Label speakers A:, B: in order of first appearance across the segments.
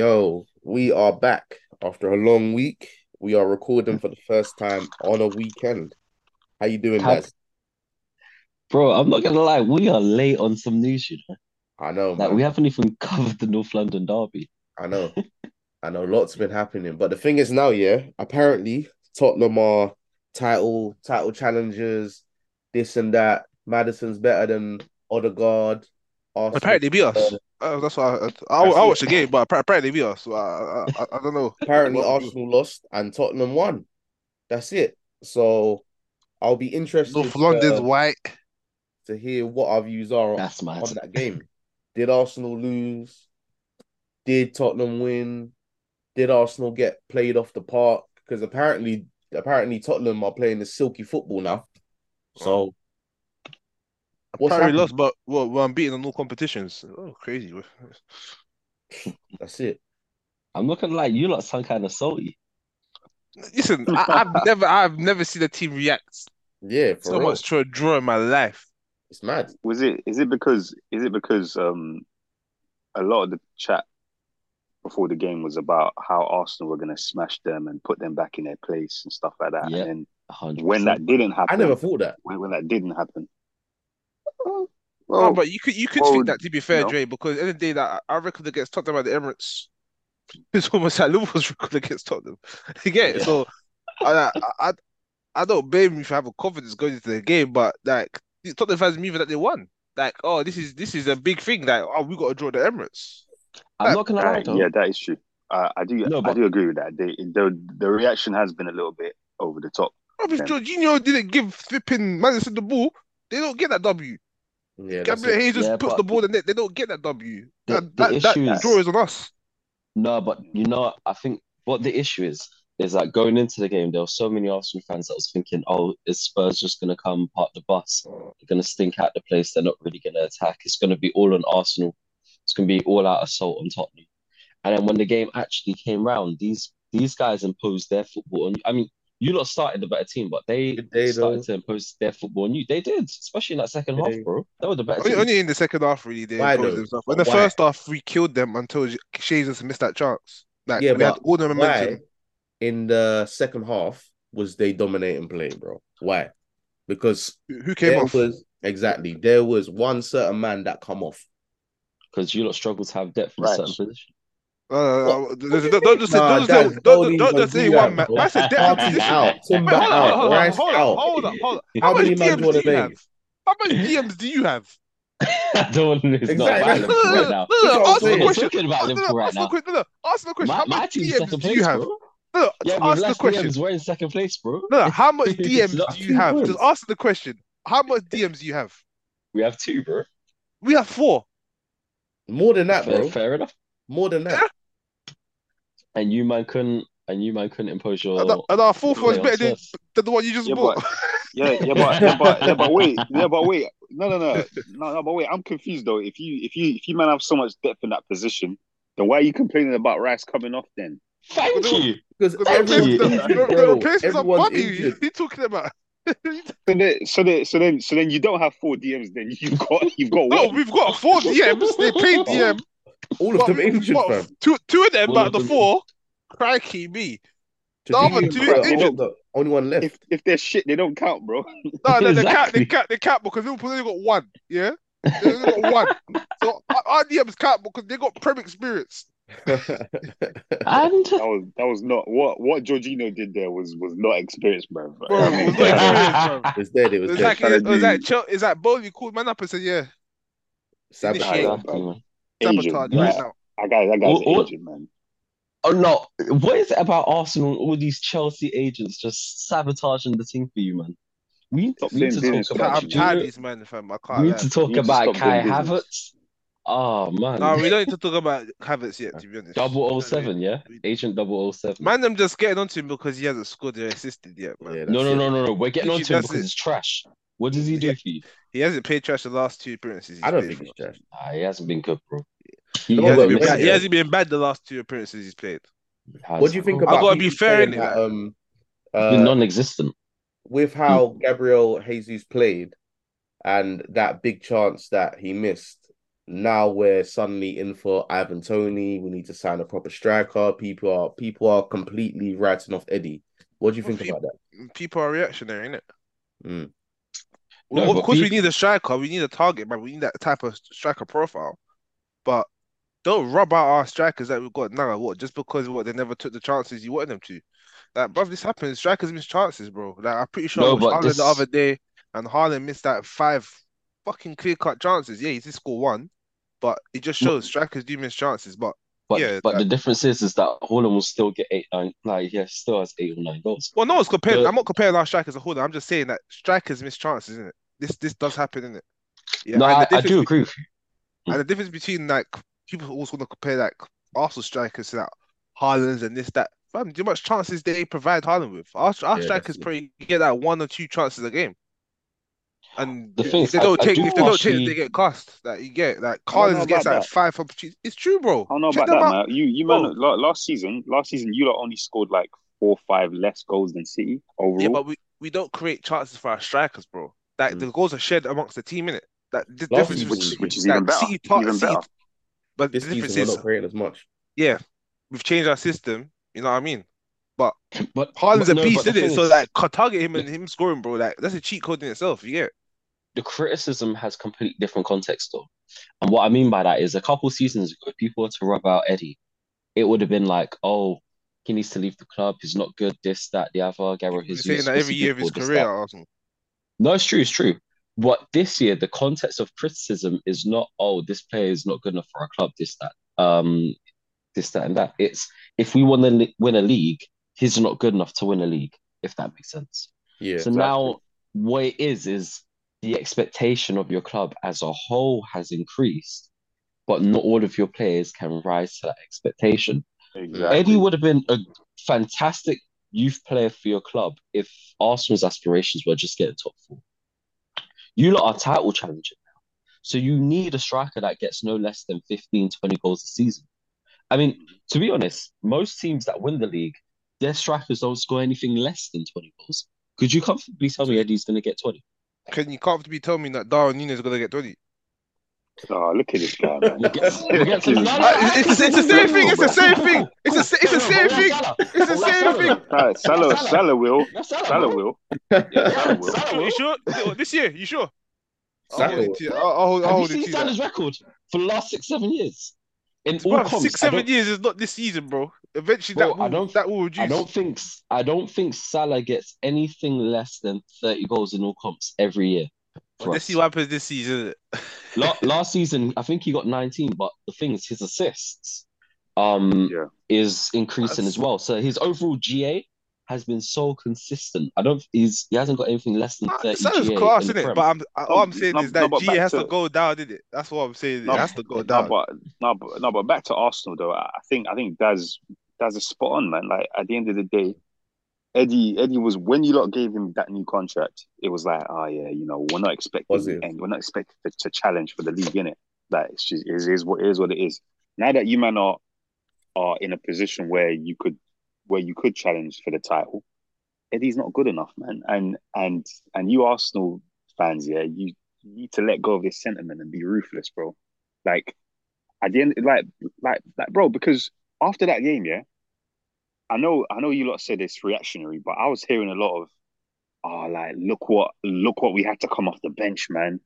A: Yo, we are back after a long week. We are recording for the first time on a weekend. How you doing,
B: How-
A: guys?
B: Bro, I'm not gonna lie, we are late on some news, you know.
A: I know,
B: Like
A: man.
B: we haven't even covered the North London Derby.
A: I know. I know. Lots been happening, but the thing is now, yeah. Apparently, Tottenham are title title challengers, this and that. Madison's better than Odegaard. Arsenal.
C: Apparently, they beat us. Uh, that's why I, I, I,
A: That's it.
C: watched the game, but appa- apparently they beat us. So I, I, I- I don't know.
A: Apparently,
C: What-
A: Arsenal lost and Tottenham won. That's it. So, I'll be interested
C: North
A: to,
C: London's white.
A: to hear what our views are
B: That's mad.
A: on that game. Did Arsenal lose? Did Tottenham win? Did Arsenal get played off the park? Because apparently, apparently Tottenham are playing the silky football now. So what's happening?
C: Apparently lost, but well, we're unbeaten in all competitions. Oh, crazy. bro.
A: That's it.
B: I'm not gonna lie, you lot sound kind of salty.
C: Listen, I, I've never, I've never seen a team react
A: Yeah, for
C: so
A: real.
C: much to a draw in my life.
A: It's mad.
D: Was it? Is it because? Is it because? Um, a lot of the chat before the game was about how Arsenal were going to smash them and put them back in their place and stuff like that.
B: Yeah.
D: And
B: A hundred
D: then when that
B: percent.
D: didn't
A: I
D: happen,
A: never thought that.
D: when, when that didn't happen,
B: Oh,
D: well,
C: No, Oh, but you could, you could
D: well,
C: think that to be fair,
D: no.
C: Dre, because at the end of the day, that I reckon against Tottenham at the Emirates, it's almost like Liverpool's record against Tottenham. You get it?
A: Yeah.
C: So, I, I, I, I don't blame you for having confidence going into the game, but like the Tottenham fans knew that they won. Like, oh, this is this is a big thing. Like, oh, we got to draw the Emirates.
B: I'm not gonna lie
D: uh,
B: though.
D: yeah, that is true. Uh, I do.
B: No,
D: I
B: but-
D: do agree with that. They, the the reaction has been a little bit over the top.
C: Bro, Oh, if
D: Yeah.
C: Jorginho didn't give flipping Madison the ball, they don't get that W.
A: Yeah, that's
C: Gabriel
A: it.
C: Hayes just
B: Yeah,
C: puts
B: but-
C: the ball in the net. They don't get that W.
B: The-
C: That,
B: the
C: that, that
B: issue is-
C: draw is on us.
B: No, but you know, I think what the issue is is that going into the game, there were so many Arsenal fans that was thinking, "Oh, is Spurs just gonna come park the bus? They're gonna stink out the place. They're not really gonna attack. It's gonna be all on Arsenal. It's gonna be all out assault on Tottenham." And then when the game actually came round, these these guys imposed their football on you. I mean, you lot started the better team, but they
A: Did they,
B: started
A: though?
B: to impose their football on you. They did, especially in that second
A: Did
B: half,
A: they?
B: bro. They were the better
C: Only,
B: team.
C: only in the second half, really, they
A: Why
C: imposed
A: though?
C: themselves. In the
A: Why?
C: first half, we killed them until Jesus missed that chance. Like,
A: Yeah,
C: we had
A: but
C: all the momentum.
A: Why in the second half was they dominating play, bro? Why? Because
C: Who who came
A: there
C: off?
A: was exactly there was one certain man that come off.
B: because you lot struggled to have depth in a
D: Right.
B: certain position.
C: Uh, don't, don't just say,
A: Nah,
C: don't, just say-
A: Dad,
C: don't,
A: don't
C: don't, don't
A: even
C: just say
A: do
C: one
A: that,
C: man.
A: bro.
C: I said that
A: Timber
C: position.
A: out, Timber
C: Wait, hold on,
A: out,
C: hold on,
A: Rice
C: hold on,
A: out.
C: hold on, hold on.
A: How
C: much
A: many man do you
C: DMs
A: want
C: do
A: to
C: you have?
A: name?
C: How many DMs do you have?
B: I don't want to not
A: Exactly.
B: about Liverpool right now.
C: No, no,
A: That's what I'm
C: no, ask
A: saying.
C: the
B: We're
C: question.
B: talking about
C: Ask
B: Liverpool
C: the-
B: right
C: ask the
B: now.
C: que- no, no, ask the question.
B: My,
C: How
B: my
C: much
B: team's second
C: DMs do
B: place,
C: you have?
B: bro.
C: No, no,
B: Yeah,
C: just
B: we've
C: ask the
B: last
C: question.
B: DMs. We're in second place, bro.
C: No, no, how much
B: It's
C: DMs
B: not
C: do you
B: two
C: have?
B: wins.
C: Just ask the question. How much DMs do you have?
B: We have two, bro.
C: We have four.
A: More than that,
B: Fair,
A: bro.
B: fair enough.
A: More than that.
B: And you man couldn't. And you man couldn't impose your.
C: And our- and our fourth
B: play
C: one's
B: on
C: better than,
B: Spurs.
C: than the one you just
D: Yeah,
C: bought.
D: but yeah, yeah, but yeah, but yeah, but wait, yeah, but wait, no, no, no, no, no, but wait, I'm confused though. If you if you if you man have so much depth in that position, then why are you complaining about Rice coming off then?
B: Thank you.
A: Because
C: The
A: everyone's
C: replacements are-
A: injured,
C: the- the
A: bro.
C: replacements are
A: Everyone's
C: funny.
A: injured.
C: What are you talking about?
D: So then, so then, so then, so then you don't have four DMs. Then you've got you've got
C: No,
D: one.
C: we've got four DMs. They played DM.
A: All of
C: But
A: them
C: we-
A: injured,
C: but
A: fam.
C: Two, two of them,
B: All
C: but
B: of
C: the
B: them.
C: four, crikey me.
A: To
C: No,
A: be
C: but
A: fair,
C: do you-
A: bro,
D: they don't-
A: the only one left.
D: If if they're shit, they don't count, bro.
C: No, no, they can't,
B: Exactly.
C: they can't, they can't because Liverpool only got one. Yeah, they only got one. So our- our DMs can't because they got prem experience.
B: And
D: That was that was not what what Jorginho did there was was not experienced, bro.
C: Bro,
D: I
C: it
D: mean,
C: was not experience, bro.
A: it's dead. It
C: It
A: was
C: was
A: dead.
C: like
D: trying
C: it
D: to
C: was like
D: do-
C: Chel- it's like Bowley called man up and said, "Yeah,
A: Savage.
C: initiate.
D: Alright.
B: Exactly, man.
D: agent,
C: sabotage
D: man.
C: right now."
D: That guy, that guy's
B: What- what-
D: agent, man.
B: Oh no! What is it about Arsenal and all these Chelsea agents just sabotaging the team for you, man? We need to,
D: Stop
B: we need to
D: saying business,
B: talk
D: man.
B: about
C: I'm
D: you
C: tired of
B: Jorginho.
C: these men, fam. I
B: We
C: can't.
B: need
C: lie.
B: to talk
D: You need to
B: about
D: stop
B: Kai
D: doing
B: Havertz. Oh man,
C: No, we don't need to talk about Havertz yet, to be honest.
B: double 007, yeah, agent double 007.
C: Man, them just getting onto him because he hasn't scored or assisted yet, man.
A: Yeah,
B: no,
A: that's
B: no,
A: it.
B: no, no, no. We're getting
C: Literally,
B: onto him
C: that's
B: because
C: it.
B: it's trash. What does he do
C: Yeah.
B: for you?
C: He hasn't paid trash the last two appearances. He's
A: I don't
C: played
A: think
C: for
A: it's
C: us.
A: trash.
B: Ah, he hasn't been good, bro. He
A: No, Oh,
C: He hasn't,
A: but
C: been
A: when-
C: bad. he
A: yeah.
C: hasn't been bad the last two appearances he's played.
A: What do you think
B: Hasn't.
A: about?
C: gotta
A: people
C: be fair in
A: saying
C: it,
A: that,
C: man.
A: Um,
B: He's been
A: uh,
B: non-existent?
A: with how Gabriel Jesus played and that big chance that he missed, now we're suddenly in for Ivan Tony. We need to sign a proper striker. People are people are completely writing off Eddie. What do you
C: Well,
A: think about that?
C: People are reactionary, innit?
A: Mm.
B: No,
C: Well, of
B: but
C: course, we
B: people-
C: need a striker. We need a target, man. We need that type of striker profile. But don't rub out our strikers that we've got now. What just because what they never took the chances you wanted them to? Like, bruv, this happens. Strikers miss chances, bro. Like, I'm pretty sure I
B: No,
C: watched
B: but
C: Haaland
B: this-
C: the other day, and Haaland missed like five fucking clear-cut chances. Yeah, he did score one, but it just
B: No.
C: shows strikers do miss chances. But
B: But
C: Yeah,
B: but
C: that-
B: the difference is is that Holland will still get eight nine like yeah still has eight or nine goals.
C: well, no one's comparing.
B: Yeah.
C: I'm not comparing our strikers to Haaland. I'm just saying that strikers miss chances, isn't it? This this does happen, isn't it? Yeah,
B: no,
C: and the
B: I, I
C: difference
B: do agree with you.
C: And the difference between like people who always want to compare like Arsenal strikers to like Haaland's and this that. Fam, do you know how much chances they provide Haaland with? Our, our
A: Yeah, that's
C: strikers
A: it.
C: probably get like one or two chances a game. And
B: The
C: if
B: thing is,
C: they
B: I-
C: don't
B: I
C: take
B: do
C: if they don't
B: partially-
C: take they get cast. Like you get like
A: I don't know
C: Haaland gets
A: about
C: like
A: that.
C: five opportunities. It's true, bro.
D: I don't know
C: Check
D: about
C: them
D: that,
C: out.
D: man. You you man,
C: Bro.
D: la- last season, last season you lot only scored like four, five less goals than City overall.
C: Yeah, but we, we don't create chances for our strikers, bro. Like
A: Mm.
C: the goals are shared amongst the team, innit? That the
A: Last
C: difference
A: season we
D: which
A: did.
C: between
D: which is
C: like,
D: even better.
C: City part
D: even
C: City,
D: better.
C: but the
A: This
C: difference
A: season we're
C: is
A: not creating as much.
C: yeah, we've changed our system. You know what I mean?
B: But
C: Haaland's
B: but
C: a
B: no,
C: beast,
B: but the
C: isn't it?
B: thing
C: So
B: is-
C: like, co- target him and him scoring, bro. Like, that's a cheat code in itself. You get it?
B: the criticism has completely different context though. And what I mean by that is a couple seasons ago, if people were to rub out Eddie, it would have been like, oh, he needs to leave the club. He's not good. This, that, the other. Gareth
C: He's
B: is
C: saying that every year of his career at Arsenal.
B: No, it's true. It's true. But this year, the context of criticism is not, oh, this player is not good enough for our club. This, that, um, this, that, and that. It's if we want to win a league, he's not good enough to win a league. If that makes sense.
A: Yeah.
B: So
D: exactly.
B: now what it is is the expectation of your club as a whole has increased, but not all of your players can rise to that expectation.
D: Exactly.
B: Eddie would have been a fantastic youth player for your club if Arsenal's aspirations were just getting top four. You lot are title challenging now. So you need a striker that gets no less than 15, 20 goals a season. I mean, to be honest, most teams that win the league, their strikers don't score anything less than 20 goals. Could you comfortably tell me Eddie's going to get 20?
C: Can you comfortably tell me that Darwin Nunes is gonna get twenty?
D: Oh, look at this guy, man.
B: We'll get- we'll get to-
D: Jesus.
B: No, no,
C: Uh, it's- it's- it's the same thing, it's the same thing, it's the sa- it's the same
B: But
C: thing,
B: where's Salah? But
C: It's the
B: where's
C: same
B: Salah?
C: thing.
D: Nah, Salah, Salah will.
B: Where's Salah,
D: Salah
B: bro?
D: will.
B: Yeah,
D: Salah will.
B: Salah will.
C: You sure? This year? You sure? I'll
A: Salah
C: hold it
A: will.
C: to you. I'll, I'll hold, I'll
B: Have you
C: hold it
B: seen
C: to Oh, you. That.
B: Salah's record for the last six, seven years? In all
C: Bruv,
B: comps,
C: six,
B: I
C: seven
B: don't-
C: years is not this season, bro. Eventually,
B: Bro,
C: that
B: I
C: will
B: don't-
C: that will
B: I
C: reduce.
B: don't think I don't think Salah gets anything less than 30 goals in all comps every year.
C: But let's see what happens this season.
B: La- last season, I think he got 19, but the thing is, his assists um
D: Yeah.
B: is increasing
C: That's-
B: as well. So his overall GA has been so consistent. I don't he's he hasn't got anything less than 30
C: Sounds
B: GA
C: Ah,
B: in
C: class,
B: the
C: isn't it?
B: Prem.
C: But I'm all I'm
D: No,
C: saying
D: no,
C: is
D: no,
C: that
D: but
C: GA
D: back
C: has to
D: to-
C: go down, isn't it? That's what I'm saying.
D: No,
C: It has to go
D: No,
C: down.
D: but no, but no, but back to Arsenal though. I I think I think Daz Daz is spot on, man. Like at the end of the day, Eddie Eddie was when you lot gave him that new contract, it was like, oh yeah, you know, we're not
A: Was
D: expecting
A: it?
D: and we're not expected to, to challenge for the league in it. Like it's just, it is, it is what it is what it is. Now that you man are are in a position where you could where you could challenge for the title, Eddie's not good enough, man. And and and you Arsenal fans, yeah, you, you need to let go of this sentiment and be ruthless, bro. Like at the end, like like like, bro, because after that game, yeah, I know I know you lot said it's reactionary, but I was hearing a lot of, oh, like look what look what we had to come off the bench, man.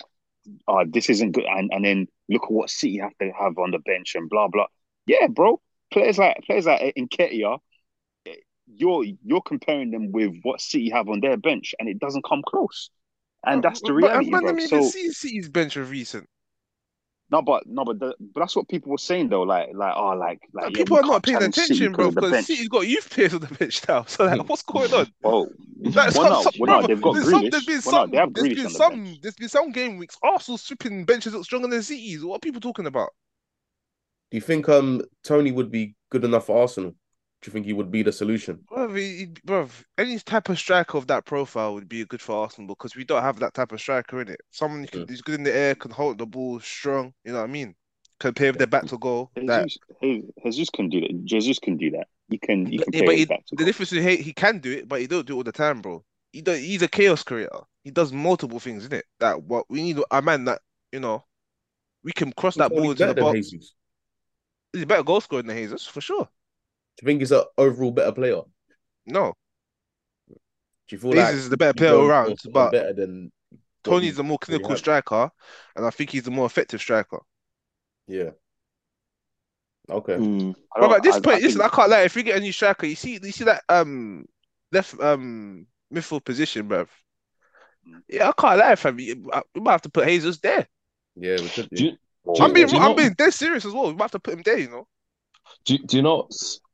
D: Oh, this isn't good, and and then look at what City have to have on the bench and blah blah. Yeah, bro, players like players like Nketiah, eh, you're you're comparing them with what City have on their bench, and it doesn't come close. And that's the
C: But-
D: reality,
C: But, man, I
D: bro.
C: mean,
D: So
C: see City's bench of recent.
D: no, but no, but, the, but that's what people were saying though. Like like oh, like like
C: Like,
D: yeah,
C: people
D: we
C: are not
D: can't
C: paying
D: challenge City
C: attention, bro,
D: because of the
C: because
D: bench.
C: City's got youth players on the bench now. So, like, what's going on?
D: Well,
C: Like,
D: well,
C: some-
D: no,
C: some-
D: well, no,
C: brother,
D: they've got
C: there's some,
D: Grealish.
C: there's been
D: Well, no,
C: some,
D: they have
C: there's
D: Grealish
C: been
D: on the
C: some,
D: bench.
C: there's been some game weeks. Arsenal stripping benches that's stronger than City's. What are people talking about?
A: Do you think um Tony would be good enough for Arsenal? Do you think he would be the solution?
C: Bruv, he- he- bruv, any type of striker of that profile would be good for Arsenal because we don't have that type of striker in it. Someone who can, who's good in the air, can hold the ball strong. You know what I mean? Can play with their back to goal. That,
D: Jesus, Je- Jesus can do that. Jesus can do that. He can, he
C: But,
D: can
C: yeah,
D: play
C: but
D: it
C: he,
D: back to
C: the
D: goal.
C: difference is he, he can do it, but he don't do it all the time, bro. He don't, he's a chaos creator. He does multiple things, isn't it? That what we need a man that you know We can cross that ball
A: He's
C: into
A: better
C: the
A: than
C: box.
A: Jesus. Do
C: He's a better goal scorer than Hayes, that's for sure.
A: you think he's an overall better player? Do
C: No,
A: you feel
C: Hayes
A: like
C: is the better
A: he's
C: player
A: going for
C: around,
A: something
C: but
A: better than what
C: Tony's
A: we
C: the more
A: already
C: clinical
A: have?
C: striker, and I think he's the more effective striker.
A: Yeah. Okay.
B: Mm.
D: I
C: But
D: don't-
C: at this
D: I- I
C: point, listen,
D: think-
C: I can't lie. If we get a new striker, you see, you see that um left um midfield position, bruv.
D: Mm.
C: Yeah, I can't lie, fam. You- I- We might have to put Hazels there.
A: Yeah, we could do.
B: Do you,
D: Or-
B: Do you-
C: I'm being,
B: do you
C: I'm
B: know-
C: being dead serious as well. We might have to put him there, you know.
B: do, do you know?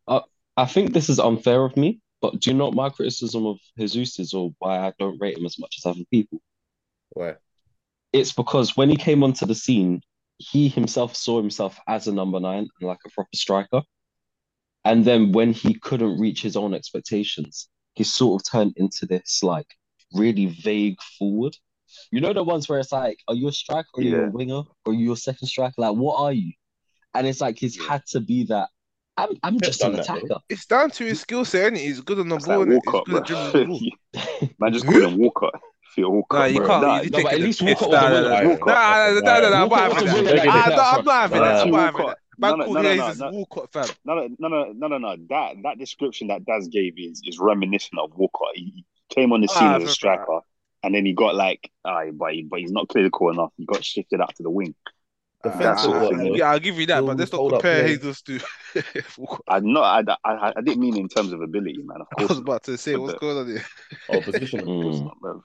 B: I, I think this is unfair of me, but do you know what my criticism of Jesus is or why I don't rate him as much as other people?
A: Why?
B: It's because when he came onto the scene, he himself saw himself as a number nine and like a proper striker. And then when he couldn't reach his own expectations, he sort of turned into this like really vague forward. You know the ones where it's like, are you a striker? Are you a
D: Yeah.
B: winger? Are you a second striker? Like, what are you? And it's like he's
D: Yeah.
B: had to be that. I'm I'm
A: Pep
B: just an
A: done that, though.
B: attacker.
C: It's down to his skill set, and he's good on the
D: That's like
C: ball, and he's
D: Walcott,
C: good
D: bro.
C: at dribbling the ball.
D: Man, just
A: Who?
D: call him Walcott. Feel
C: Nah,
D: Walcott,
C: you
D: bro.
C: can't.
D: Nah,
C: You're
B: No, but
C: taking
B: at
C: the
B: least
C: piss.
B: Walcott
C: Nah,
B: was a winner.
C: nah, nah,
A: Right,
D: Walcott.
A: right,
C: nah, nah, nah, nah,
A: right.
C: nah. I'm
B: Walcott
C: not
B: was
C: having
B: a
C: that.
B: winner. Like,
A: Take
B: let's
C: Ah,
A: it.
C: no,
B: not
C: I'm not having that.
D: No, that's
C: I'm
A: Nah.
C: not having
D: Walcott.
C: that. Man,
D: No, no,
C: call
D: no, no,
C: Hayes
D: no,
C: is
D: no,
C: Walcott, fam.
D: no, no, no, no, no, no. That that description that Daz gave is is reminiscent of Walcott. He he came on the scene
C: Ah,
D: as a
C: fair, fair, alright.
D: striker, and then he got like, ah, but he, but he's not clinical enough. He got shifted out to the wing. That
A: Defensive
D: sort of
C: Ah,
A: work,
D: thing.
A: though.
C: yeah, I'll give you that,
A: Still
C: but let's
A: his
C: not
A: hold up
C: compare
A: play.
C: Hazels to Walcott.
D: I no, I, I I didn't mean in terms of ability, man. Of
C: I was
D: course not.
C: about to say,
D: But
C: what's
D: the,
C: going on here?
A: Oh,
D: of
A: positioning.
D: course
B: Mm.
D: not, bro.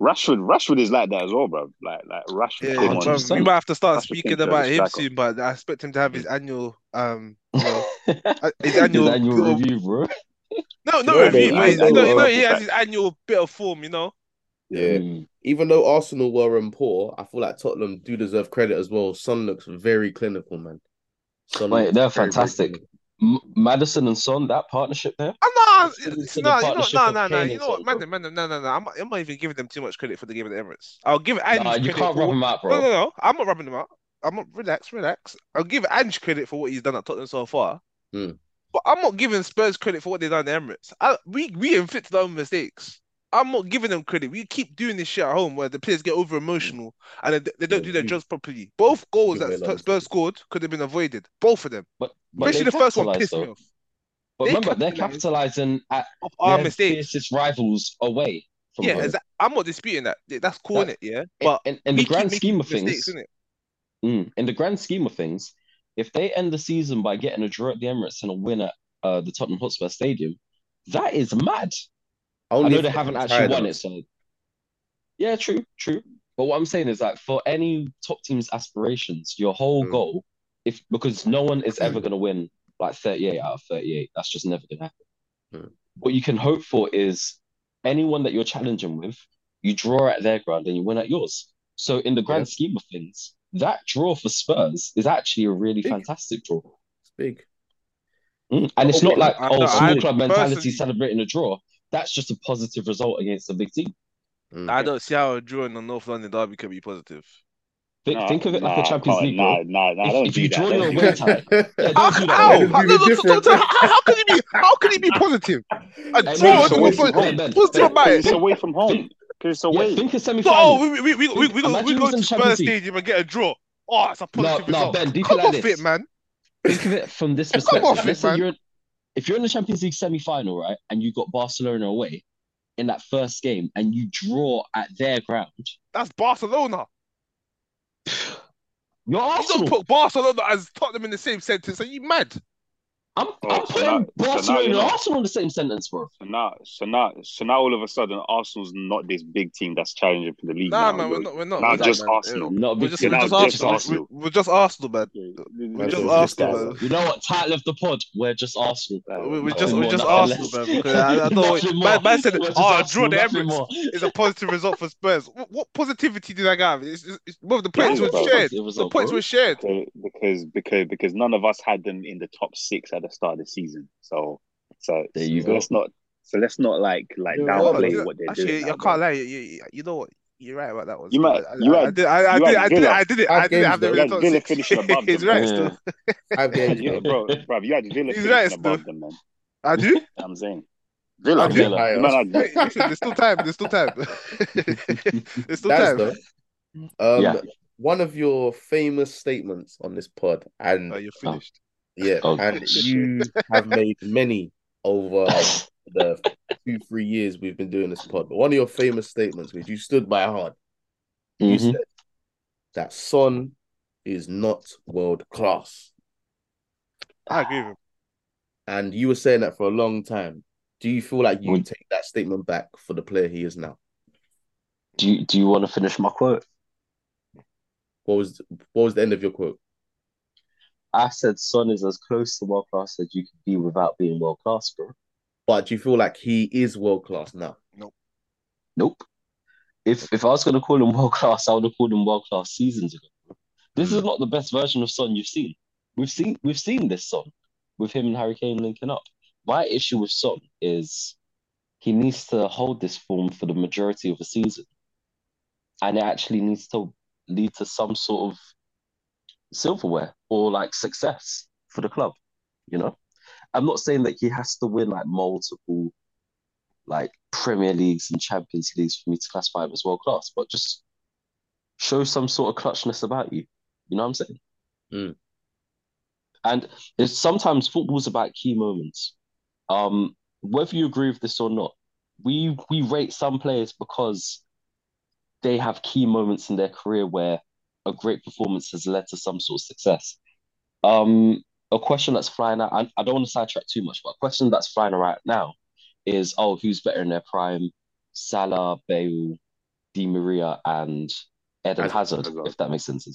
D: Rashford, Rashford is like that as well, bro. Like like Rashford
C: Yeah,
D: came on.
C: bro, we
B: 100%.
C: might have to start
D: Rashford came
C: speaking
D: through as a
C: about him
D: striker.
C: soon, but I expect him to have his annual, um, you know, uh, his
B: His
C: annual
B: annual
C: bit of
B: review, bro.
C: no,
A: You
C: no
A: know,
D: His
C: review,
A: though,
C: but
A: even
D: an-
C: he's, you
A: though,
C: know,
D: annual
C: you know,
A: um,
C: he
D: Liverpool
C: has
D: fact.
C: his annual bit of form, you know.
D: Yeah.
A: yeah,
B: Mm.
A: even though Arsenal were in poor, I feel like Tottenham do deserve credit as well. Son looks very clinical, man. Son
B: Wait,
A: looks
B: they're
A: very, very
B: fantastic.
A: clinical.
B: M Madison and Son, that partnership there,
C: I'm not,
B: it's similar
C: it's
B: to the
C: not, you know,
B: partnership
C: no,
B: of
C: no, no,
B: Kane
C: you
B: and
C: know what,
B: Son,
C: man,
B: bro.
C: man, no, no, no, no. I'm, not- I'm not even giving them too much credit for the game at the Emirates. I'll give
B: Nah,
C: Ange
B: you
C: credit
B: can't rub
C: for
B: him out,
C: no,
B: bro.
C: no, no. I'm not rubbing him out. I'm not relax, relax. I'll give Ange credit for what he's done at Tottenham so far,
B: Hmm.
A: Mm.
C: but I'm not giving Spurs credit for what they've done at the Emirates. I, we we inflicted our own mistakes. I'm not giving them credit. We keep doing this shit at home where the players get over emotional and they, they
A: Yeah,
C: don't do
B: Hmm.
C: their
A: we
C: jobs properly. Both
A: give
C: goals that
A: away a lot of
C: Sp- Spurs
A: mistakes.
C: scored could have been avoided. Both of them,
B: But but they
C: especially the first one,
B: capitalized
C: pissed me
B: though.
C: off.
B: But
C: They
B: remember, they're
C: capitalized
B: capitalizing at
C: off our
B: their
C: mistakes.
B: fiercest rivals away from
C: Yeah,
B: home.
C: exactly. I'm not disputing that. Th- That's cool,
B: That
C: innit? Yeah,
B: in,
C: but
B: in, in the
C: we keep
B: grand scheme
C: making
B: of
C: mistakes,
B: things,
C: innit?
B: mm, in the grand scheme of things, if they end the season by getting a draw at the Emirates and a win at uh, the Tottenham Hotspur Stadium, that is mad. I
A: Only
B: know
A: if
B: they
A: they
B: haven't actually
A: tired
B: won it,
A: us.
B: so yeah, true, true. But what I'm saying is that for any top team's aspirations, your whole
A: Mm.
B: goal, if because no one is ever going to win like 38 out of 38, that's just never going to happen.
A: Mm.
B: What you can hope for is anyone that you're challenging with, you draw at their ground and you win at yours. So in the
A: Yeah,
B: grand scheme of things, that draw for Spurs is actually a really
A: big.
B: fantastic draw.
A: It's big.
B: Mm.
A: But
B: And it's not
A: okay,
B: like,
C: I
B: oh,
C: know.
B: small
C: I
A: okay.
B: club mentality
C: personally,
B: celebrating a draw. That's just a positive result against a big team. Hmm.
A: Mm.
C: I don't see how a draw in the North London derby can be positive.
B: Think,
D: Nah,
B: think of it like a
D: nah,
B: Champions
D: can't,
B: League, bro.
D: nah, nah, nah.
B: If
D: Don't
B: if you
D: do that.
B: draw your
D: Don't do
B: away
D: that.
B: tie, yeah,
C: How,
B: don't do that,
A: Let
C: how,
B: bro.
A: us
C: how,
A: do the
C: no, no, so, so,
A: different.
C: so how, how can he be? How can he be positive? A
B: Hey,
D: Because
B: no,
C: draw is
D: it's
B: think
D: away
B: of
C: not
D: from
B: Ben,
C: positive.
D: home.
B: Ben,
C: Positive
B: Ben.
C: about it.
D: It's
B: Think,
D: away from home.
B: think,
D: Because it's
B: yeah,
D: away.
B: think a
C: So, oh,
B: semi-final.
C: we we we we
B: Think,
C: we go we
B: imagine
C: go
B: he's in
C: to
B: the
C: Spurs
B: Champions League.
C: Stadium and get a draw. Oh, it's a
B: No,
C: positive
B: no,
C: result.
B: Ben, deep it
C: Come
B: like
C: off it,
B: this.
C: man.
B: Think of it from this
C: Come
B: perspective.
C: off it,
B: Let's say
C: man.
B: you're if you're in the Champions League semi-final, right, and you got Barcelona away in that first game, and you draw at their ground,
C: That's Barcelona.
B: you're
C: You don't
B: Arsenal.
C: put Barcelona as Tottenham in the same sentence. Are you mad?
B: I'm
D: Oh,
B: I'm
D: so now,
B: putting
D: so now
B: Barcelona
D: you're
B: and
D: not.
B: Arsenal in the same sentence, bro.
D: So now, so now, so now, all of a sudden, Arsenal's not this big team that's challenging for the league
C: Nah,
D: now.
C: man, we're
D: You're
C: not. We're
D: you're
C: not.
D: now
C: We're not,
D: just
B: Exactly.
C: man. Uh,
D: Arsenal.
B: Not a
C: We're
B: big
C: just.
D: You're
C: We're
B: team.
D: now
C: just
D: just
B: Just
C: Arsenal. We're,
B: Arsenal.
D: Arsenal.
C: we're just Arsenal, man.
D: Okay,
C: We're
D: we're
A: Man says
C: just
D: just this
A: just
C: Arsenal,
D: guy,
A: Arsenal.
C: man.
B: You know what? Title of the pod. We're just Arsenal.
C: We-
D: bro.
C: We're just.
B: Nothing
C: We're
B: more,
C: just
B: nothing
C: Arsenal,
B: less.
C: man. Because I, I know.
B: Nothing
C: Man,
B: more.
C: man said,
B: We're just
C: "Oh, a draw
B: Arsenal.
C: the
B: Nothing
C: Emirates
B: more.
C: is a positive result for Spurs." What, what positive did I have? It's, it's, it's, well, the
B: That is
C: points
B: a
C: were
D: bro.
C: shared.
B: positive
C: The
B: result,
C: points
B: bro.
C: were shared.
D: Because because because because none of us had them in the top six at the start of the season. So so
B: There you
A: Yeah.
D: so
B: go.
D: let's not so let's not like like
A: You're
C: No,
A: right,
C: do
D: downplay
C: you
A: though.
C: know,
D: what they're doing
C: actually, I
D: now,
C: can't
D: bro.
C: lie. You, you, you know what? You're right about that one
D: You
C: still. I,
D: might
C: I,
D: you
C: I, I
D: had
C: did, I, I
D: you
C: did,
D: had
C: I did,
D: Villa
C: I did it. I
A: Five
C: didn't
A: games
C: have them
D: you
C: in
A: though.
C: the top
D: had Villa
C: six.
D: finishing above
C: He's
D: them, bro.
C: right still.
B: Yeah.
A: Five games
D: You,
A: though.
D: bro, bro, you had Villa
C: He's right
D: finishing
C: still.
D: above them, man.
C: I do.
D: I'm saying
C: I
D: Villa,
C: do.
A: Get
B: Villa.
D: you
A: higher.
D: man, had
C: Hey, listen, there's still time. There's still time. There's still
A: That's
C: time.
A: though.
B: Yeah.
A: Um, one of your famous statements on this pod, and
C: Oh, you're finished.
A: yeah,
B: Oh,
A: and
B: gosh.
A: you have made many over the two, three years we've been doing this pod. But one of your famous statements, which you stood by hard, you
D: Mm-hmm.
B: Mhm.
A: said that Son is not world class.
C: I agree with him.
A: And you were saying that for a long time. Do you feel like you
D: Mm.
B: Would-
A: take that statement back for the player he is now?
B: Do you do you want to finish my quote?
A: What was what was the end of your quote?
B: I said Son is as close to world class as you can be without being world class, bro.
A: But do you feel like he is world class now?
B: Nope. If if I was gonna call him world class, I would have called him world class seasons ago. This is not the best version of Son you've seen. We've seen we've seen this Son with him and Harry Kane linking up. My issue with Son is he needs to hold this form for the majority of the season, and it actually needs to lead to some sort of silverware or like success for the club. You know, I'm not saying that he has to win like multiple like Premier Leagues and Champions Leagues for me to classify him as world class, but just show some sort of clutchness about you. You know what I'm saying?
D: Hmm.
A: Mm.
B: And it's sometimes football's about key moments. Um, whether you agree with this or not, we we rate some players because they have key moments in their career where a great performance has led to some sort of success. Um, a question that's flying out, I, I don't want to sidetrack too much, but a question that's flying around now is oh, who's better in their prime? Salah, Bale, Di Maria, and Eden Hazard,
D: Hazard.
B: if that makes sense. And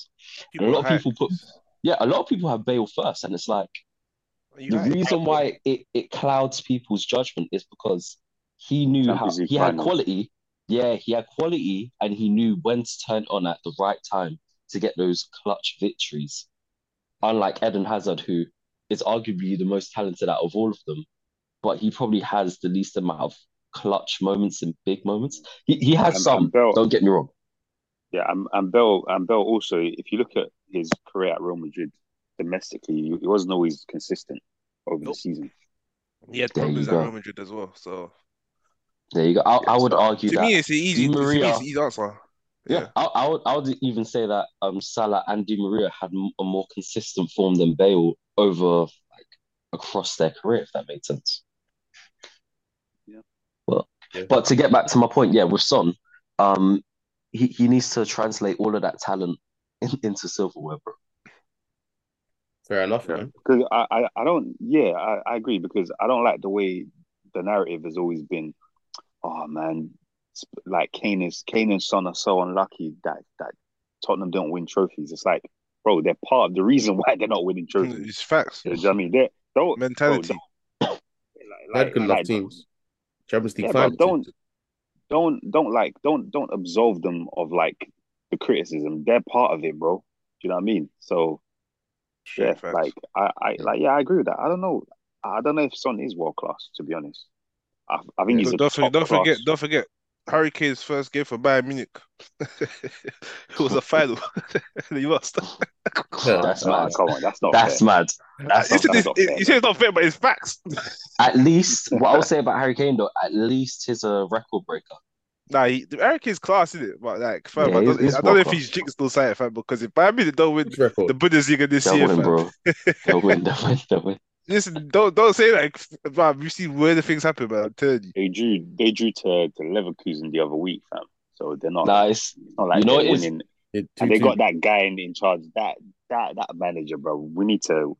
C: People
B: a lot
C: hype.
B: of people put, yeah, a lot of people have Bale first, and it's like
C: Are you
B: the
C: hype?
B: reason why it, it clouds people's judgment is because he knew how
D: Champions League
B: he had
D: final.
B: quality. Yeah, he had quality, and he knew when to turn on at the right time to get those clutch victories. Unlike Eden Hazard, who is arguably the most talented out of all of them, but he probably has the least amount of clutch moments and big moments. He, he has
D: And-
B: some.
D: and Bale-
B: don't get me wrong.
D: Yeah, and, and Bell and Bell also, if you look at his career at Real Madrid domestically, he he wasn't always consistent over the
C: Nope.
D: season.
C: He had
B: There you
C: problems at
B: go.
C: Real Madrid as well. So
B: There you go. I, I
D: Yeah,
B: would
D: so-
B: argue
C: to
B: that.
C: me, it's an easy.
B: Di
C: To me,
B: Maria.
C: it's an easy answer.
B: Yeah, I, I would. I would even say that um Salah and Di Maria had m- a more consistent form than Bale over like across their career, if that made sense.
D: Yeah.
B: Well,
A: Yeah.
B: but to get back to my point, yeah, with Son, um, he, he needs to translate all of that talent in, into silverware, bro.
A: Fair enough,
D: Yeah.
A: man.
D: Because I, I, I don't, yeah, I, I agree because I don't like the way the narrative has always been, oh man, it's like Kane is Kane and Son are so unlucky that that Tottenham don't win trophies. It's like, bro, they're part of the reason why they're not winning
A: Mm.
D: trophies.
C: It's facts.
D: You know what I mean? They're, don't
C: Mentality.
A: They
D: like,
A: had good enough
D: like,
A: teams. Champions League
D: Yeah,
A: final.
D: but don't don't don't like don't don't absolve them of like the criticism. They're part of it, bro. Do you know what I mean? So
C: Straight
D: yeah,
C: facts.
D: like I, I like yeah, I agree with that. I don't know. I don't know if Son is world class, to be honest. I, I think
A: Yeah,
D: he's
C: Don't,
D: a
C: don't forget,
D: top
C: don't forget,
D: class.
C: don't forget. Harry Kane's first game for Bayern Munich. it was a final. you must.
B: That's
D: Nah,
B: mad.
D: come on, that's not
B: That's
D: fair.
B: mad. That's
C: you
B: not fair.
C: said,
D: that's
C: this,
D: not
C: it-
D: fair,
C: you said it's not fair, but it's facts.
B: At least what I'll say about Harry Kane though, at least he's a record breaker.
C: Nah, he, Harry Kane's class, isn't it? But like, fam,
B: Yeah,
C: I
B: he's-
C: don't,
B: he's
C: I don't know if
B: world
C: he's jinxed still side, fam, because if Bayern Munich don't win
A: Which record?
C: the Bundesliga this
B: They'll
C: year,
B: win,
C: fam,
B: bro. They'll win. They'll win. They'll win.
C: listen, don't don't say like, fam, you see where the things happen, man. I'm telling you.
D: They drew they drew to, to Leverkusen the other week, fam. So they're
B: Oh.
D: not like
B: Nice.
D: it's not like
B: You know
D: they're
B: it is-
D: winning.
A: Yeah,
D: And they
A: 2-2.
D: got that guy in, in charge. That that that manager, bro. We need to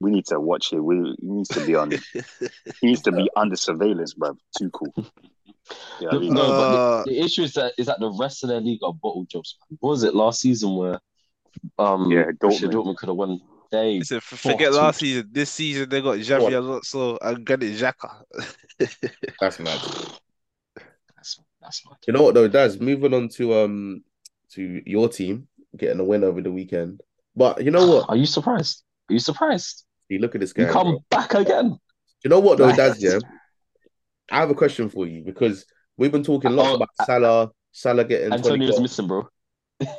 D: we need to watch it. We he needs to be on. He needs to be under surveillance, bro. Too cool. You know what I
B: No,
D: mean?
B: no,
C: Uh,
B: but the, the issue is that is that the rest of their league are bottle jobs. What was it last season where um
D: Yeah,
B: Borussia
D: Dortmund.
B: Dortmund could have won? They
C: listen, f-
B: Fuck,
C: forget last
B: dude.
C: season. This season they got Xavi
A: What?
C: Alonso and Granit Xhaka.
A: That's mad.
B: that's that's mad.
A: You know what though, Daz? Moving on to um to your team getting a win over the weekend. But you know what?
B: Are you surprised? Are you surprised?
A: You look at this
B: You
A: guy.
B: come
A: bro.
B: back again.
A: You know what though,
B: Like-
A: Daz? Yeah, I have a question for you because we've been talking lots
B: Oh,
A: about Salah, Salah getting twenty.
B: Antonio's
A: goals.
B: missing, bro.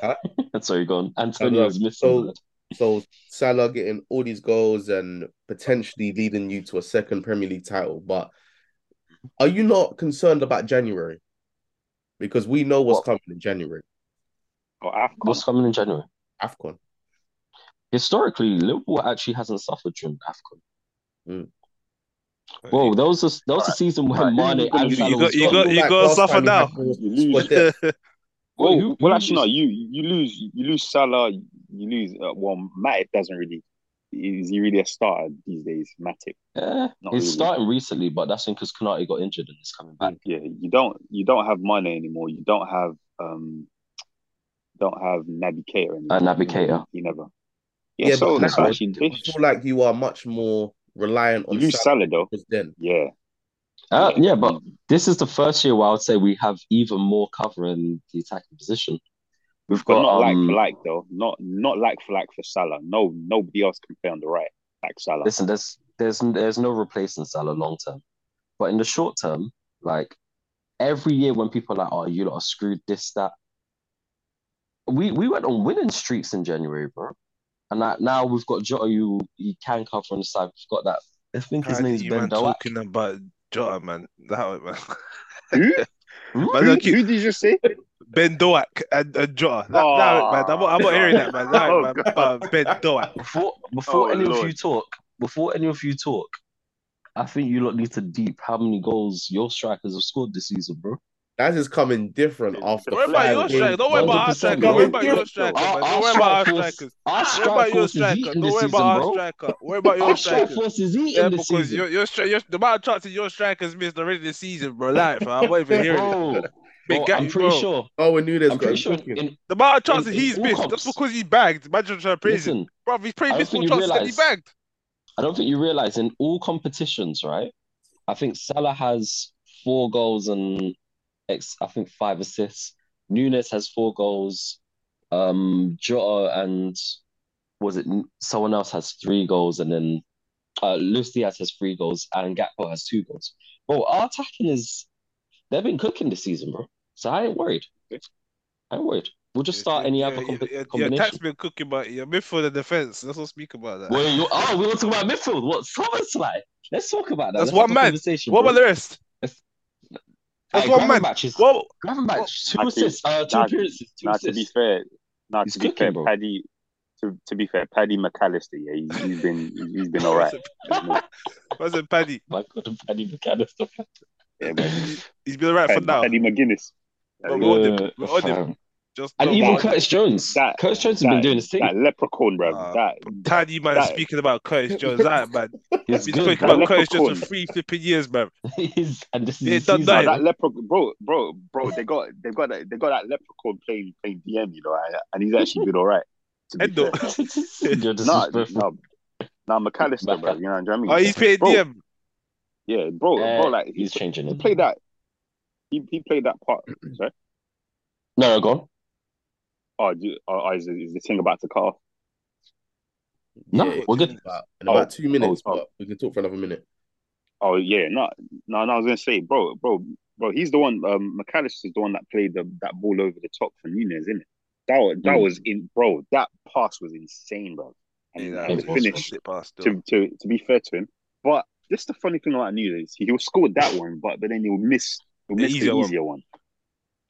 A: Huh?
B: Sorry, go on.
A: I know.
B: Antonio's missing.
A: So,
B: man.
A: so Salah getting all these goals and potentially leading you to a second Premier League title. But are you not concerned about January? Because we know what's
B: What?
A: coming in January.
D: or AFCON.
B: What's coming in January?
A: Afcon.
B: Historically, Liverpool actually hasn't suffered during AFCON.
C: Well,
B: Whoa, that was a, that was a
D: Alright.
B: season when
D: Alright,
B: Mane
D: you-
B: and
D: you-
B: Salah
C: you
B: was
C: got you
B: gone.
C: got you got to suffer now.
D: You lose.
B: Wait,
D: Well,
B: who-
D: well,
B: who
D: actually, no.
B: was-
D: You you lose. You lose Salah. You lose. Uh, well, Matip doesn't really. Is he really a starter these days? Matip,
B: Eh,
D: not
B: he's
D: really.
B: starting recently, but that's because Konate got injured and he's coming back.
D: Yeah, you don't. You don't have money anymore. You don't have. Um, don't have Naby Keita anymore.
B: And Uh, Naby Keita.
D: He never. Yeah,
A: Yeah,
D: so
A: but
D: that's
A: Salah-
D: actually
A: I
D: dish.
A: feel like you are much more reliant
D: You
A: on
D: lose
A: Salah
D: Salah though.
A: because then.
D: Yeah,
B: Uh,
D: yeah.
B: yeah, but
D: You-
B: this is the first year where I would say we have even more cover in the attacking position. We've
D: but
B: got
D: not like for
B: um.
D: like though. Not not like for like for Salah. No, nobody else can play on the right like Salah.
B: Listen, there's there's there's no replacing Salah long term, but in the short term, like every year when people are like, "Oh, you lot are screwed," this that. We we went on winning streaks in January, bro, and that, now we've got Jota. You he can cover on the side. We've got that. I think his
C: How
B: name's
C: you
B: Ben
C: man
B: Doak.
C: talking about Jota man? That man.
D: Who?
B: Hmm?
C: Man,
D: Who,
C: don't keep
D: who did you just say?
C: Ben Doak and, and Jota. That, that ain't, man. I'm, not- I'm not hearing that man. That ain't,
D: Oh,
C: man.
D: God.
C: But Ben Doak.
B: Before before
D: Oh,
B: any of
D: Lord.
B: you talk, before any of you talk, I think you lot need to deep how many goals your strikers have scored this season, bro.
A: That is coming different
D: It's
A: after
D: different.
C: Worry
A: five
C: about your striker.
A: games.
C: Don't worry
A: bro.
C: about
B: 100%,
C: our
A: It's
C: striker. Worry
A: coming
B: bro.
C: about your
A: different.
C: striker,
B: Our,
C: man. Don't
B: our
C: worry about
B: strike
C: our
B: force,
C: strikers.
B: our
C: Worry about
B: strike
C: your
B: force is
C: striker.
B: eating this
C: Don't worry about
B: season,
C: our
B: bro.
C: striker. Worry about your
B: Our strike
C: strikers.
B: force is
C: Yeah,
B: eating this
C: because
B: season,
C: your your, stri- your the amount of chances your strikers missed already this season, bro. Like, fam, I'm not even hearing it.
B: bro.
C: Big
B: Bro, I'm
C: gap,
B: pretty
C: bro.
B: sure.
A: Oh, and Nunes
B: I'm
A: got
B: pretty
A: him
B: sure
A: cooking.
B: in
C: The amount of
B: in,
C: chances
B: in
C: he's
B: all
C: missed, that's
B: comps.
C: because he bagged. Imagine trying to praise him.
B: Listen,
C: Bro, he's
B: I
C: probably
B: don't
C: missed
B: think
C: more
B: you
C: chances than he
B: realize.
C: bagged.
B: I don't think you realize in all competitions, right? I think Salah has four goals and ex, I think five assists. Nunes has four goals. Um, Jota and was it someone else has three goals, and then uh, Luis Diaz has three goals, and Gakpo has two goals. Bro, our attacking is they've been cooking this season, bro. So I ain't worried. I ain't worried. We'll just
C: Your,
B: start
C: your,
B: any
C: your,
B: other
C: your,
B: combi
C: your, your attack's
B: combination.
C: been cooking, but your midfield and defense, let's not speak about that.
B: Well, you oh, we want to talk about midfield. What SummerSlam? Let's talk about that. Let's
C: That's
B: have
C: one
B: a
C: man.
B: conversation,
C: What
B: bro.
C: about the rest?
B: Let's,
C: That's
B: hey,
C: one man.
B: Gravenberch is
C: What? what-
B: Gravenberch, two
D: Nah, to,
B: assists, uh, two
D: nah,
B: appearances, two
D: nah, to be
B: assists.
D: fair, nah,
B: He's
D: to be fair,
B: cooking, bro.
D: Paddy, to, to be fair, Paddy McAllister, yeah, he's, he's been he's been all right.
C: What's it,
D: He's been,
C: what's it Paddy?
B: My God, I'm Paddy McAllister.
D: yeah, man,
C: He- He's been all right for
D: Paddy,
C: now,
D: Paddy McGuinness.
C: but we
D: Yeah,
C: want him.
B: Uh,
C: We want him.
B: fam.
C: Just
B: and
C: know we
B: even
D: That
C: want him.
B: Curtis Jones.
D: that
B: Curtis Jones has been
D: that
B: doing his thing.
D: that leprechaun, bro.
C: Uh,
D: That
C: Paddy man
D: that
C: speaking about Curtis Jones, that man.
B: He's
C: Been
B: good,
C: speaking
D: that
C: about
B: bro.
C: Curtis Jones for
D: leprechaun.
C: three flipping years, man.
B: He's, and this is
C: They
B: his
C: ain't done
B: season,
D: Nah,
B: bro.
C: nothing.
D: that leprechaun, bro, bro, bro. They got they got that they got that leprechaun playing playing DM, you know, and- and he's actually been all right. To be
C: Endo.
D: fair, bro.
B: You're
D: Nah,
B: disrespectful.
D: nah, nah, McAllister,
B: Back
D: bro.
B: up.
D: You know what I mean,
C: Oh, he's playing
D: bro.
C: DM.
D: Yeah, bro, bro,
B: Uh,
D: like he
B: he's changing
D: he
B: his
D: played
B: name.
D: that he he played that part. Sorry,
B: No, no, go on.
D: oh, do, oh, oh, is, is the thing about to cut off?
B: No,
A: Yeah,
C: What
B: we're
C: do you
B: good.
A: in
C: mean?
A: about, in
D: Oh,
A: about two
D: oh,
A: minutes,
D: oh,
A: but we can talk for another minute.
D: oh, yeah, no, no, no. I was gonna say, bro, bro, bro. He's the one. Um, McAllister's the one that played the that ball over the top for Nunes, isn't it? That was, that
C: Hmm.
B: Mm.
D: was in, bro. That pass was insane, bro,
C: Yeah,
D: and
C: that
D: and
B: It was,
C: was
D: the
C: a
B: man.
D: finish.
C: sick pass, though.
D: To to to be fair to him, but just the funny thing about Nunes, he, he'll score that one, but but then he'll miss he'll
C: The
D: miss the
C: easier one.
D: easier one.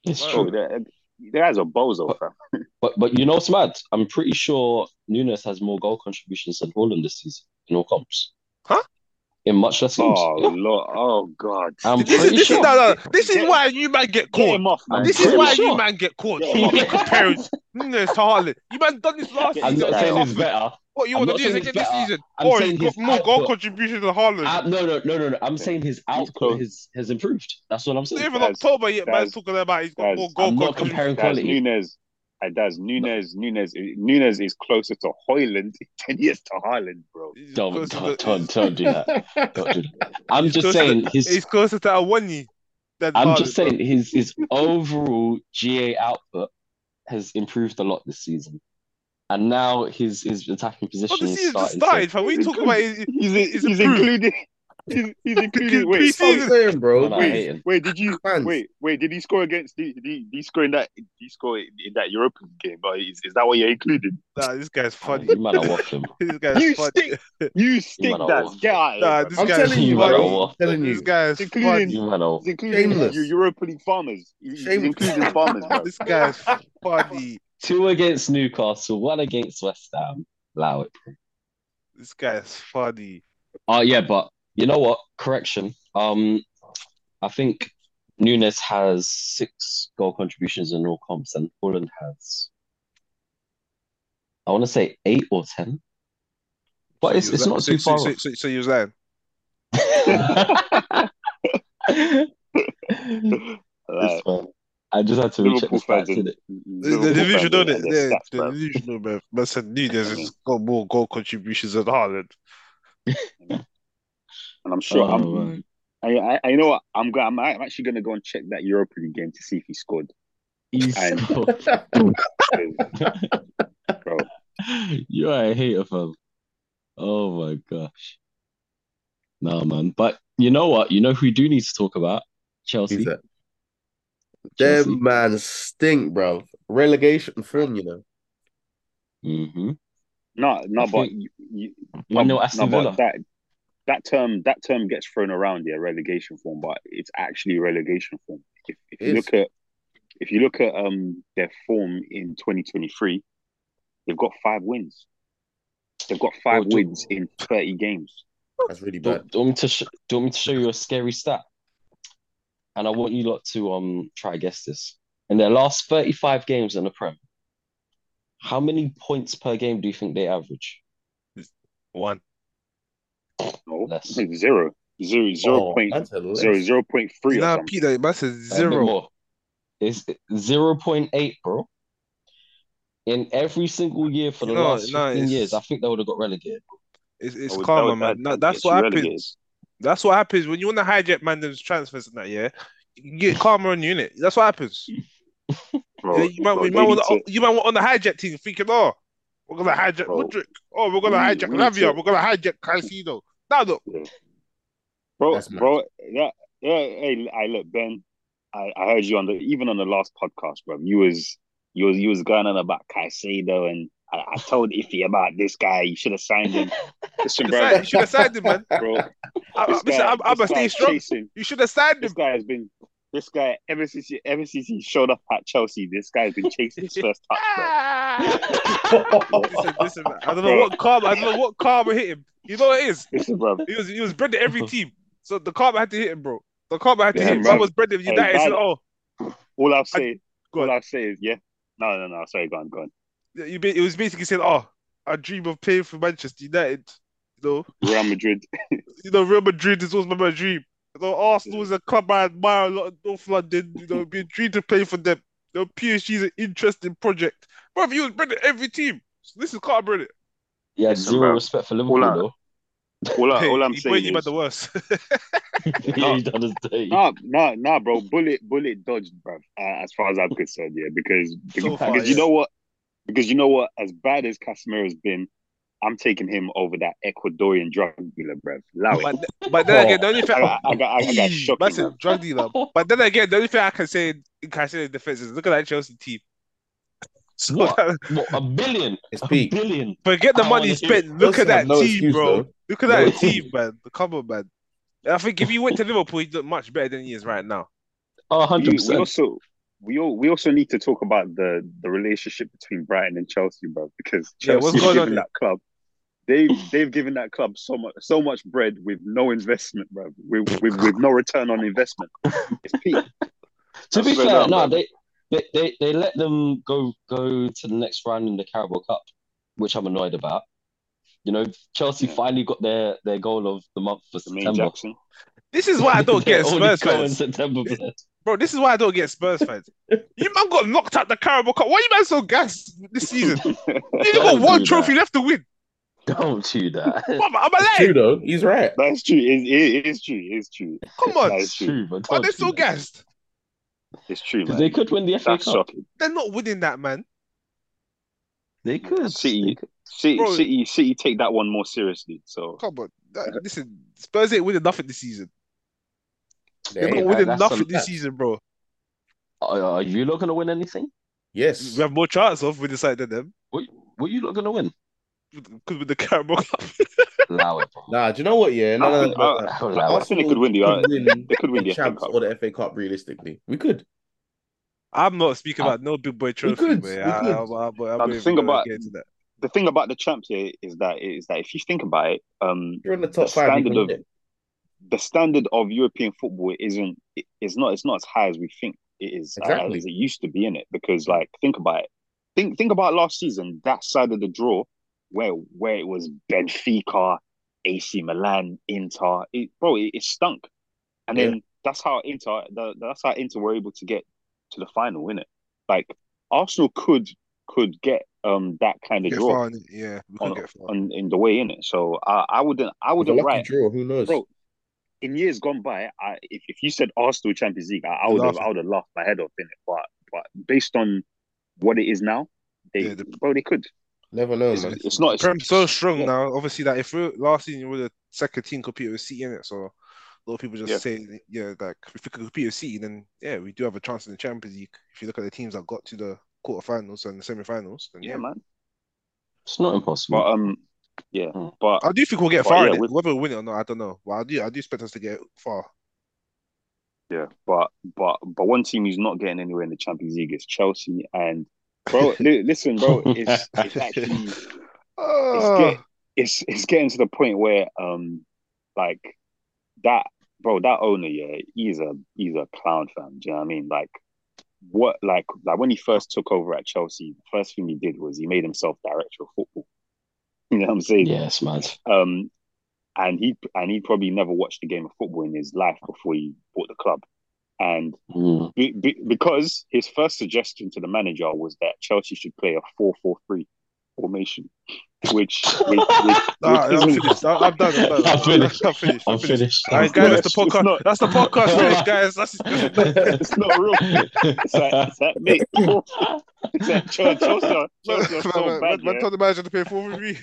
B: It's
C: Wow.
D: Bro,
B: true.
D: that that is a bozo,
B: But
D: fam.
B: but but you know what's mad? I'm pretty sure Nunes has more goal contributions than Holland this season in all comps.
C: Huh?
B: In much less games.
D: Oh
B: Yeah.
D: Lord! Oh God!
B: I'm
C: This is
B: pretty
C: this is
B: sure.
C: no, no.
D: Get,
C: This is
D: get,
C: why you man get
D: get
C: caught.
D: him off, man!
B: I'm
C: This is
D: Get
B: pretty
D: him
C: why
D: off!
C: you
B: sure.
C: man get caught.
D: Get
C: You
D: him off!
C: man comparing Nunes to Haaland. You man done this last
D: Get
B: I'm
C: season
D: this
B: not saying
C: and said
D: guy off!
B: he's
C: afterwards,
B: better.
C: what you
B: I'm
C: want to
B: not
C: do is
B: saying he's
C: again this
B: better.
C: season?
B: I'm
C: Oh, he's
B: saying
C: got
B: his
C: more goal
B: output.
C: contribution than Haaland.
B: Uh, no, no, no, no, no. I'm saying his
D: He's
B: output
D: close.
B: has has improved. That's what I'm
C: It's not
B: saying.
C: even
D: That's
C: October yet. Man's
D: that's
C: talking about he's got more
D: that's
C: goal
B: I'm not
C: contribution.
B: comparing
D: that's
B: quality.
D: Nunes. And that's
B: No,
D: Nunes. Nunes. Nunes is closer to Hoyland than he is to Haaland, bro.
C: He's
B: don't,
C: closer
B: don't,
C: to
B: don't,
C: he's,
B: don't do that. Don't do that. I'm
C: he's
B: just
C: closer to
B: saying his.
C: he's closer to Awani than
B: I'm just
C: Haaland, bro.
B: saying his his overall GA output has improved a lot this season, and now his his attacking
C: But the
B: position is
C: season just
B: starting to.
C: started, fam. What
D: He's
C: you talking about?
D: included.
C: Is
D: He's
C: is is
D: he's
C: improved?
D: included. He's, he's included. Wait,
A: That's what
D: wait,
A: I'm
C: Pre-season.
A: saying,
B: Man,
A: bro.
B: I
D: Wait,
B: hate him.
D: wait, did you
A: Fans,
D: wait, wait, did he score against the the he score in that did he score in that European game? Or is, is that what you're including?
C: Nah, this guy's
B: Man,
C: funny.
B: you man are waffling.
C: This guy's
D: You
C: funny.
D: stink, you
B: You man
D: stink,
B: are
D: Daz. Get
B: waffling.
D: out of here,
C: Nah,
D: man.
C: this
A: I'm
C: guy's
A: telling
B: You
A: you,
B: man are
C: funny.
A: bro. I'm
B: waffling.
A: telling
C: This
A: you,
C: guy's
D: He's including
B: You
C: funny.
B: man are.
D: he's including your
A: shameless,
D: Europa League farmers. He- He's
A: shameless.
D: including farmers, bro.
C: This guy's funny.
B: Two against Newcastle, one against West Ham. Allow it.
C: This guy's funny.
B: Oh yeah, but you know what? Correction. Um, I think Nunes has six goal contributions in all comps, and Holland has. I want to say eight or ten, but
C: So
B: it's,
C: you was
B: it's
C: li-
B: not
C: so,
B: too
C: so,
B: far.
C: so, so, so you was lying.
B: off.
D: Like,
B: It's fine. I just had to recheck the
D: Liverpool fans,
B: stats,
D: are-
B: innit?
C: The, the
D: Liverpool
C: division,
D: fans are
C: don't
D: like
C: it?
D: their
C: Yeah,
D: stats,
C: the
D: bro.
C: division, man. Man said Nunez has got more goal contributions than Haaland.
D: And I'm sure I'm.
B: Oh man.
D: I, I, I know what I'm going. I'm, I'm actually going to go and check that Europa League game to see if he scored.
B: He's
D: And
B: so...
D: 'cause, bro,
B: You are a hater, fam. Oh my gosh. No, man. But you know what? You know who we do need to talk about?
A: He's
B: Chelsea.
A: a-
B: Chelsea.
A: Them man stink, bro. Relegation film, you know.
B: Mm-hmm.
D: no, no,
B: I
D: but
B: think
D: you, you,
B: one nil
D: no,
B: Aston
D: but
B: Villa.
D: that that term that term gets thrown around, yeah, relegation form, but it's actually relegation form. If if you
A: It is.
D: look at if you look at um their form in 2023, they've got five wins. They've got five
B: Or do,
D: wins in 30 games.
A: That's really
B: do,
A: bad.
B: do you want me to sh- do you want me to show you a scary stat? And I want you lot to um try guess this. In their last 35 games in the Prem, how many points per game do you think they average?
C: One.
D: No,
B: Less.
D: zero, zero, zero
A: Oh,
D: point
A: that's a
D: zero,
A: less.
D: zero point three
C: You
D: or
C: know,
D: something.
C: Pete, that man said
B: A bit
C: zero.
B: more. It's 0.8, bro. In every single year for
C: You
B: the
C: know,
B: last
C: no,
B: 15 years, I
C: it's
B: think they would have got relegated.
C: it's,
D: That
C: it's
D: would that
C: karma,
D: would
C: man.
D: that,
C: That,
D: that would
C: that's
D: get you
C: what
D: relegated.
C: happens. That's what happens when you want to hijack man them's transfers and that. Yeah, you get karma on unit. That's what happens. Yeah,
D: Bro,
C: you might you might
D: bro, they need
C: want
D: to
C: to, you might want on the hijack team thinking, oh, we're gonna hijack
D: bro,
C: Mudrick. Oh, we're gonna
D: we
C: hijack
D: we need
C: Lavia.
D: to
C: We're gonna hijack Caicedo. Now look,
D: yeah. Bro,
A: That's mad.
D: bro, yeah, yeah. Hey, I look, Ben. I, I heard you on the even on the last podcast, bro. You was you was you was going on about Caicedo, and I, I told Iffy about this guy. You should have signed him. Listen,
C: should have
D: bro,
C: signed, you should have signed him, man.
D: bro.
C: I, I,
D: This
C: listen,
D: guy,
C: I'm, I'm gonna
D: this guy
C: stay
D: is
C: strong.
D: chasing.
C: You should have signed
D: This
C: him.
D: guy has been. This guy ever since he, ever since he showed up at Chelsea, this guy has been chasing his first touch, bro. Bro,
C: Ah! Listen, listen. man. I don't know
D: bro,
C: what karma. I don't know what karma hit him. You know what it is.
D: listen, bro,
C: He was he was bred to every team. So the karma had to hit him, bro. The karma had to hit
D: listen,
C: him.
D: bro.
C: Someone's bred him
D: Hey,
C: United.
D: that
C: Said, oh,
D: all I'll
C: I,
D: say, all
C: God.
D: I'll say is yeah. No, no, no. Sorry, go on, go on.
C: You ba- it was basically saying, oh, I dream of playing for Manchester United. You know,
D: Real Madrid.
C: you know, Real Madrid is always my dream. You know, Arsenal is a club I admire a lot in North London. You know, it'd be a dream to play for them. You know, PSG is an interesting project. Bro, he was bred to every team. So this is can't bring it.
B: He had
D: Listen,
B: zero
D: bro.
B: respect for
D: All
B: Liverpool,
D: I,
B: though.
D: all I,
C: Hey,
D: all I'm
C: he boy,
D: saying
C: you about the
D: is
C: worst.
B: yeah,
D: no,
B: he done his day.
D: no, no, no, bro. Bullet, bullet dodged, bro. Uh, as far as I'm concerned, yeah, because because
C: So far,
D: because you
C: yeah.
D: know what, because you know what, as bad as Casemiro's been, I'm taking him over that Ecuadorian drug dealer, bro. Allow it.
C: But th- but then
A: Oh,
C: again, the only thing
D: I got, I got, I, I
C: Eee,
D: got shocking, bro.
C: massive drug dealer. But then again, the only thing I can say in in Caicedo's defense is look at that Chelsea team. So
B: What?
C: that,
B: What? A billion?
A: it's
B: A
A: peak.
B: billion?
C: forget
A: Oh,
C: the
B: I
C: money
B: want to
C: he
B: hear it.
C: spent. Look at
A: Chelsea have
C: that
A: no
C: team,
A: excuse
C: bro.
A: though.
C: Look at
A: No
C: that
A: excuse.
C: team, man. Come on, man. I think if he went to Liverpool, he'd look much better than he is right now.
B: Oh,
D: We we
B: 100%.
D: also we all, we also need to talk about the the relationship between Brighton and Chelsea, bro, because
C: Yeah, what's
D: Chelsea have
C: going on
D: given
C: there?
D: that club they've they've given that club so much so much bread with no investment, bro. With with, with no return on investment. It's peak.
B: To
D: I
B: be
D: swear
B: fair,
D: down,
B: no,
D: bro.
B: they, they, they, they let them go go to the next round in the Carabao Cup, which I'm annoyed about. You know, Chelsea
D: Yeah.
B: finally got their, their goal of the month for
D: Jermaine
B: September.
D: Jackson.
C: This is why I don't
B: their
C: get
B: only
C: Spurs
B: goal in
C: fans.
B: September.
C: This,
B: Blair.
C: bro, this is why I don't get Spurs fans. You man got knocked out the Carabao Cup. Why you man so gassed this season? You ain't got
B: Don't
C: one
B: do
C: trophy
B: that.
C: left to win.
B: Don't do that.
C: Mama, I'm
A: It's
C: alive.
A: true though. He's right.
D: That's true. It, it, it is true. It's true.
C: Come on.
D: That
B: It's
D: is true.
B: true, but
C: Why they
B: don't do
C: so
B: that.
C: gassed?
D: It's true,
B: Because they
D: man.
B: could win the FA
D: That's
B: Cup.
D: shocking.
C: They're not winning that, man.
B: They
D: Yeah.
B: could. They
D: City,
B: could.
D: City,
C: Bro,
D: City, City take that one more seriously. So
C: come on. That, listen, Spurs ain't winning nothing this season.
A: They
C: They're not
A: ain't.
B: That,
C: winning
B: that's a
C: nothing this
A: That's-
C: season, bro.
B: Are, are you not going to win anything?
C: We
A: Yes.
C: have more chance of winning side than them
B: What, what you not going to win?
C: because with the Carabao Cup.
B: Allow it, bro.
A: Nah, do you know what? Yeah, no,
D: I
A: no,
D: think
A: no, no,
D: I,
A: no.
B: Allow it.
D: I think they could
A: Arsenal
D: win the
A: could
D: uh,
A: win
D: they could win
A: the
D: the FA
A: champs
D: Cup.
A: or the FA Cup realistically. We could.
C: I'm not speaking
D: Ah,
B: Uh,
C: about no big boy trophy.
A: could,
C: but
A: we
C: yeah, I-
A: could.
C: I'm- I'm- I'm
D: Now, the
C: not
D: thing
C: even gonna
D: about-
C: get into that.
D: The thing about the champs here is that is that if you think about it, um,
A: You're in the top
D: The
A: five. You
D: standard
A: can
D: of-
A: win it.
D: the standard of European football isn't it- it's not it's not as high as we think it is uh,
A: Exactly.
D: as it used to be in it because like think about it think think about last season that side of the draw where where it was Benfica AC Milan Inter it, bro it, it stunk and
A: Yeah.
D: then that's how Inter the, that's how Inter were able to get to the final in it like Arsenal could could get um that kind of
C: Get
D: draw
C: far in it, yeah, we could
D: on-
C: get far.
D: on, in the way in it so I I wouldn't I
A: With a
D: wouldn't
A: lucky
D: write
A: draw, who knows?
D: Bro, in years gone by, I if, if you said Arsenal Champions League, I, I
C: You're
D: would have
C: laughing.
D: I would have laughed my head off in it. But but based on what it is now, they
C: Yeah, the-
D: bro they could.
A: Never know,
D: It's,
A: man.
D: it's not. It's,
C: Prem so strong
D: yeah.
C: now. Obviously, that if we last season we were the second team compete with City in it, so a lot of people just
D: Yeah.
C: say, yeah, like if we could compete with City, then yeah, we do have a chance in the Champions League. If you look at the teams that got to the quarterfinals and the semi-finals, then
D: yeah,
C: yeah,
D: man.
B: It's not impossible.
D: But um, yeah,
B: Hmm.
D: but
C: I do think we'll get
D: But
C: far in
D: yeah,
C: it.
D: with-
C: Whether we win it or not, I don't know. But I do, I do expect us to get far.
D: yeah, but but but one team who's not getting anywhere in the Champions League is Chelsea. And bro, li- listen, bro, it's it's actually.
C: Oh,
D: get- it's it's getting to the point where um like that bro that owner yeah he's a he's a clown fam do you know what I mean like what like like when he first took over at Chelsea the first thing he did was he made himself director of football you know what I'm saying
B: yeah, it's mad.
D: um and he and he probably never watched a game of football in his life before he bought the club and
B: Mm.
D: be, be, because his first suggestion to the manager was that Chelsea should play a 4-4-3 formation which which, which, which
C: Nah, I'm
D: isn't
C: finished. I- I'm done. I'm done.
B: I'm finished.
C: I'm finished.
B: I'm
C: I'm finished.
B: finished.
C: All
B: I'm
C: right, guys, that's the
D: finished. It's
C: podcast.
D: not-
C: That's the podcast finished, guys. That's
D: it's not real. It's like, it's like mate, four, it's like Chelsea, Chelsea, are- Chelsea are so bad.
C: Man,
D: yeah.
C: told the manager to pay four with me.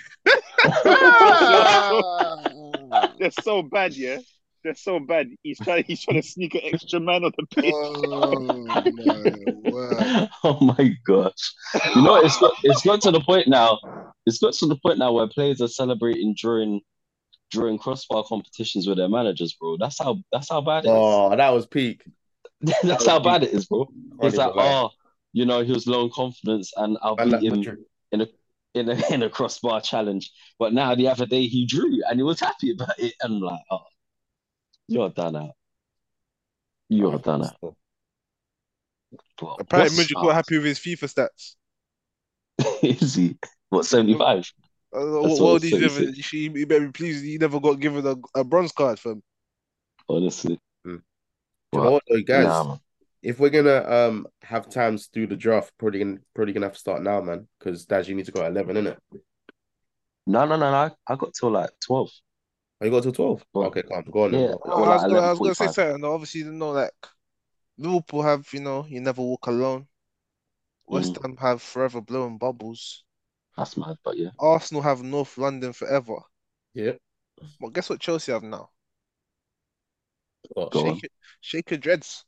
D: They're so bad, yeah. They're so bad. He's trying, he's trying to sneak an extra man on the pitch.
C: Oh my word!
B: oh my gosh. You know, it's got it's got to the point now. It's got to the point now where players are celebrating during during crossbar competitions with their managers, bro. That's how that's how bad it is.
A: Oh, that was peak.
B: that's how bad it is, bro.
A: Can't
B: It's
A: even
B: like,
A: lie.
B: oh, you know, he was low in confidence and I'll
A: Man, like
B: beat him
A: Madrid.
B: in a in a in a crossbar challenge. But now the other day he drew and he was happy about it. And I'm like, oh, you're done out. You're done out. But
C: Apparently,
B: what's
C: Mudrik quite happy with his FIFA stats.
B: up? is he? What, 75?
C: I don't know,
B: That's
C: Uh, what
B: what
C: what
B: I
C: did you
B: said,
C: ever? He, he better be pleased. He never got given a, a bronze card from.
B: Honestly.
A: Hmm. Do you know
B: But,
A: what, though, guys?
B: nah, man.
A: If we're gonna um have times to do the draft, probably gonna probably gonna have to start now, man. Because Daz, you need to go at eleven, innit?
B: No, no, no, no. I got till like 12.
A: Oh, you got till twelve.
B: Well,
A: okay, calm. Go on. Then.
B: yeah.
A: Go on.
B: Or
C: Oh, I
B: like
C: was gonna, I was gonna say
B: 11.45.
C: something. Obviously, you know, like Liverpool have, you know, you never walk alone. West
B: Mm,
C: Ham have forever blowing bubbles.
B: that's mad, but yeah.
C: Arsenal have North London forever.
A: Yeah.
C: But guess what Chelsea have now?
A: What?
B: Go
C: Shake it, shake your dreads.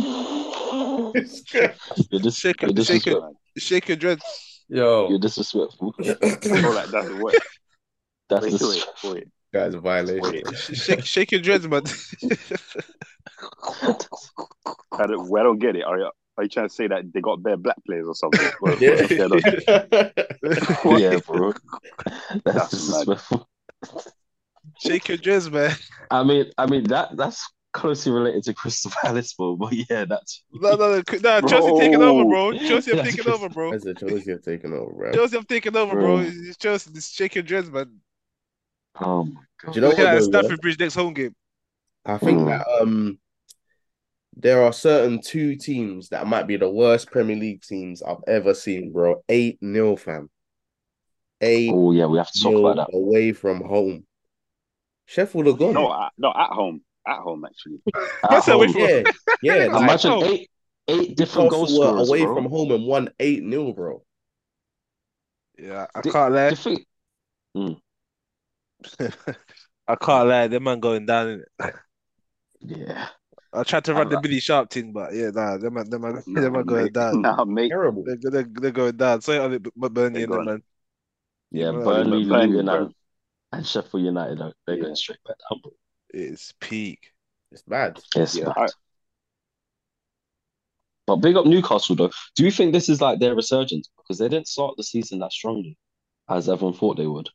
B: on.
A: It's good.
B: You're, dis-
C: Shake
B: you're
C: it, shake it,
B: disrespectful.
C: shake your dreads.
B: You're
A: Yo,
B: disrespectful.
D: Bro, like, that's what.
B: That's
D: Wait, wait,
B: disrespectful.
D: wait,
A: guys, violation.
D: wait.
C: Sh- Shake, shake your dreads, man.
D: I don't, well, I don't get it. Are you, are you trying to say that they got bare black players or something? What- what's going on?
A: Yeah.
B: Yeah, bro. That's,
D: That's
B: disrespectful.
C: Shake your dreads, man.
B: I mean, I mean that that's closely related to Crystal Palace, bro. But yeah, that's
C: No, no, no, no Chelsea taking over, bro. Chelsea have
B: That's
C: taken
B: just-
C: over, bro.
A: As a Chelsea have taken over, bro. Do
C: Chelsea have taken over,
B: Bro.
C: bro. It's Chelsea. It's shake your dreads, man.
B: oh my god.
A: you know what?
C: Looking at
A: Though, yeah?
C: Stamford Bridge next home game.
A: I think
B: Mm.
A: that um there are certain two teams that might be the worst Premier League teams I've ever seen, bro. Eight nil, fam. Eight
B: Oh yeah, we have to talk
A: nil
B: about that.
A: away from home. Sheffield are gone.
D: No, at, no, at home, at home actually.
B: At
C: That's away
B: home.
C: from-
A: Yeah, yeah.
C: That's
A: Like
B: Imagine
C: home.
B: eight eight different goal
A: Newcastle were
B: scorers,
A: away
B: bro.
A: from home and won eight nil, bro.
C: Yeah, I
B: Di-
C: can't lie.
B: The thing-
C: I can't lie. Them man going down. innit?
B: yeah.
C: I tried to run
B: I'm
C: the
B: like-
C: Billy Sharp thing, but yeah, nah, them man, them man,
D: Nah,
C: them man going
D: mate.
C: down.
D: Nah, mate.
A: Terrible.
C: They're, they're, they're going down. So yeah, but Burnley
D: They're
C: and them
D: gone.
C: man.
B: Yeah,
C: Burnley,
B: Burnley,
D: Burnley,
B: Luton
D: bro.
B: and, and Sheffield United are- they're
A: Yeah.
B: going straight back down, bro.
C: It's peak.
A: It's bad.
B: It's
D: Yeah,
B: mad.
D: I-
B: But big up Newcastle though. Do you think this is like their resurgence because they didn't start the season that strongly as everyone thought they would?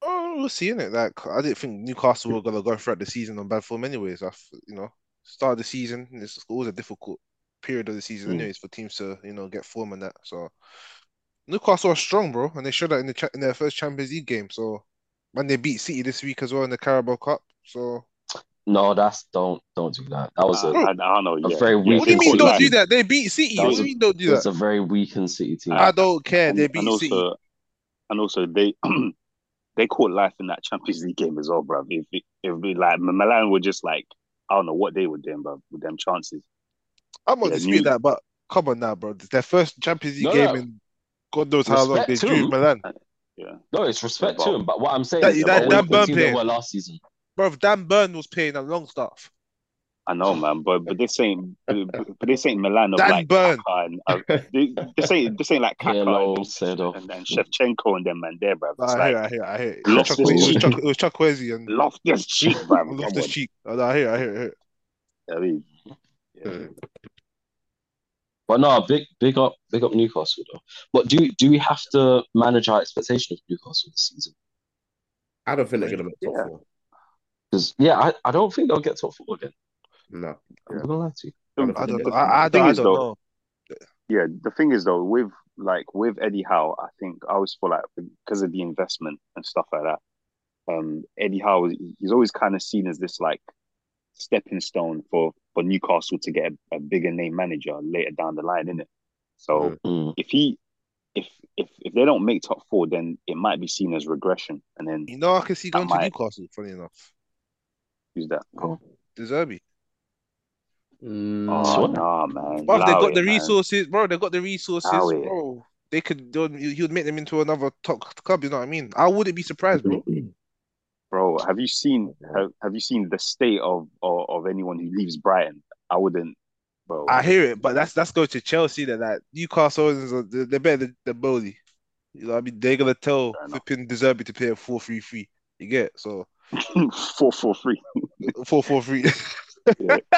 C: Oh, we'll see, innit? Like, I didn't think Newcastle were gonna go throughout the season on bad form, anyways. I, f- you know, start of the season. It's always a difficult period of the season,
B: Mm.
C: anyways, for teams to you know get form and that. So Newcastle are strong, bro, and they showed that in the cha- in their first Champions League game. So, and they beat City this week as well in the Carabao Cup. So,
B: No, that's don't don't do that. That was a
D: I, I don't know.
B: a
D: Yeah.
B: very weak.
C: what do you mean
B: City
C: don't do
B: team.
C: that? They beat City.
B: That
C: What
B: was
C: do
B: a-
C: you mean don't do
B: It's
C: that?
B: a
C: Ah.
B: very weakened City team.
C: I don't care.
D: And,
C: They beat
D: and also,
C: City.
D: and also they they caught life in that Champions League game as well, bruv. If it, if we like Milan were just like I don't know what they were doing, bruv, with them chances.
C: I'm not
D: Yeah,
C: disputing
D: New-
C: that, but come on now, bro. It's their first Champions League
B: No,
C: game
B: no.
C: in God knows how long.
B: Respect
C: They
B: to
C: drew
B: him.
C: Milan.
B: No, it's respect
D: But-
B: to him. But what I'm saying
C: That-
B: is
C: that-
B: they're a
C: that
B: weakened team they
C: Mbappe.
B: were last season.
C: Bro, Dan Burn was playing a long stuff.
D: I know, man, but but this ain't but, but but this ain't Milan of
C: Dan
D: like
C: Burn.
D: Kaká and uh, thi- this ain't this ain't like Kaká and,
B: Hello,
D: all this
B: said off.
D: and, and Shevchenko and them man there, bruv. It's
C: I
D: like
C: hear, I hear, I hear. It was
D: Lost
C: Chuck,
D: his
C: it was
D: cheek.
C: Chuck, it was Chuck Wesley and
D: lost this cheek, bruv. Come
C: lost his
D: on.
C: cheek. I hear, I hear, I hear.
D: I mean, yeah.
B: But no, big big up big up Newcastle though. But do do we have to manage our expectation of Newcastle this season?
A: I don't think they're gonna make top
D: Yeah.
A: four.
B: Because yeah, I, I don't think they'll get top four again.
A: No.
B: I'm not gonna lie to you.
A: don't
C: I don't
A: think
C: know.
A: they-
C: I, I
D: the thing
C: don't, I
D: is,
C: don't
D: though,
C: know.
D: Yeah, the thing is though, with like with Eddie Howe, I think I always feel like because of the investment and stuff like that, um, Eddie Howe he's always kind of seen as this like stepping stone for for Newcastle to get a, a bigger name manager later down the line, isn't it? So
A: Mm.
B: Mm.
D: if he if if if they don't make top four, then it might be seen as regression, and then
C: You know, I can see
D: that
C: going to
D: might
C: Newcastle, funny enough.
D: use that.
B: Cool.
C: Deserby.
A: Mm.
D: Oh
B: Sure.
D: nah, man,
C: Bro, they
D: allow
C: got
D: it,
C: the
D: man,
C: resources, bro. They got the resources,
D: allow it.
C: bro. They could, do- he he would make them into another top club. You know what I mean? I wouldn't be surprised, bro.
D: Bro, have you seen have, have you seen the state of, of of anyone who leaves Brighton? I wouldn't, bro.
C: I hear it, but that's that's going to Chelsea. That like Newcastle is a- they're they're better than, than Bowley. You know, what I mean, they're gonna tell
D: Fair enough.
C: flipping Deserby to play a four three three. You get so
D: Four four three.
C: four four three.
D: Yeah.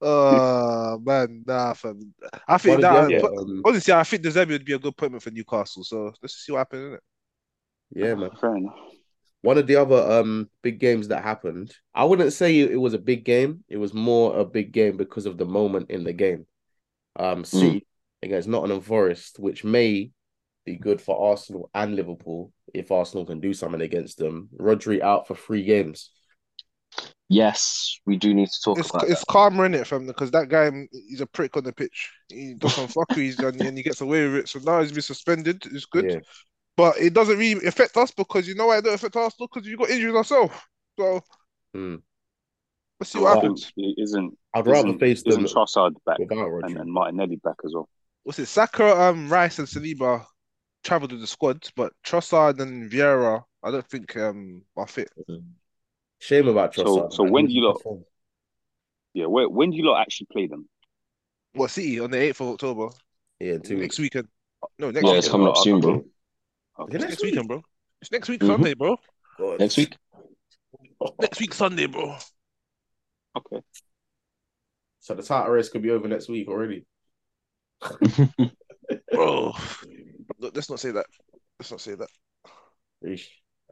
C: Oh man, nah, fam. I
A: Why
C: think
A: did you
C: that
A: have
C: but
A: that, um,
C: honestly, I think Deserby would be a good appointment for Newcastle. So let's see what happens. Innit?
A: yeah, man.
D: Fair enough.
A: One of the other um big games that happened, I wouldn't say it was a big game. It was more a big game because of the moment in the game.
D: Hmm.
A: Um, City against Nottingham Forest, which may be good for Arsenal and Liverpool if Arsenal can do something against them. Rodri out for three games.
B: Yes, we do need to talk
C: It's
B: about
C: it's calmer in it, fam, because that guy mm, he's a prick on the pitch. He does some fuckeries and, and he gets away with it. So now he's been suspended. It's good.
A: Yeah.
C: But it doesn't really affect us because you know why it doesn't affect Arsenal because you got injuries ourselves. So
A: Mm.
C: let's see
D: And
C: what
A: Well,
D: Isn't
C: happens.
D: isn't
A: I'd rather
D: isn't,
A: face
D: isn't
A: them
D: Trossard back
A: without
D: and,
A: Rodri.
D: and Martinelli back as well?
C: What's it? Saka, um, Rice, and Saliba travelled with the squad, but Trossard and Vieira, I don't think um are fit.
A: Shame about
D: So
A: Trossard.
D: so
A: man.
D: when
A: He
D: do you
A: can
D: lot
A: perform.
D: yeah, where, when do you lot actually play them?
C: What City on the eighth of October
A: Yeah, in two
C: next
A: weeks.
C: weekend? No,
B: that.
C: next
B: Yeah, it's
C: weekend.
B: coming up
D: Oh,
B: soon, bro.
A: Is
D: okay.
A: it
C: It's
D: Okay.
A: next
C: next
A: week?
C: weekend, bro. It's next week
B: Mhm.
C: Sunday, bro.
A: God.
B: Next week.
C: Next week Sunday, bro.
D: Okay.
A: So the title race could be over next week already.
C: Bro, Look, let's not say that. Let's not say that.
A: Eesh.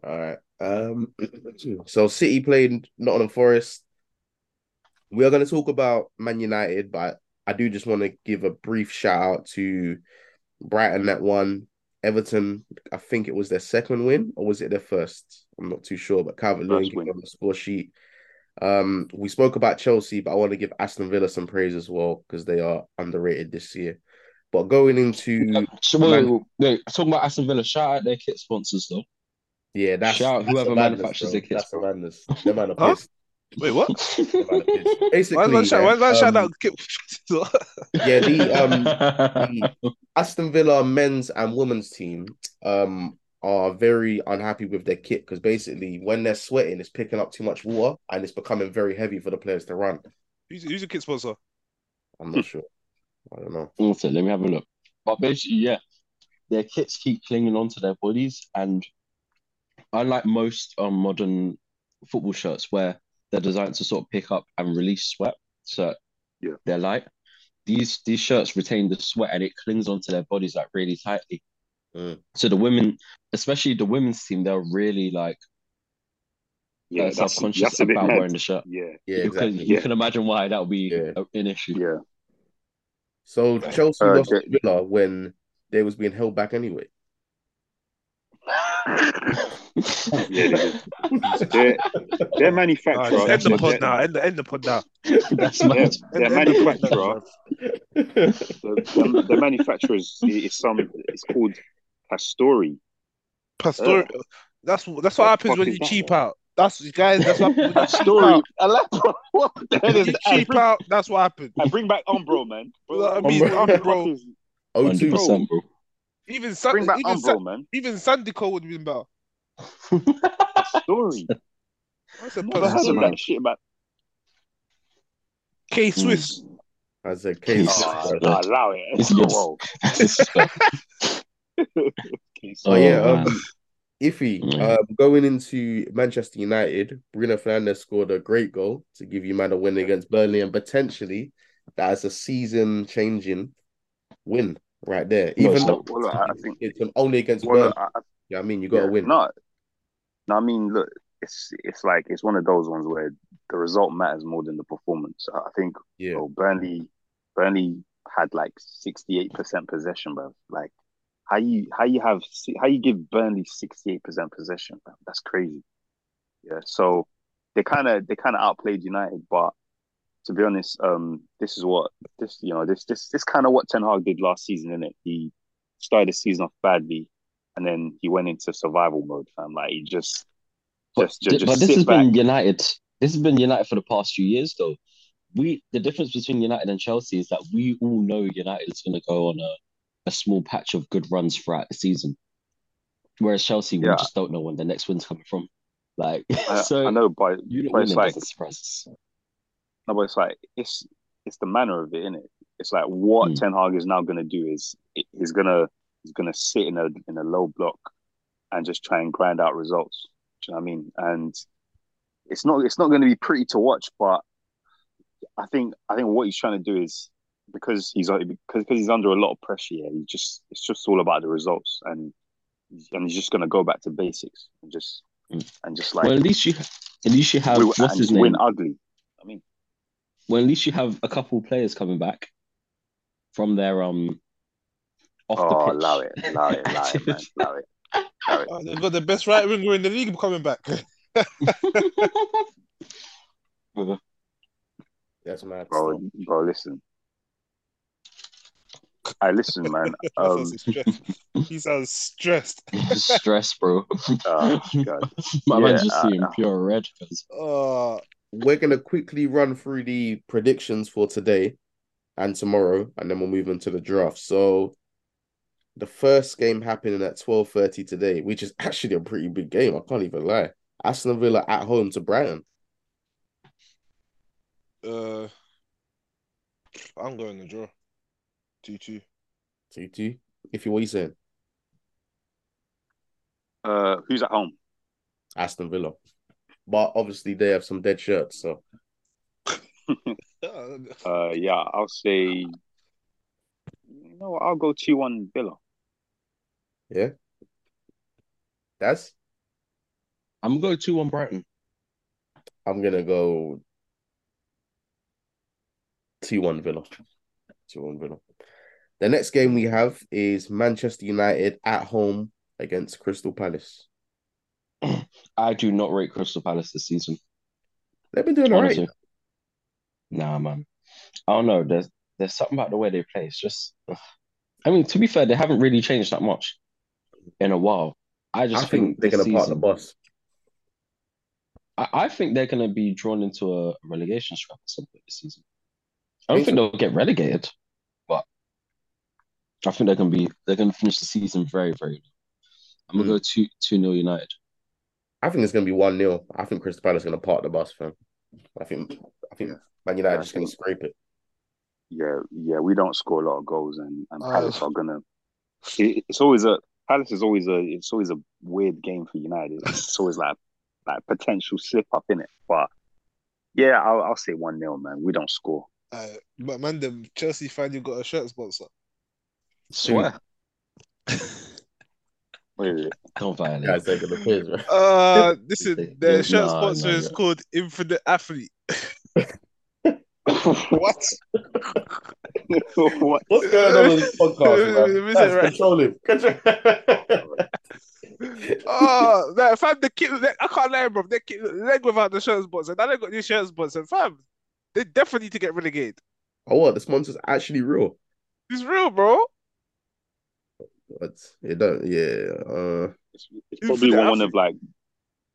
A: All right. Um, so City played Nottingham Forest. We are going to talk about Man United, but I do just want to give a brief shout out to Brighton that won. Everton, I think it was their second win, or was it their first? I'm not too sure, but Calvert Lewin
D: First win.
A: on the score sheet. Um, we spoke about Chelsea, but I want to give Aston Villa some praise as well because they are underrated this year. But going into
B: Um, So, wait, wait, wait. Talking about Aston Villa, shout out their kit sponsors though.
A: yeah, that's
B: Shout out
A: that's
B: whoever
A: a madness,
B: manufactures
A: bro.
B: their kits,
A: that's
B: bro.
A: a madness. They're man are
C: Huh?
A: pissed.
C: Wait, what?
A: They're man are pissed. Basically,
C: Why is that shout?
D: eh?
A: yeah,
C: Why is that shout
A: um,
C: out? Kip?
A: yeah, the um the Aston Villa men's and women's team um are very unhappy with their kit because basically when they're sweating, it's picking up too much water and it's becoming very heavy for the players to run.
C: who's, who's a kid sponsor?
A: I'm not sure. I don't know.
B: Also, let me have a look. But basically, yeah, their kits keep clinging onto their bodies, and unlike most um, modern football shirts, where they're designed to sort of pick up and release sweat, so
D: Yeah.
B: they're light. these these shirts retain the sweat and it clings onto their bodies like really tightly.
A: Mm.
B: So the women, especially the women's team, they're really like
D: Yeah,
B: uh,
D: that's,
B: self-conscious
D: that's a bit
B: about
D: mad.
B: wearing the shirt.
D: Yeah,
A: Yeah,
B: you
A: exactly.
B: can you
D: Yeah.
B: can imagine why that would be
A: Yeah.
B: a- an issue.
D: yeah,
A: So Chelsea
D: Uh,
A: lost
D: okay.
A: to Villa when they was being held back anyway.
D: yeah. They did. their, their
C: Nah,
D: manufacturer,
C: just end the
D: their,
C: pod
D: their,
C: now. End the end the pod now.
B: That's
D: their,
B: mad.
D: their
C: End- end the pod now,
D: manufacturer,
C: bruv.
D: the, the, the manufacturer is, is some. It's called Pastori.
C: Pastor, that's what that's what
D: the
C: happens
D: Uh, fuck
C: when
D: is
C: you
D: that,
C: cheap out. That's you guys. That's what happens when you cheap
D: Pastori.
C: out.
D: I like. What the hell
C: When
D: is
C: you
D: that? I
C: cheap
D: bring,
C: out. That's what happened.
D: I bring back Umbro, man.
C: You know what I
A: mean?
D: Umbro,
C: Umbro.
D: fuck is-
A: O2
B: Hundred percent, bro.
C: Even San,
D: Bring back
C: even Sa-
D: Umbro, man.
C: even Sandico would have been better.
D: Pastori.
C: I said
D: Never heard of
B: Pastori.
D: that shit, man.
C: K Swiss.
D: Mm.
A: as a case.
B: Jesus.
D: Oh,
A: bro.
D: nah, allow it.
B: It's
D: Whoa.
B: yes. That's disrespect.
A: Oh yeah,
B: Oh,
A: um,
B: man.
A: iffy.
D: Mm.
B: Yeah.
A: Um, going into Manchester United, Bruno Fernandes scored a great goal to give you man a win against Burnley, and potentially that is a season-changing win right there.
B: No, it's
A: Even
B: not.
A: though
D: Well, I, I think.
A: it's an only against
D: Well,
A: Burnley.
D: I, I,
A: Yeah, I mean, you got to
D: yeah,
A: win.
D: No, no, I mean, look, it's it's like it's one of those ones where the result matters more than the performance. I I think
A: Yeah,
D: well, Burnley, Burnley had like sixty eight percent possession, bro. Like how you how you have si- how you give Burnley sixty eight percent possession, bruv? That's crazy. Yeah, so they kind of they kind of outplayed United, but to be honest, um, this is what this you know this this this kind of what Ten Hag did last season, isn't it? He started the season off badly, and then he went into survival mode, fam. Like he just
B: But,
D: just just,
B: thi- but
D: just
B: this
D: sit
B: has
D: back.
B: been United. This has been United for the past few years, though. We the difference between United and Chelsea is that we all know United's going to go on a, a small patch of good runs throughout the season, whereas Chelsea we
D: Yeah,
B: just don't know when the next win's coming from. Like
D: I, I
B: so,
D: know, but
B: you not
D: but it's
B: winning
D: like
B: doesn't surprise us.
D: no, but it's like it's it's the manner of it, isn't it? It's like what
B: Mm.
D: Ten Hag is now gonna do is he- he's gonna he's gonna sit in a in a low block and just try and grind out results. Do you know what I mean? And it's not it's not gonna be pretty to watch, but I think I think what he's trying to do is because he's because, because he's under a lot of pressure. Yeah, he just it's just all about the results, and and he's just gonna go back to basics and just and just like
B: Hmm. Well, at least you at least you have
D: we
B: what's
D: and
B: his
D: just win
B: name.
D: ugly. I mean,
B: Well, at least you have a couple players coming back from their um off the
D: oh, allow
B: pitch
D: it, allow it, allow it, man, allow it, allow it.
C: Oh, they've got the best right winger in the league coming back.
A: that's mad
D: bro,
A: stuff.
D: bro. Listen, I listen, man.
C: that sounds
D: Um,
C: stressed. He sounds stressed.
B: Stress, bro.
D: oh god,
B: My
D: yeah,
B: man's just
D: uh,
B: seeing pure red. 'cause-
C: Oh,
A: We're gonna quickly run through the predictions for today and tomorrow, and then we'll move into the draft. So the first game happening at twelve thirty today, which is actually a pretty big game. I can't even lie. Aston Villa at home to Brighton.
C: uh, I'm going to draw. Two two.
A: Two two. If you what you saying,
D: uh, who's at home?
A: Aston Villa, but obviously they have some dead shirts. So
D: Uh, yeah, I'll say. You know, what, I'll go two one Villa.
A: yeah, that's.
B: I'm going two one Brighton.
A: I'm gonna go two one Villa. Two one Villa. The next game we have is Manchester United at home against Crystal Palace.
B: I do not rate Crystal Palace this season.
A: They've been doing all right.
B: Honestly, nah, man. I don't know. There's there's something about the way they play. It's just. ugh. I mean, to be fair, they haven't really changed that much in a while. I
A: I
B: just
A: think
B: think
A: they're
B: this
A: gonna park the
B: season,
A: bus.
B: I, I think they're going to be drawn into a relegation scrap at some point this season. I don't
A: Think
B: think
A: so?
B: they'll get relegated, but I think they're going to be they're going to finish the season very very. I'm gonna
A: Hmm.
B: go two two 0 United.
A: I think it's gonna be one 0 I think Crystal Palace is gonna park the bus, fam. I think I think
D: Yeah.
A: Man
D: Yeah,
A: United
D: I
A: just gonna
D: think.
A: scrape it.
D: Yeah, yeah, we don't score a lot of goals, and
B: Oh,
D: and
C: Uh,
D: Palace are gonna. It, it's always a Palace is always a it's always a weird game for United. It's always like like potential slip up in it, but yeah, I'll I'll say one 0 man. We don't score.
C: Uh, but man, them Chelsea finally got a shirt sponsor.
B: Swear.
D: Wait, wait, wait.
B: Don't
A: Yeah,
B: violate.
A: it's taking the piss, bro.
C: Uh, this is their shirt
B: Nah,
C: sponsor
B: nah,
C: is
B: yeah.
C: called Infinite Athlete.
D: what? what?
A: What's going on in this podcast,
C: Let
A: man?
C: me
A: Guys,
C: say it right.
A: Control him. Control-
C: Oh, man, fam, the kid, they- I can't lie, bro. They kid, leg without the shirt sponsor. Now they got new shirt sponsor, fam. They definitely need to get relegated.
A: oh, what? The sponsor's actually real.
C: It's real, bro.
A: But it don't. Yeah. Uh,
D: It's, it's probably
C: Infinite
D: one of like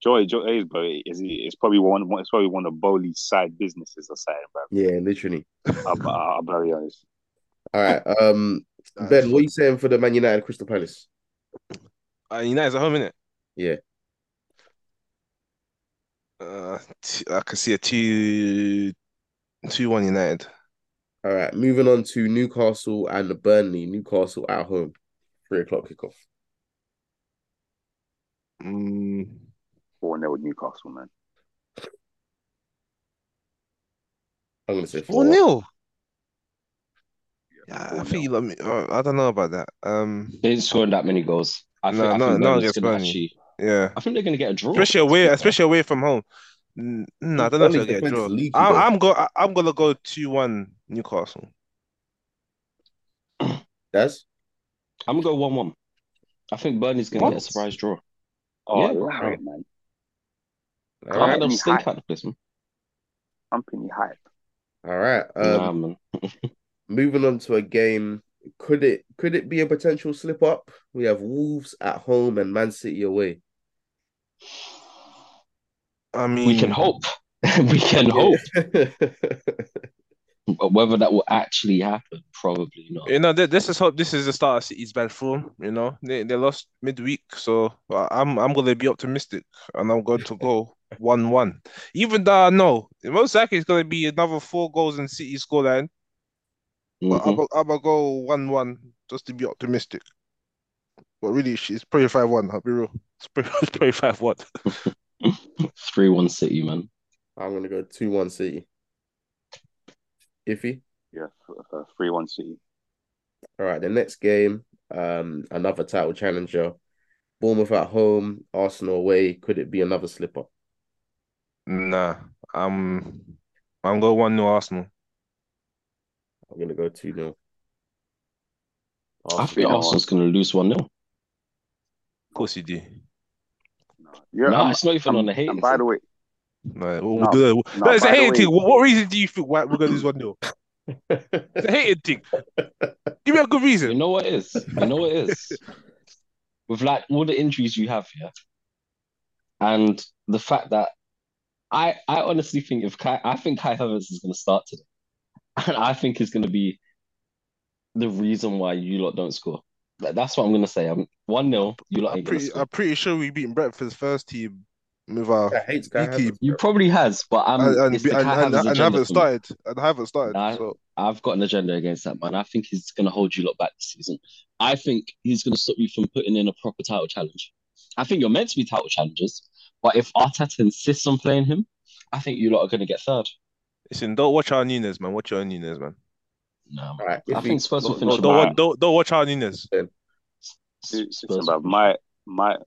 D: Joy Joy A's, bro. It's, it's probably one. It's probably one of Bowley's side businesses or something, bro.
A: yeah. Literally.
D: I'm, I'm very honest.
A: All right. Um,
C: Nah,
A: Ben, what are you saying for the Man United Crystal Palace?
C: Uh, United's at home, innit?
A: Yeah.
C: Uh, t- I can see a two, two one United.
A: All right. Moving on to Newcastle and Burnley. Newcastle at home. Three o'clock kickoff.
C: Mm,
D: Four 0 Newcastle, man.
A: I'm gonna say
C: four
A: four.
C: nil. Yeah, I
D: 4-0.
C: think you love me. Oh, I don't know about that. Um,
B: They ain't scoring that many goals. I think,
C: No,
B: I
C: no,
B: think
C: no,
B: Burnley's
C: against
B: gonna
C: Burnley.
B: actually.
C: yeah,
B: I think they're gonna get a draw.
C: especially away, especially away from home. Mm, No, I don't know
A: Burnley's
C: if they'll get a
A: defense is
C: draw.
A: leaky, though.
C: I, I'm go. I, I'm gonna go two one Newcastle.
A: That's
B: I'm gonna go one-one. I think Burnley's gonna get a
A: What?
B: surprise draw.
D: Oh,
B: Yeah,
D: wow,
B: bro.
D: man.
A: all right.
B: Can't let them
D: Company
B: stink
D: hype.
B: out the place, man.
D: Company hype.
A: All right. Um,
B: Nah, man.
A: moving on to a game. Could it could it be a potential slip up? We have Wolves at home and Man City away.
C: I mean,
B: We can hope. we can hope. But whether that will actually happen, probably not.
C: You know, th- this is hope. This is the start of City's bad form. You know, they they lost midweek, so uh, I'm I'm gonna be optimistic, and I'm going to go one one. Even though I know most likely it's gonna be another four goals in City scoreline, but
B: Mhm.
C: I'm gonna- I'm gonna go one one just to be optimistic. But really, it's it's probably five one. I'll be real. It's probably, it's probably five one.
B: 3-1 City, man.
A: I'm gonna go two one City. Iffy.
D: Yeah, three one City.
A: All right, the next game, um, another title challenger. Bournemouth at home, Arsenal away. Could it be another slipper?
C: Nah, I'm I'm going one new Arsenal.
A: I'm gonna go two 0
B: I think
D: You know
B: Arsenal's gonna lose one 0
C: Of course you do.
D: No, You're-
B: Nah,
D: I'm-
B: it's not even on the
D: I'm-
B: hate.
D: And by the way,
C: No,
D: No,
C: no,
D: no,
C: it's a
D: by the
C: hated
D: way-
C: thing. What, what reason do you think why we're gonna lose one nil? It's a hated thing. Give me a good reason.
B: You know what it is? You know what it is? With like all the injuries you have here, and the fact that I I honestly think if Kai I think Kai Havertz is gonna start today. And I think it's gonna be the reason why you lot don't score. That- that's what I'm gonna say. I'm one 0 you lot
C: I'm
B: ain't gonna
C: pretty,
B: score.
C: I'm pretty sure we beaten Brentford's first team with our
A: I hate Sky
C: Vicky,
A: Havertz,
B: You
A: bro.
B: probably has, but I'm
C: uh, and and
B: it's the
C: and,
B: Kai
C: and,
B: Havertz
C: and
B: agenda
C: haven't
B: for me.
C: started and haven't started.
B: Nah.
C: So
B: I've got an agenda against that man. I think he's going to hold you lot back this season. I think he's going to stop you from putting in a proper title challenge. I think you're meant to be title challengers, but if Arteta insists on playing him, I think you lot are going to get third.
C: listen, don't watch our Nunes, man. Watch our Nunes, man.
B: No,
A: All right,
B: I
A: Iffy.
B: think Spurs will
D: No,
B: finish
C: Don't
D: no,
B: above.
C: don't
D: Nah.
C: wa- don't, don't watch our Nunes.
B: Spurs
D: listen,
B: will
D: but my my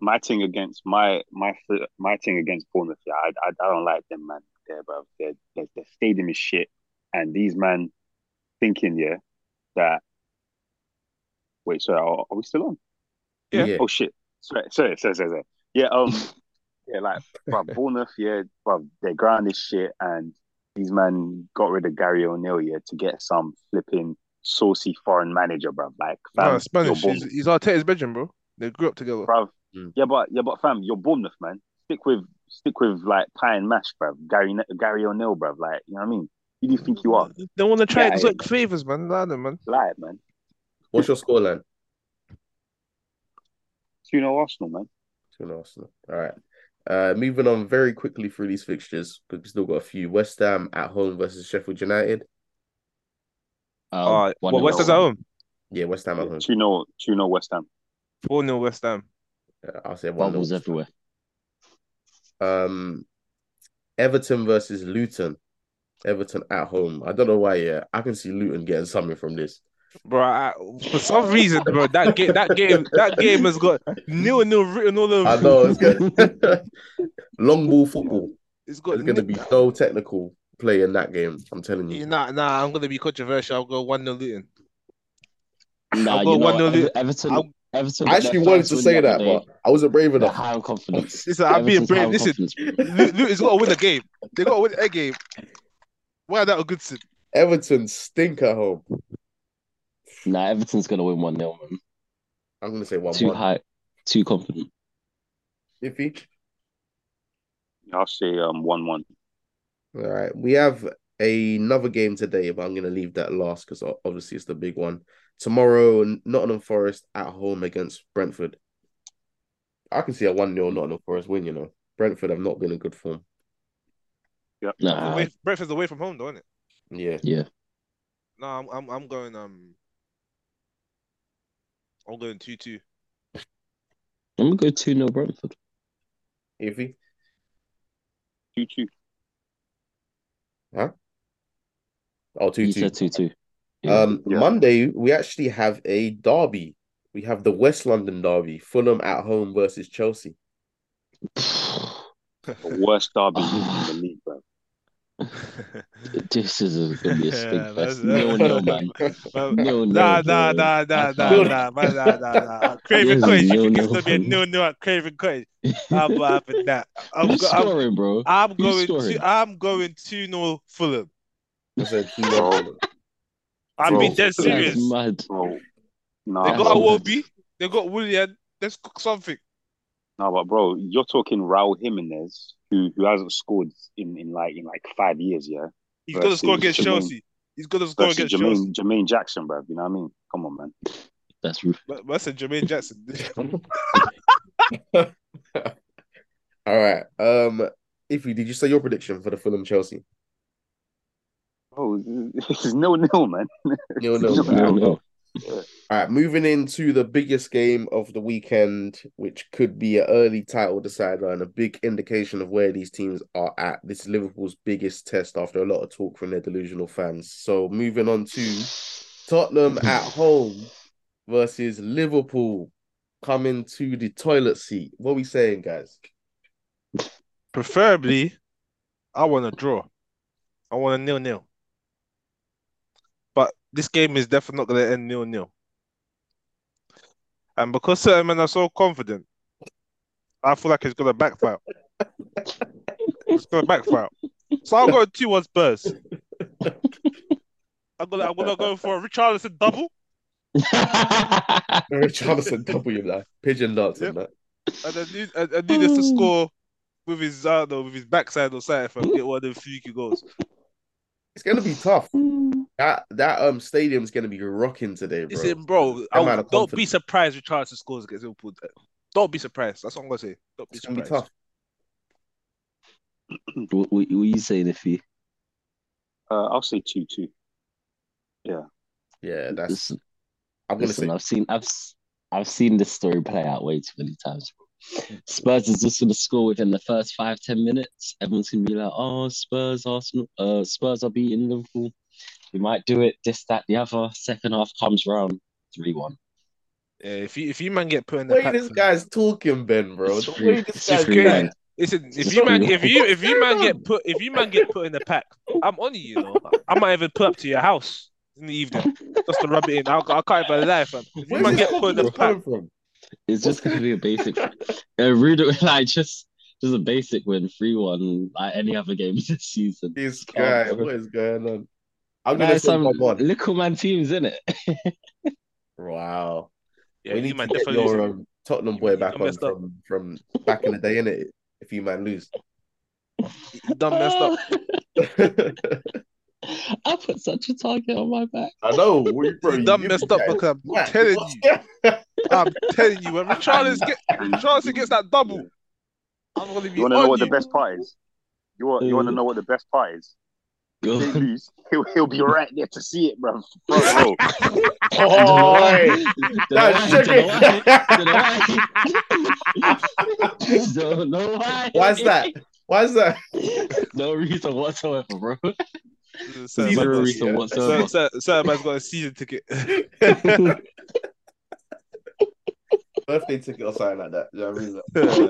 D: my thing against my my my thing against Bournemouth, yeah, I, I, I don't like them, man. There, bro, their their their stadium is shit, and these man thinking, yeah, that wait, sorry, are, are we still on?
C: Yeah.
A: Yeah.
D: Oh shit, sorry, sorry, sorry, sorry, sorry. yeah, um, yeah, like, bro, Bournemouth, yeah, bro, their ground is shit, and these man got rid of Gary O'Neill, yeah, to get some flipping saucy foreign manager, bro. Like,
C: Nah,
D: fam, you're
C: Spanish. He's,
D: Bournemouth.
C: he's Arteta's bedroom, bro. They grew up together.
D: bruv.
A: Mm.
D: Yeah, but yeah, but fam, you're Bournemouth, man. Stick with stick with like pie and mash, bruv. Gary Gary O'Neill, bruv. Like, you know what I mean? Who do you think you are?
C: They want to try
D: Yeah,
C: exotic flavors, man. Nah, nah, man.
D: Lie, man.
A: What's your scoreline?
D: You know Arsenal, man.
A: Two 0 Arsenal. All right. Uh, moving on very quickly through these fixtures because we've still got a few. West Ham at home versus Sheffield United.
B: Um,
C: All right.
B: one
C: Well,
B: nil.
C: West Ham's at home.
A: Yeah, West Ham at home.
D: You know, you know West Ham.
C: Four 0 West Ham.
A: Uh, I'll say one.
B: bubbles everywhere.
A: Um, Everton versus Luton. Everton at home. I don't know why. Yeah, I can see Luton getting something from this.
C: bro. I, for some reason, bro, that game, that game, that game has got nil nil written all over.
A: I
C: it.
A: know it's good. long ball football.
C: It's got
A: There's going to
C: nil-
A: be no technical play in that game. I'm telling you.
C: Nah, nah, I'm gonna be controversial. I'll go one 0 Luton.
B: Nah,
C: I'll go
B: you know what?
C: 1-0
B: Ever- Everton.
C: I'll-
B: Everton.
A: I actually wanted to say that, but I wasn't brave
B: they're
A: enough.
B: high on confidence.
C: Listen, I'm being
B: Everton's high
C: brave.
B: on
C: Listen,
B: confidence.
C: Lu- Luton's got to win a game. They got to win a game. Why that a good sin?
A: Everton stink at home.
B: Nah, Everton's gonna win one 0 man.
A: I'm going to say one
B: Too
A: one.
B: high, too confident.
A: Iffy.
D: I'll say um one one.
A: All right, we have another game today, but I'm going to leave that last because obviously it's the big one. Tomorrow, Nottingham Forest at home against Brentford. I can see a 1 0 Nottingham Forest win, you know. Brentford have not been in good form.
B: Nah,
C: Away- Brentford's away from home, though, isn't it?
A: Yeah.
B: yeah.
C: No, I'm, I'm, I'm going. Um, I'm going two two.
B: I'm gonna go two 0 Brentford.
A: Iffy?
D: Two two.
A: Oh, 2
B: You
A: 2.
B: said two two. Yeah.
A: Um,
D: Yeah.
A: Monday, we actually have a derby. We have the West London derby, Fulham at home versus Chelsea.
D: The worst derby in the league, bro.
B: this is gonna be a stink
C: That's-
B: fest. Nil nil, man.
C: Um,
B: Nil nil.
C: Nah, nah, nah, nah, nah, nah, man, nah, nah, nah. Craven
B: This is
C: Cottage, you
B: nil-nil
C: think it's gonna be a
B: one.
C: nil nil at Craven Cottage? I'm not having that. I'm,
B: Who's
C: go, I'm,
B: scoring, bro?
C: I'm
B: Who's
C: going
B: scoring?
C: to, I'm going two 0 Fulham.
A: I said 2
D: Bro.
A: 1.
C: I'm
D: Bro,
C: being dead
D: that's
C: serious.
B: That's mad.
D: Bro,
C: They
D: nah,
B: That's
C: got
D: bro.
B: mad.
C: Awobi, they got William. Let's cook something.
D: No, but bro, you're talking Raul Jimenez, who who hasn't scored in, in like in like five years, yeah.
C: He's gonna score
D: Versus
C: against
D: Jermaine-
C: Chelsea. He's gonna score
D: Versus
C: against Chelsea.
D: Jermaine Jermaine Jackson, bro. You know what I mean? Come on, man.
B: That's ruthless.
C: But but I said Jermaine Jackson.
A: All right. Um, Iffy, did you say your prediction for the Fulham Chelsea?
D: Bro, it's no nil, man.
A: No, no,
D: Nil-nil.
A: no.
B: Nil nil.
A: All right, moving into the biggest game of the weekend, which could be an early title decider and a big indication of where these teams are at. This is Liverpool's biggest test after a lot of talk from their delusional fans. So moving on to Tottenham at home versus Liverpool coming to the toilet seat. What are we saying, guys?
C: Preferably, I want to draw. I want a nil nil. But this game is definitely not going to end nil nil. And because certain men are so confident, I feel like it's going to backfire. It's going to backfire. So I'll go two one Spurs. I'm gonna I'm gonna go for a Richarlison double,
A: Richardson W like pigeon darts and that.
C: and I need I, I need us to score with his uh, no, with his backside or side if I get one of them fluky goals.
A: It's gonna be tough. That that um stadium's gonna be rocking today, bro.
C: Listen, bro, I
A: I'm
C: would-
A: out of
C: don't be
A: confidence.
C: surprised if Richarlison scores against Liverpool. Don't be surprised. That's what I'm gonna say. Don't be
A: It's gonna be
C: surprised.
A: tough.
B: What, what, what are you saying, Iffy?
D: Uh, I'll say two two.
A: Yeah, that's
B: Listen,
A: I'm gonna
B: listen.
A: say
B: I've seen, I've, s- I've seen this story play out way too many times. Spurs is just gonna score within the first five, ten minutes. Everyone's gonna be like, "Oh, Spurs, Arsenal, uh, Spurs are beating Liverpool. We might do it. This, that, the other." Second half comes round, three one.
C: Yeah, if you if you man get put in
A: The
C: the
A: way
C: pack,
A: this
C: man.
A: guy's talking, Ben, bro.
B: It's
A: The
B: free-
A: way this
B: it's
A: guy's
B: free
A: going.
B: man.
C: listen, if
B: It's
C: you
B: free
C: man if
B: man.
C: you if you
A: What's
C: man
A: going
C: get put if you man get put in the pack, I'm on you, you know. I might even put up to your house in the evening just to rub it in. I, I can't even lie, fam. If you
A: Where's
C: man
A: this
C: get put in the
A: confidence
C: pack,
A: coming from?
B: It's just gonna be a basic, a rude, like just, just a basic win, three one, like any other game this season.
A: This
B: Calm,
A: guy,
B: bro.
A: what is going on? I'm
B: Nah,
A: gonna
B: it's
A: say
B: some
A: one one.
B: little man teams, in it?
A: Wow.
C: yeah,
A: we
C: you
A: need
C: man
A: to get
C: definitely
A: your
C: losing.
A: um, Tottenham
C: You-
A: boy
C: you
A: back
C: done
A: on
C: messed up.
A: from from back in the day, innit? If you man lose.
C: You you done messed
A: uh,
C: up.
B: I put such a target on my back.
A: I know, we- bro.
C: You done
A: you
C: messed up
A: guys-
C: because I'm
A: What?
C: telling
A: What's
C: you,
A: that?
C: I'm telling you, when Richarlison get
D: And
C: Richarlison gets that double,
D: Yeah.
C: I'm gonna be
D: you want to know
C: on
D: what the
C: you.
D: best part is? You want you want to know what the best part is? They lose, he'll, he'll be right there to see it, bro. Front row.
A: Oh, hey. That's
B: why?
A: shocking.
B: Don't know why.
A: Why is that? Why is that?
B: No reason whatsoever, bro.
C: So,
A: He's
B: Whether
A: a-
B: it's the
A: yeah.
B: whatsoever.
C: so, so, so man's got a season ticket.
A: Birthday ticket or something like that. You know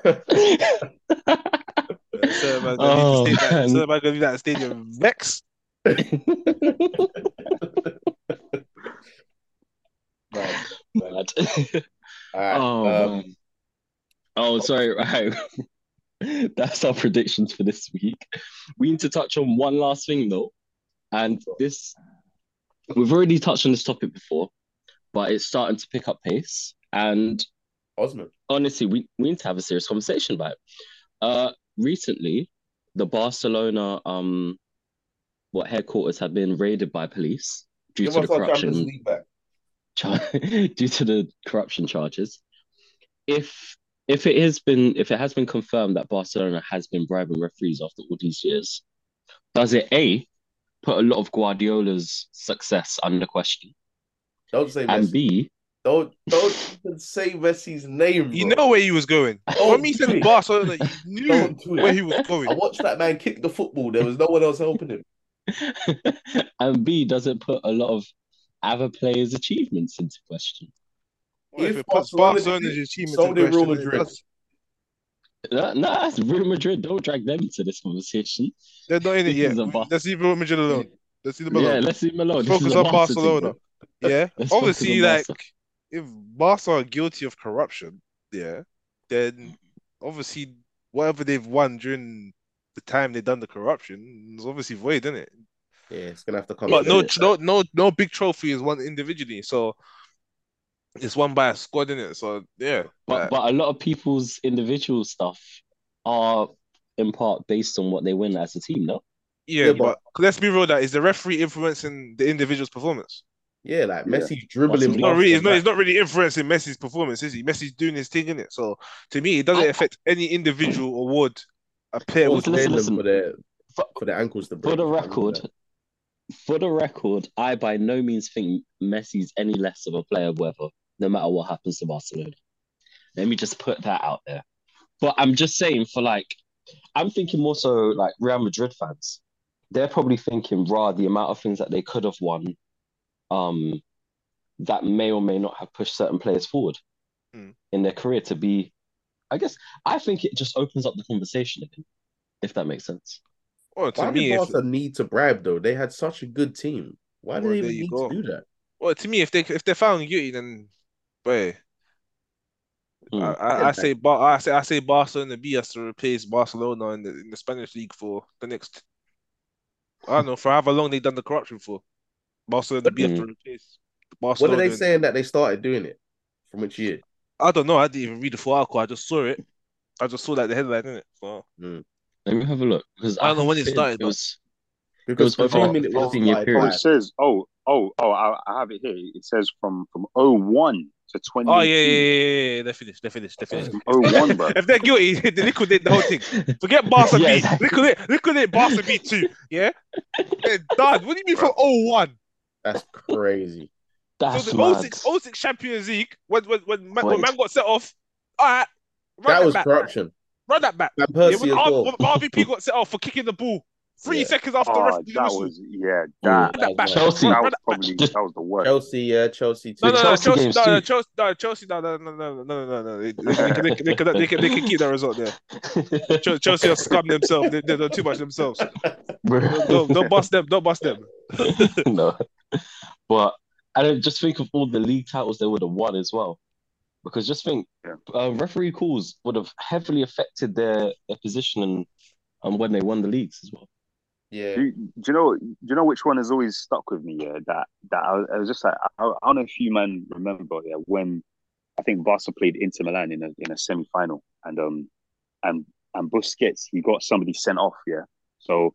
A: what I mean?
C: so man's
B: Oh,
C: gonna leave the stadium.
B: man.
C: So man's gonna leave that stadium vexed.
A: Mad, mad.
B: Mad.
A: All right.
B: Oh,
A: um,
B: man. Oh, sorry. Right. That's our predictions for this week. We need to touch on one last thing, though. And this, we've already touched on this topic before, but it's starting to pick up pace. And
A: Osman.
B: honestly, we, we need to have a serious conversation about it. Uh, recently, the Barcelona um, what headquarters have been raided by police due
A: Give
B: to
A: us
B: the
A: our Champions
B: corruption
A: League back.
B: char- due to the corruption charges. If if it has been if it has been confirmed that Barcelona has been bribing referees after all these years, does it a put a lot of Guardiola's success under question,
A: Don't say
B: and
A: Messi.
B: b
A: Don't don't even say Messi's name. Bro.
C: You know where he was going.
A: Don't
C: when he
A: do
C: said
A: it.
C: Barcelona, you knew
A: Don't do
C: where
A: it.
C: he was going.
A: I watched that man kick the football. There was no one else helping him.
B: and b does it put a lot of other players' achievements into question?
C: Well, if
A: If
C: it puts
A: Barcelona
C: Barcelona's
A: did it,
C: achievements
A: so
C: in
A: did Real
C: question, then it
A: Madrid.
C: does.
B: No, no, that's Real Madrid. Don't drag them into this conversation.
C: they're not in it
B: This
C: yet.
B: is a
C: We-
B: Bar-
C: Let's leave Real Madrid alone. Let's leave them
B: Yeah,
C: alone.
B: let's leave him alone. This
C: Focus
B: is a
C: on
B: Barca thing,
C: Barcelona.
B: bro.
C: Yeah,
B: Let's focus
C: obviously,
B: on
C: like
B: Barca.
C: if Barca are guilty of corruption, yeah, then obviously whatever they've won during the time they've done the corruption is obviously void, isn't it?
A: Yeah, it's gonna have to come.
C: But
A: to
C: no,
A: that.
C: tr- no, no, no big trophy is won individually, so it's won by a squad, is it? So yeah,
B: But
C: like,
B: but a lot of people's individual stuff are in part based on what they win as a team, no?
C: yeah,
A: Yeah,
C: but let's be real. That is the referee influencing the individual's performance.
A: yeah, like
D: Yeah.
A: Messi's dribbling.
B: That's
C: It's not
A: past
C: really,
A: them,
C: it's not,
A: like,
C: it's not really influencing Messi's performance, is he? Messi's doing his thing in it. So to me, it doesn't
B: I-
C: affect any individual award a player
B: Well,
C: was
B: listen,
A: Playing
C: awarded.
A: them
B: listen.
A: for their
B: For,
A: for their ankles to break.
B: for the
A: I remember
B: record,
A: that.
B: for the record, I by no means think Messi's any less of a player, whether no matter what happens to Barcelona. Let me just put that out there. But I'm just saying, for like, I'm thinking more so like Real Madrid fans. They're probably thinking, raw, the amount of things that they could have won, um, that may or may not have pushed certain players forward
C: Hmm.
B: in their career to be. I guess I think it just opens up the conversation again, if that makes sense.
C: Well, to
A: Why did
C: me, if
A: Barca need to bribe though? They had such a good team. Why do
C: Well,
A: they
C: there
A: even
C: you
A: need
C: go.
A: to do that?
C: well, to me, if they if they're found guilty, then boy,
B: Hmm.
C: I, I, I say Bar, I say I say Barcelona B has to replace Barcelona in the, in the Spanish league for the next. I don't know for however long they've done the corruption for. Barcelona B has to replace
A: What are
C: Barcelona.
A: they saying that they started doing it from which year?
C: I don't know. I didn't even read the full article. I just saw it. I just saw like the headline in it. So
B: Let me have a look because
C: I don't know when it
B: think
C: started,
B: It
C: but-
B: was
A: Because
B: It was
A: for
B: over
A: me, it was
B: 15-year
A: like
D: Oh,
B: period.
D: it says, oh, oh, oh, I, I have it here. It says from from 01 to
C: Oh yeah, yeah,
D: 2018.
C: yeah, yeah, yeah. They're finished. They're finished. They're finished.
D: From 01, bro.
C: If they're guilty, they liquidate the whole thing. Forget Barca
B: Yeah,
C: B.
B: exactly.
C: Liquidate, liquidate Barca B too. Yeah, they're done. What do you mean from 01?
A: that's crazy.
C: So
B: That's
C: the
B: mad.
C: 06, 06 Champions League when when when man, when
B: Wait.
C: man got set off. All right, run
A: that
C: that
A: was
C: back.
A: corruption.
C: Run that back.
A: And
C: Yeah,
A: Percy
C: when,
A: as
C: R-
A: well.
C: when RVP got set off for kicking the ball three
A: Yeah.
C: seconds after the
D: Oh,
C: referee
D: that
C: whistle.
D: was yeah,
B: Mm.
D: that
C: Run that back.
A: That's
B: Chelsea.
C: Run,
D: that
C: run
D: was
C: that back.
D: probably that was the worst.
A: Chelsea, yeah, Chelsea
C: No,
A: too.
B: The
C: no, no,
B: Chelsea
C: Chelsea,
B: games
C: no, no,
B: too.
C: Chelsea, no, Chelsea, no, no, no, no, no, no, no, no. They, they, they, can- they, can- they, can- they, can- they can keep that result there. Chel- Chelsea are scum themselves. They, they're too much themselves. Don't, don't, don't bust them. Don't bust them.
B: no, but I don't just think of all the league titles they would have won as well, because just think
D: Yeah.
B: uh, referee calls would have heavily affected their, their position and and when they won the leagues as well.
A: Yeah.
D: Do, do you know? Do you know which one has always stuck with me? Yeah, that that I was, I was just like, I, I don't know if you man remember. Yeah, when I think Barca played Inter Milan in a in a semi final, and um and and Busquets he got somebody sent off. Yeah, so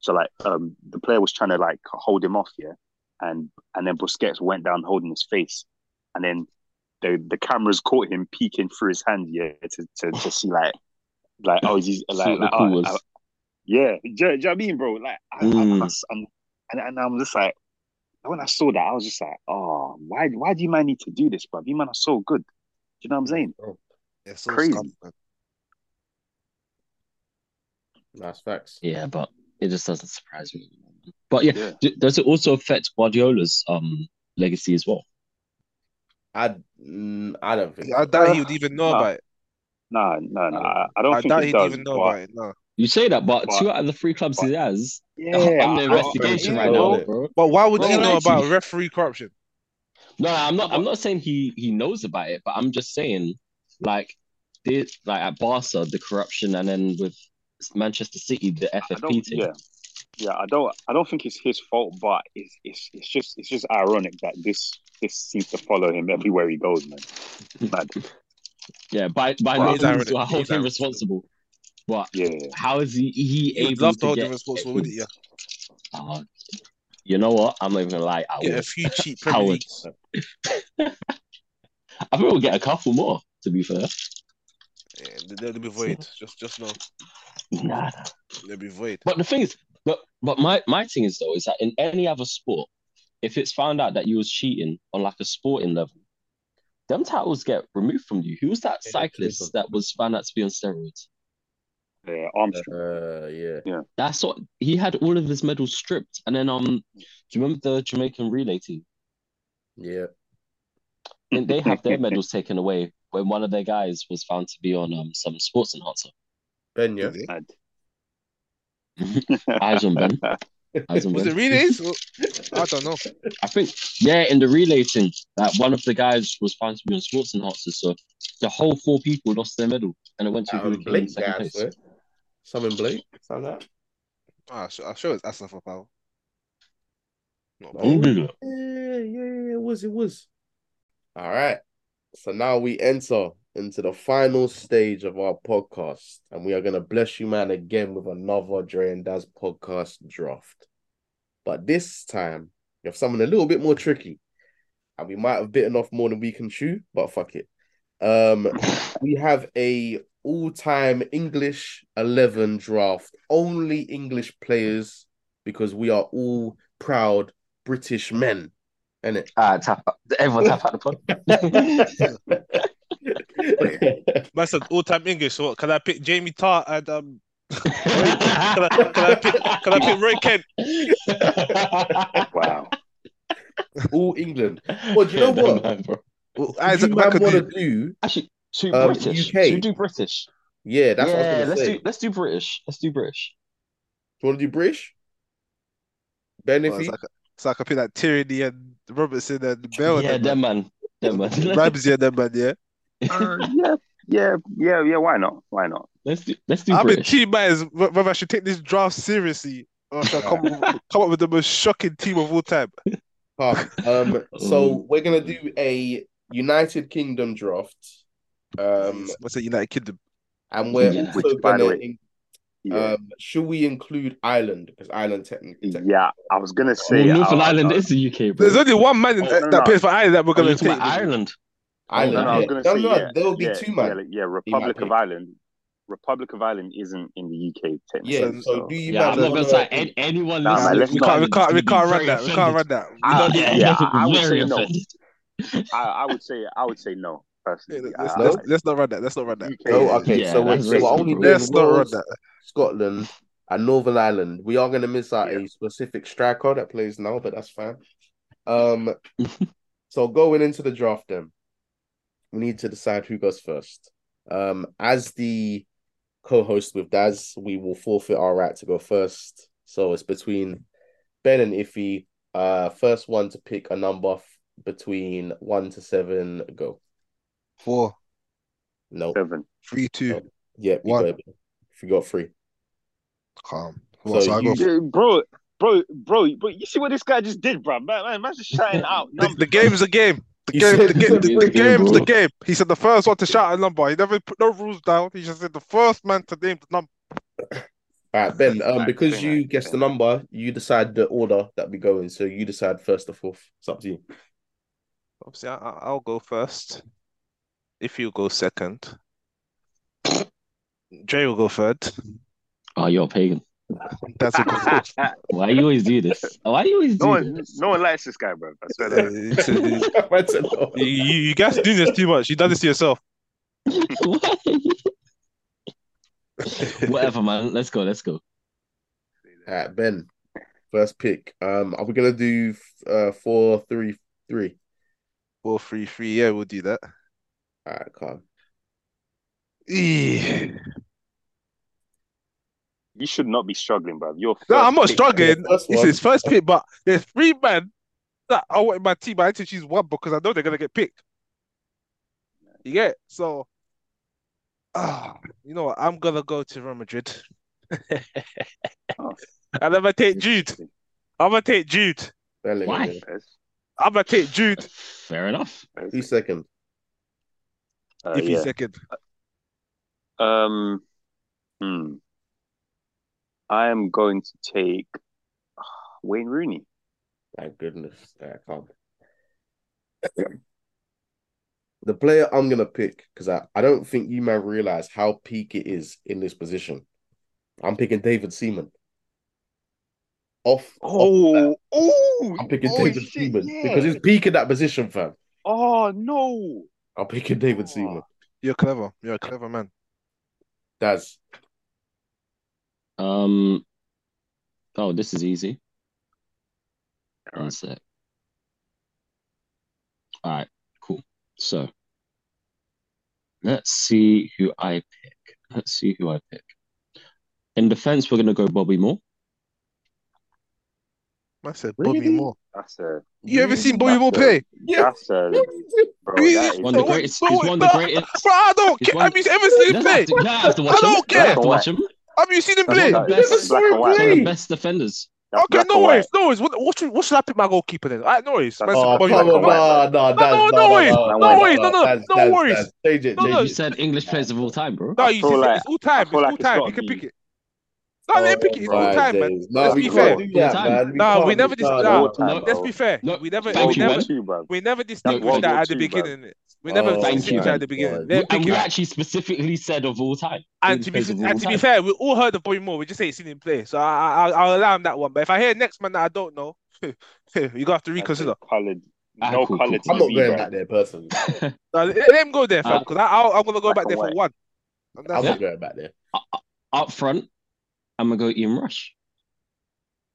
D: so like um the player was trying to like hold him off. Yeah, and and then Busquets went down holding his face, and then the the cameras caught him peeking through his hand. Yeah, to to, to see like like oh he's
B: See
D: like,
B: what the
D: like
B: call
D: oh,
B: was.
D: I- yeah, do, do you know what I mean, bro? Like, I, I, I
B: Mm.
D: s- I'm, and, and I'm just like, when I saw that, I was just like, oh, why, why do you man need to do this, bro? You man are so good. Do you know what I'm saying?
A: Oh,
C: They're so
D: Crazy.
C: man.
A: That's facts.
B: Yeah, but it just doesn't surprise me. But yeah,
D: Yeah.
B: d- does it also affect Guardiola's um legacy as well?
A: I mm, I don't think.
C: I
A: so.
C: doubt he would even know
D: Nah.
C: about it.
D: Nah, nah, nah. I, I don't
C: I
D: think
C: doubt
D: it
C: he'd
D: does.
C: even know
D: but-
C: about it. No.
B: You say that, but
D: But-
B: two out of the three clubs he has,
D: Yeah,
B: I'm the
D: I-
B: investigation
A: yeah,
B: right
A: bro.
B: now, bro.
C: But why would
B: Bro,
C: he know
B: like-
C: about referee corruption?
B: No, I'm not. I'm not saying he he knows about it, but I'm just saying, like, did like at Barca the corruption, and then with Manchester City the
D: I
B: FFP
D: don't.
B: thing.
D: Yeah, yeah. I don't. I don't think it's his fault, but it's it's it's just it's just ironic that this this seems to follow him everywhere he goes, man. Mad.
B: Yeah, by by
C: Well,
B: no
C: he's
B: means
C: ironic.
B: do I hold
C: He's
B: him
C: ironic.
B: responsible, but
D: Yeah,
B: how is he he
C: You'd
B: able
C: love to
B: to
C: hold him
B: get?
C: responsible, wouldn't you?
B: Uh, you know what? I'm not even gonna lie. I
C: Get
B: would.
C: a few cheap
B: I
C: Premier
B: would.
C: Leagues.
B: I think we'll get a couple more. To be fair,
C: Yeah, they- they'll be void. Just, just know
B: nah.
C: they'll be void.
B: But the thing is, but but my my thing is though is that in any other sport, if it's found out that you was cheating on like a sporting level, them titles get removed from you. Who was that
A: Yeah,
B: cyclist
A: true.
B: that was found out to be on steroids?
D: yeah. Armstrong.
A: Uh, yeah.
B: That's what he had all of his medals stripped. And then um, do you remember the Jamaican relay team?
A: Yeah.
B: And they have their medals taken away when one of their guys was found to be on um some sports enhancer.
A: Ben, yeah.
D: Mad.
B: Eyes on Ben. Eyes on
C: Was
B: Ben.
C: it relays? I don't know.
B: I think yeah, in the relay thing, like one of the guys was found to be on sports enhancers, so the whole four people lost their medal, and it went to who
A: Um,
B: came in
A: Blake,
B: second
A: guys.
B: place.
A: Something Blake. Something like that.
C: Ah, sure, I'm sure it's Asaf Power. Not
A: Oh.
C: bad.
B: Unbelievable.
A: Yeah, yeah, yeah, it was, it was. All right. So now we enter into the final stage of our podcast, and we are going to bless you, man, again with another Dre and Daz podcast draft. But this time, we have something a little bit more tricky, and we might have bitten off more than we can chew, but fuck it. Um, we have a all-time English 11 draft. Only English players because we are all proud British men. And it
B: Ah, tap out. Everyone tap out the pod.
C: Man said all time English. So what? Can I pick Jamie Tart and um? Can I, can I pick? Can I pick
B: Ah,
C: Roy Kent?
D: Wow.
A: all England. Well, do you know what?
C: Well,
A: If
C: Isaac
A: you man want to
C: McAdoo.
A: do?
B: Actually, should
A: Um,
B: British.
A: UK.
B: Should we do British?
A: Yeah, that's
B: yeah,
A: what I was gonna
B: let's
A: say.
B: do let's do British. Let's do British.
A: you want to do British? Ben, if
C: Well,
A: he
C: it's like a, it's like I pick like Tyranny and Robertson and Bell
B: yeah,
C: and
B: them
C: them,
B: man. Them
C: man.
B: man.
C: Ramsey and them, man. Yeah.
D: yeah, yeah, yeah, yeah. Why not? Why not?
B: let's do let's do
C: I'm in
B: British.
C: two minds wh- whether I should take this draft seriously or should I come, up- come up with the most shocking team of all time.
A: Huh. Um, so
B: Um,
A: we're gonna do a United Kingdom draft. Um,
C: What's it, United Kingdom?
A: and we're
B: Yeah.
A: also
D: Which, by the
A: gonna
D: way,
A: in-
D: Yeah,
A: um, should we include Ireland because Ireland technically,
D: yeah. I was gonna
B: well,
D: say
A: Oh
D: uh,
B: Northern
D: I- I-
B: Ireland
D: I-
B: is the UK, bro.
C: There's only one man in-
D: Oh, no,
C: that
D: no.
C: plays for Ireland that we're
B: Oh, you're
C: going to
B: talking
C: take.
B: about Ireland.
A: Ireland.
D: Oh, No, no, I
A: yeah.
D: was gonna
A: No,
D: say
A: no,
D: yeah,
A: there'll be
D: yeah,
A: two
D: yeah,
A: man.
D: like, yeah.
A: might
D: Republic
A: pick.
D: of Ireland, Republic of Ireland isn't in the UK
A: Yeah.
D: technically,
A: So,
D: so
A: do you
B: Yeah,
A: man
B: I'm not gonna
A: wanna-
B: say an- anyone
D: Nah, man,
B: listening
D: let's
B: from
D: not-
C: can't, we
B: Ireland is
C: can't,
B: gonna
C: we
B: be
C: can't run
B: very
C: that. We can't
B: offended. Ah,
C: run that. We
D: I,
C: don't need.
B: yeah,
D: yeah,
B: Ireland
D: I
B: will be
D: would
B: very
D: say no.
B: offended.
D: I, I would say I would say no
C: Yeah,
D: personally.
C: Let's,
D: I,
A: No?
C: let's, let's not run that. Let's not run that.
D: UK
A: No,
D: is
A: Oh, okay.
B: Yeah,
A: so we're,
B: that's
A: so we're
B: racist,
A: only
B: bro.
A: doing
C: Let's not run
A: Wales,
C: that.
A: Scotland, and Northern Ireland. We are gonna miss out
D: yeah.
A: a specific striker that plays now, but that's fine. Um, so going into the draft, then we need to decide who goes first. Um, as the co-host with Daz, we will forfeit our right to go first. So it's between Ben and Iffy. Uh, first one to pick a number f- between one to seven. Go.
C: Four,
A: No.
D: seven.
C: three, two,
A: Oh. Yep. You
C: One.
A: got it. You got three.
C: calm.
A: So
C: So I
A: you-
C: go for-
D: Yeah, bro, bro, bro, bro. You see what this guy just did, bro? Man, man, man's just shouting out
C: the,
D: numbers.
C: the game's a game. The
A: You
C: game,
A: said-
C: the
A: you said
C: game,
A: three.
C: the game's the
B: bro.
C: game. He said the first one to shout a number. He never put no rules down. He just said the first man to name the number.
A: All right, Ben. Um,
D: Alright,
A: because
D: fair
A: you
D: enough,
A: guessed the
D: fair
A: number, you decide the order that we go in. So you decide first to fourth. It's up to you.
C: Obviously, I, I- I'll go first. If you go second, Dre will go third.
B: Oh, you're a pagan.
C: That's will go fourth.
B: Why you always do this? Why you always do
D: no one,
B: this?
D: no one likes this guy, bro. I swear
C: Uh,
D: to
C: it's- it's-
A: Man said no.
C: you, you you guys do this too much. You done this to yourself.
B: Why? Whatever, man. Let's go. Let's go.
A: All right, Ben, first pick. Um, are we gonna do uh four, three, three?
C: Four three three. Yeah, we'll do that.
A: All right, calm.
C: Eh.
D: You should not be struggling, bruv. You're
C: No, I'm not
D: first pick.
C: struggling.
A: First
C: It's
A: one.
C: his first pick, but there's three men that I want in my team. I had to choose one because I know they're gonna get picked. You get it? so. Ah, you know what? I'm gonna go to Real Madrid.
D: Oh.
C: And I'm gonna take Jude. I'm gonna take Jude.
A: Bellingham,
B: Why?
A: yeah.
D: Yes.
C: I'm gonna take Jude.
B: Fair enough.
A: Who's second?
D: Uh,
C: if he's
D: yeah.
C: second,
D: Um, hmm. I am going to take ah, Wayne Rooney.
A: Thank goodness. All right, calm. The player I'm gonna pick because I, I don't think you man realize how peak it is in this position. I'm picking David Seaman. Off, off
D: Oh, oh,
A: I'm picking
D: oh,
A: David
D: shit,
A: Seaman
D: yeah.
A: because he's peak in that position, fam.
D: Oh no.
A: I'm picking David
D: Oh.
A: Seaman.
C: you're clever. You're a clever man.
A: That's
B: Um. Oh, this is easy. One sec. All right. Cool. So let's see who I pick. Let's see who I pick. In defense, we're gonna go Bobby Moore.
C: I said
A: Really?
C: Bobby Moore.
D: That's a
C: You ever seen
D: Really?
C: Bobby Moore play?
A: yeah.
D: that's a bro.
C: He's-
D: That is
B: One of the
C: No,
B: greatest.
C: no,
B: He's one of the
C: no.
B: greatest.
C: Bro, I don't
B: He's
C: care.
B: one-
C: Have you ever seen
B: You
C: him
B: don't have
C: play?
B: to, you don't have to watch
C: I
B: him.
C: don't
B: You don't have
C: care.
B: to watch him.
C: Have you seen him
D: That's
C: play?
D: black-
A: Never
D: that's
A: saw
D: black
A: him
D: and
B: One
D: white.
B: of
A: play.
B: the best defenders.
D: That's
C: Okay,
D: black
C: no
D: and
C: worries,
D: white.
C: no worries. What, what should what should I pick my goalkeeper then? All right, no worries. Man,
D: That's
C: said
A: Oh,
D: black
C: Bobby
A: come
D: and
C: Moore.
A: on,
C: No,
D: white,
A: no, no, that's no,
C: no, no, worries.
A: no,
D: No
A: no,
D: worries,
A: no,
C: no,
A: that's
C: no
A: that's
C: worries.
A: that's change it,
C: No, no,
A: change
B: You
A: it.
B: said English players of all time, bro.
C: no.
D: I
C: You
D: feel
C: see,
D: like-
C: it's all
D: I
C: time.
D: feel
C: It's all
D: like it's
C: time.
D: gotta
C: You can pick
D: be-
C: it. No, let him pick
A: Oh
C: it. It's all
A: my
D: Bro,
C: time, man.
A: days! No,
C: Let's
D: that's
A: we
C: be
A: can't
C: fair.
D: four.
A: do
B: All
A: that,
B: time.
A: man. We
C: Nah,
A: can't.
C: we never
A: we
C: dis-
A: can't,
D: It's
C: nah.
D: all
A: no.
D: time,
C: Let's be
D: bro.
C: fair.
B: No,
C: We never,
D: World
B: thank
C: we
B: you,
D: War
C: never,
B: man.
D: Two, bro.
C: we never
D: That's
C: distinguished
D: World
C: that
D: War
C: at the
D: Two, bro.
C: beginning. innit? We never
A: Oh
B: Thank you,
C: distinguished that
A: my
C: at the beginning.
A: God.
C: Let
B: We,
C: him pick
B: and
C: it,
B: we
C: man.
B: actually specifically said of all time,
C: And
B: English
C: to be
B: players
C: f-
B: of all
C: and to be
B: time.
C: fair, we all heard of Bobby Moore. We just ain't seen him play, so I, I, I'll I'll allow him that one. But if I hear next man that I don't know, you gonna have to
D: That's
C: reconsider.
D: a coloured
B: Ah,
D: no
B: cool, cool, cool.
D: colour to
A: I'm not
D: me,
A: going
D: bro.
A: back there personally.
C: Nah, let, let him go there, fam,
B: Uh,
C: because I, am gonna go
D: Black
C: back
D: and
C: there for
D: white.
C: one. And that's
A: I'm
B: yeah,
A: not
C: it.
A: going back there.
B: up front, I'm gonna go Ian Rush.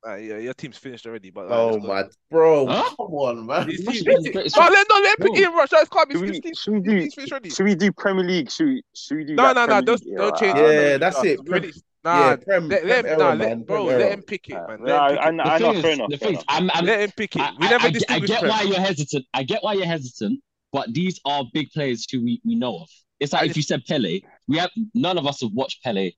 C: Uh, yeah, your team's finished already, but uh, let's
A: Oh
C: go.
A: my bro,
B: Huh?
A: come on, man.
C: His
B: Ian Rush
C: team,
B: is one of the
C: his team.
B: greatest.
C: No, let, no, let him pick
B: Bro,
C: Ian Rush. That's can't be
D: Should
C: his
D: we
C: team.
D: should we
C: His
D: do
C: team's finished already.
D: should we do Premier League? Should we, should we do
C: No,
D: that
C: no, no.
D: Premier
C: Don't
D: League era?
C: don't
D: I
C: change
D: don't
C: it.
D: know.
A: Yeah,
C: Don't change it.
A: that's
C: No,
A: it. Prem, yeah,
C: really, nah.
A: prem
C: Let, let
A: prem
C: him, nah.
A: error,
C: Let
A: man. Prem
C: bro. Let
A: error.
C: him pick it, man.
D: Uh, no,
C: Let him
D: I,
C: pick
D: I,
C: it.
D: know-
B: the
D: I
B: thing
D: know, fair
B: is,
D: enough,
B: the
D: fair
B: thing is,
D: enough.
B: I'm, I'm,
C: Let him pick
B: I,
C: it. We never
B: I, I
C: distinguish
B: get
C: Prem.
B: why you're hesitant. I get why you're hesitant, but these are big players who we, we know of. It's like
C: And
B: if you
C: it's
B: said Pele, we have none of us have watched Pele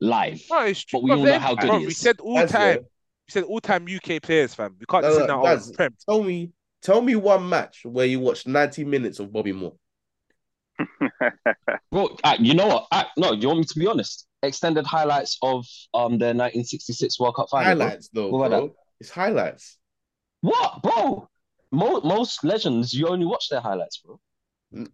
B: live,
C: no, it's true.
B: but we
C: Bro,
B: all know
C: let him,
B: how good
C: bro.
B: he
C: We
B: is.
C: said all
A: That's
C: time.
A: yeah.
C: We said all time UK players, fam. We can't
A: No,
C: just
A: no,
C: sit now. Oh,
A: that's
C: Prem.
A: tell me, tell me one match where you watched 90 minutes of Bobby Moore.
B: Bro, uh, you know what? Uh, no, you want me to be honest? Extended highlights of um the 1966 World Cup final, bro.
A: Highlights though,
B: What about that?
A: bro. It's highlights.
B: What, bro? Mo most legends, you only watch their highlights, bro.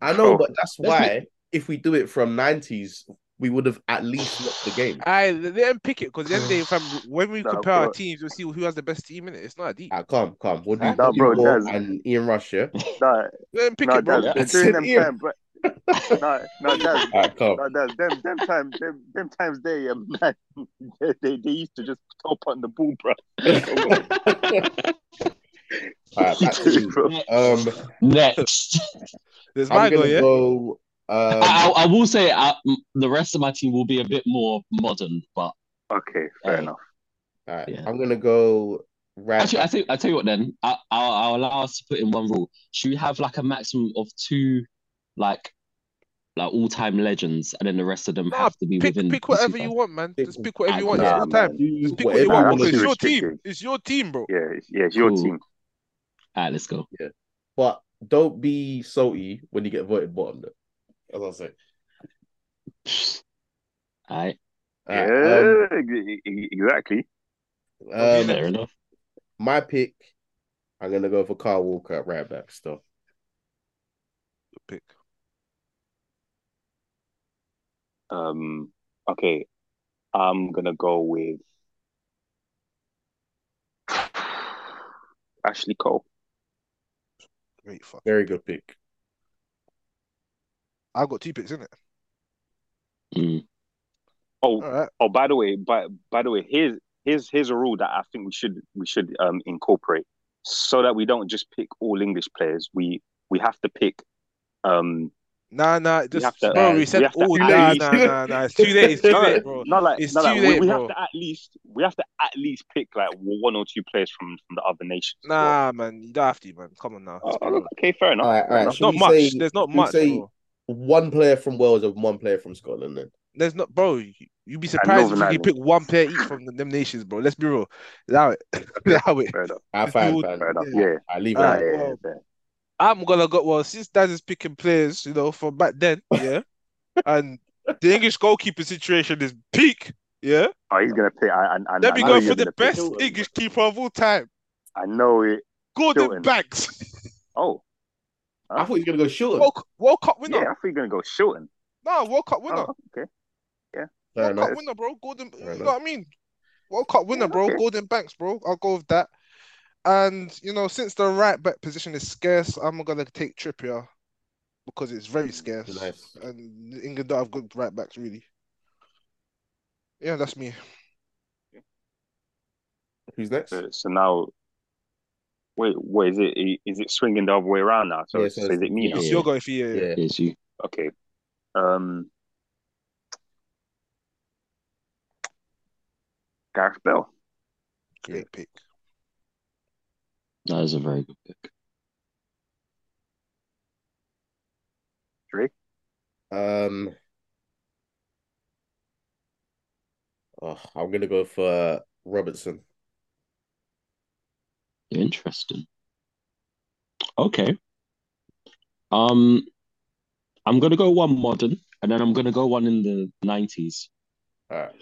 A: I know,
D: Bro.
A: but that's
B: Let's be
A: why if we do it from 90s, we would have at least watched the game.
C: I let him pick it because the end day, fam. When we
D: No,
C: compare our
D: bro.
C: teams, we'll see who has the best team in it. It's not deep.
A: Ah, calm, calm. We'll do
B: Huh?
D: No,
A: Bobby
D: bro,
A: Moore
D: Daz.
A: and Ian Rush, yeah?
D: No,
C: Let him pick
D: no,
C: it, bro.
D: Daz.
B: yeah.
A: I
D: They're doing
A: said
D: them
A: Ian.
D: time, but no, no, Daz.
A: All right, calm.
D: No, Daz. Them, them time, them, them times they, um, man, they, they, they used to just top on the ball, bro. No way.
A: All right, back to me.
D: Bro.
A: Um,
B: Next. Next.
C: There's
A: I'm
C: my go,
A: gonna
C: yeah.
A: go.
B: I,
A: Um,
B: I I will say uh, m- the rest of my team will be a bit more modern, but
D: Okay, fair
B: uh,
D: enough.
A: all right,
B: yeah.
A: I'm gonna go right
B: Actually, I
A: back.
B: think I tell you what. Then I, I'll, I'll allow us to put in one rule. Should we have like a maximum of two, like like all time legends, and then the rest of them
C: Nah,
B: have to be
C: pick
B: within
C: pick
B: the
C: whatever you
B: 2000?
C: want, man.
A: Pick-
C: Just pick whatever
B: Ah,
C: you want. Oh, It's
B: cool,
C: all
D: Nah,
C: time.
D: man.
A: Do
C: Just pick what you
A: whatever you
C: want
D: Nah,
A: want
D: that's
A: to
C: because it's
A: do.
D: too
C: your team.
D: restrictive.
C: It's your team, bro.
D: Yeah, it's- yeah, it's your
B: cool.
D: team.
B: Ah, let's go.
A: Yeah, but don't be salty when you get voted bottom. Though, as I say.
B: All right,
A: All right. Um,
D: Yeah, e- e- exactly.
C: Well, who's
A: um,
B: fair
C: next?
B: enough.
A: my pick. I'm gonna go for Carl Walker at right back. Still,
C: Good pick.
D: Um, okay, I'm gonna go with Ashley Cole.
C: Great fucking
A: very
C: pick.
A: good pick.
C: I got two picks in it.
B: Mm.
D: Oh,
C: All right.
D: Oh, by the way, by by the way, here's here's here's a rule that I think we should we should um incorporate so that we don't just pick all English players. We we have to pick um
C: Nah, nah.
D: We
C: Just
D: have to-
C: bro,
D: we
C: we said
D: have to
C: all
D: at
C: nah,
D: least-
C: nah, nah, nah. It's too late. It's too
D: No,
C: late, bro.
D: not like
C: It's
D: not like
C: too
D: we,
C: late,
D: we
C: bro.
D: have to at least we have to at least pick like one or two players from from the other nations. bro.
C: Nah, man. You don't have to, man. Come on now.
D: Oh,
C: Let's be real.
D: okay, fair enough.
A: All right, all right.
D: Enough.
C: There's
A: should
C: not
A: we
C: much.
A: say-
C: There's not
A: we
C: much,
A: say-
C: bro.
A: One player from Wales and one player from Scotland. Then
C: There's not, bro. you- You'd be surprised if
D: Northern
C: you could pick
D: Ireland.
C: one player each from the them nations, bro. Let's be real. Allow it. Allow it.
D: Fair enough.
A: I
C: Just do
A: find
C: all-
A: fan.
D: Fair enough.
C: yeah.
D: Yeah.
A: I leave it.
D: Yeah,
A: at
C: Alright,
A: that.
D: yeah,
C: well,
D: yeah.
C: I'm gonna go. Well, since Daz is picking players, you know, from back then, yeah, and the English goalkeeper situation is peak, yeah.
D: Oh, he's gonna pick. I, I, I,
C: Then
D: I
C: we
D: know
C: go
D: you're
C: for the
D: gonna pick.
C: best
A: Hilton, bro.
C: English keeper of all time,
D: I know it.
C: Gordon
D: Hilton.
C: Banks,
D: Oh,
A: I thought you were gonna go short.
C: World, Cu- World Cup winner.
D: yeah. I thought you're gonna go Shilton.
C: No, World Cup winner,
D: Oh, okay.
A: Fair
C: World Cup
A: enough.
D: Yes.
C: winner, bro. Gordon, you
A: Fair
C: know
A: enough.
C: what I mean? World Cup winner,
D: Yeah,
C: bro.
D: okay.
C: Gordon Banks, bro. I'll go with that. And you know, since the right back position is scarce, I'm gonna take Trippier because it's very scarce,
A: Mm, Nice.
C: and England don't have good right backs really. Yeah, that's me.
A: Who's next?
D: So, so now, wait, what is it? Is it swinging the other way around now? So,
A: Yeah, so
D: so is
A: it's-
D: it me
B: yeah.
D: now?
C: It's your go if you. yeah, yeah.
A: Yeah.
B: Here's you.
D: Okay. Um, Gareth Bell.
C: Great pick.
B: That is a very good pick.
D: Drake.
A: Um. oh, I'm gonna go for Robertson.
B: Interesting. Okay. Um, I'm gonna go one modern, and then I'm gonna go one in the nineties.
A: All right.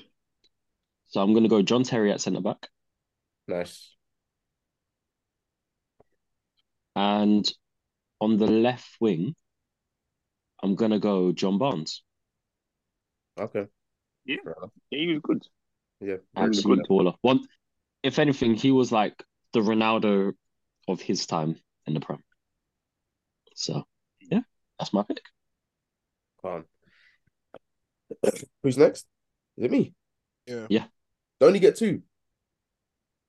B: So I'm gonna go John Terry at centre back,
A: Nice.
B: and on the left wing, I'm gonna go John Barnes.
A: Okay.
D: Yeah.
A: Fair enough.
D: Yeah, he was good.
A: Yeah.
D: He was
B: Absolute
D: good.
B: baller. One, if anything, he was like the Ronaldo of his time in the Prem. So yeah, that's my pick.
A: Calm. Who's next? Is it me?
C: Yeah.
B: Yeah.
A: I only get two.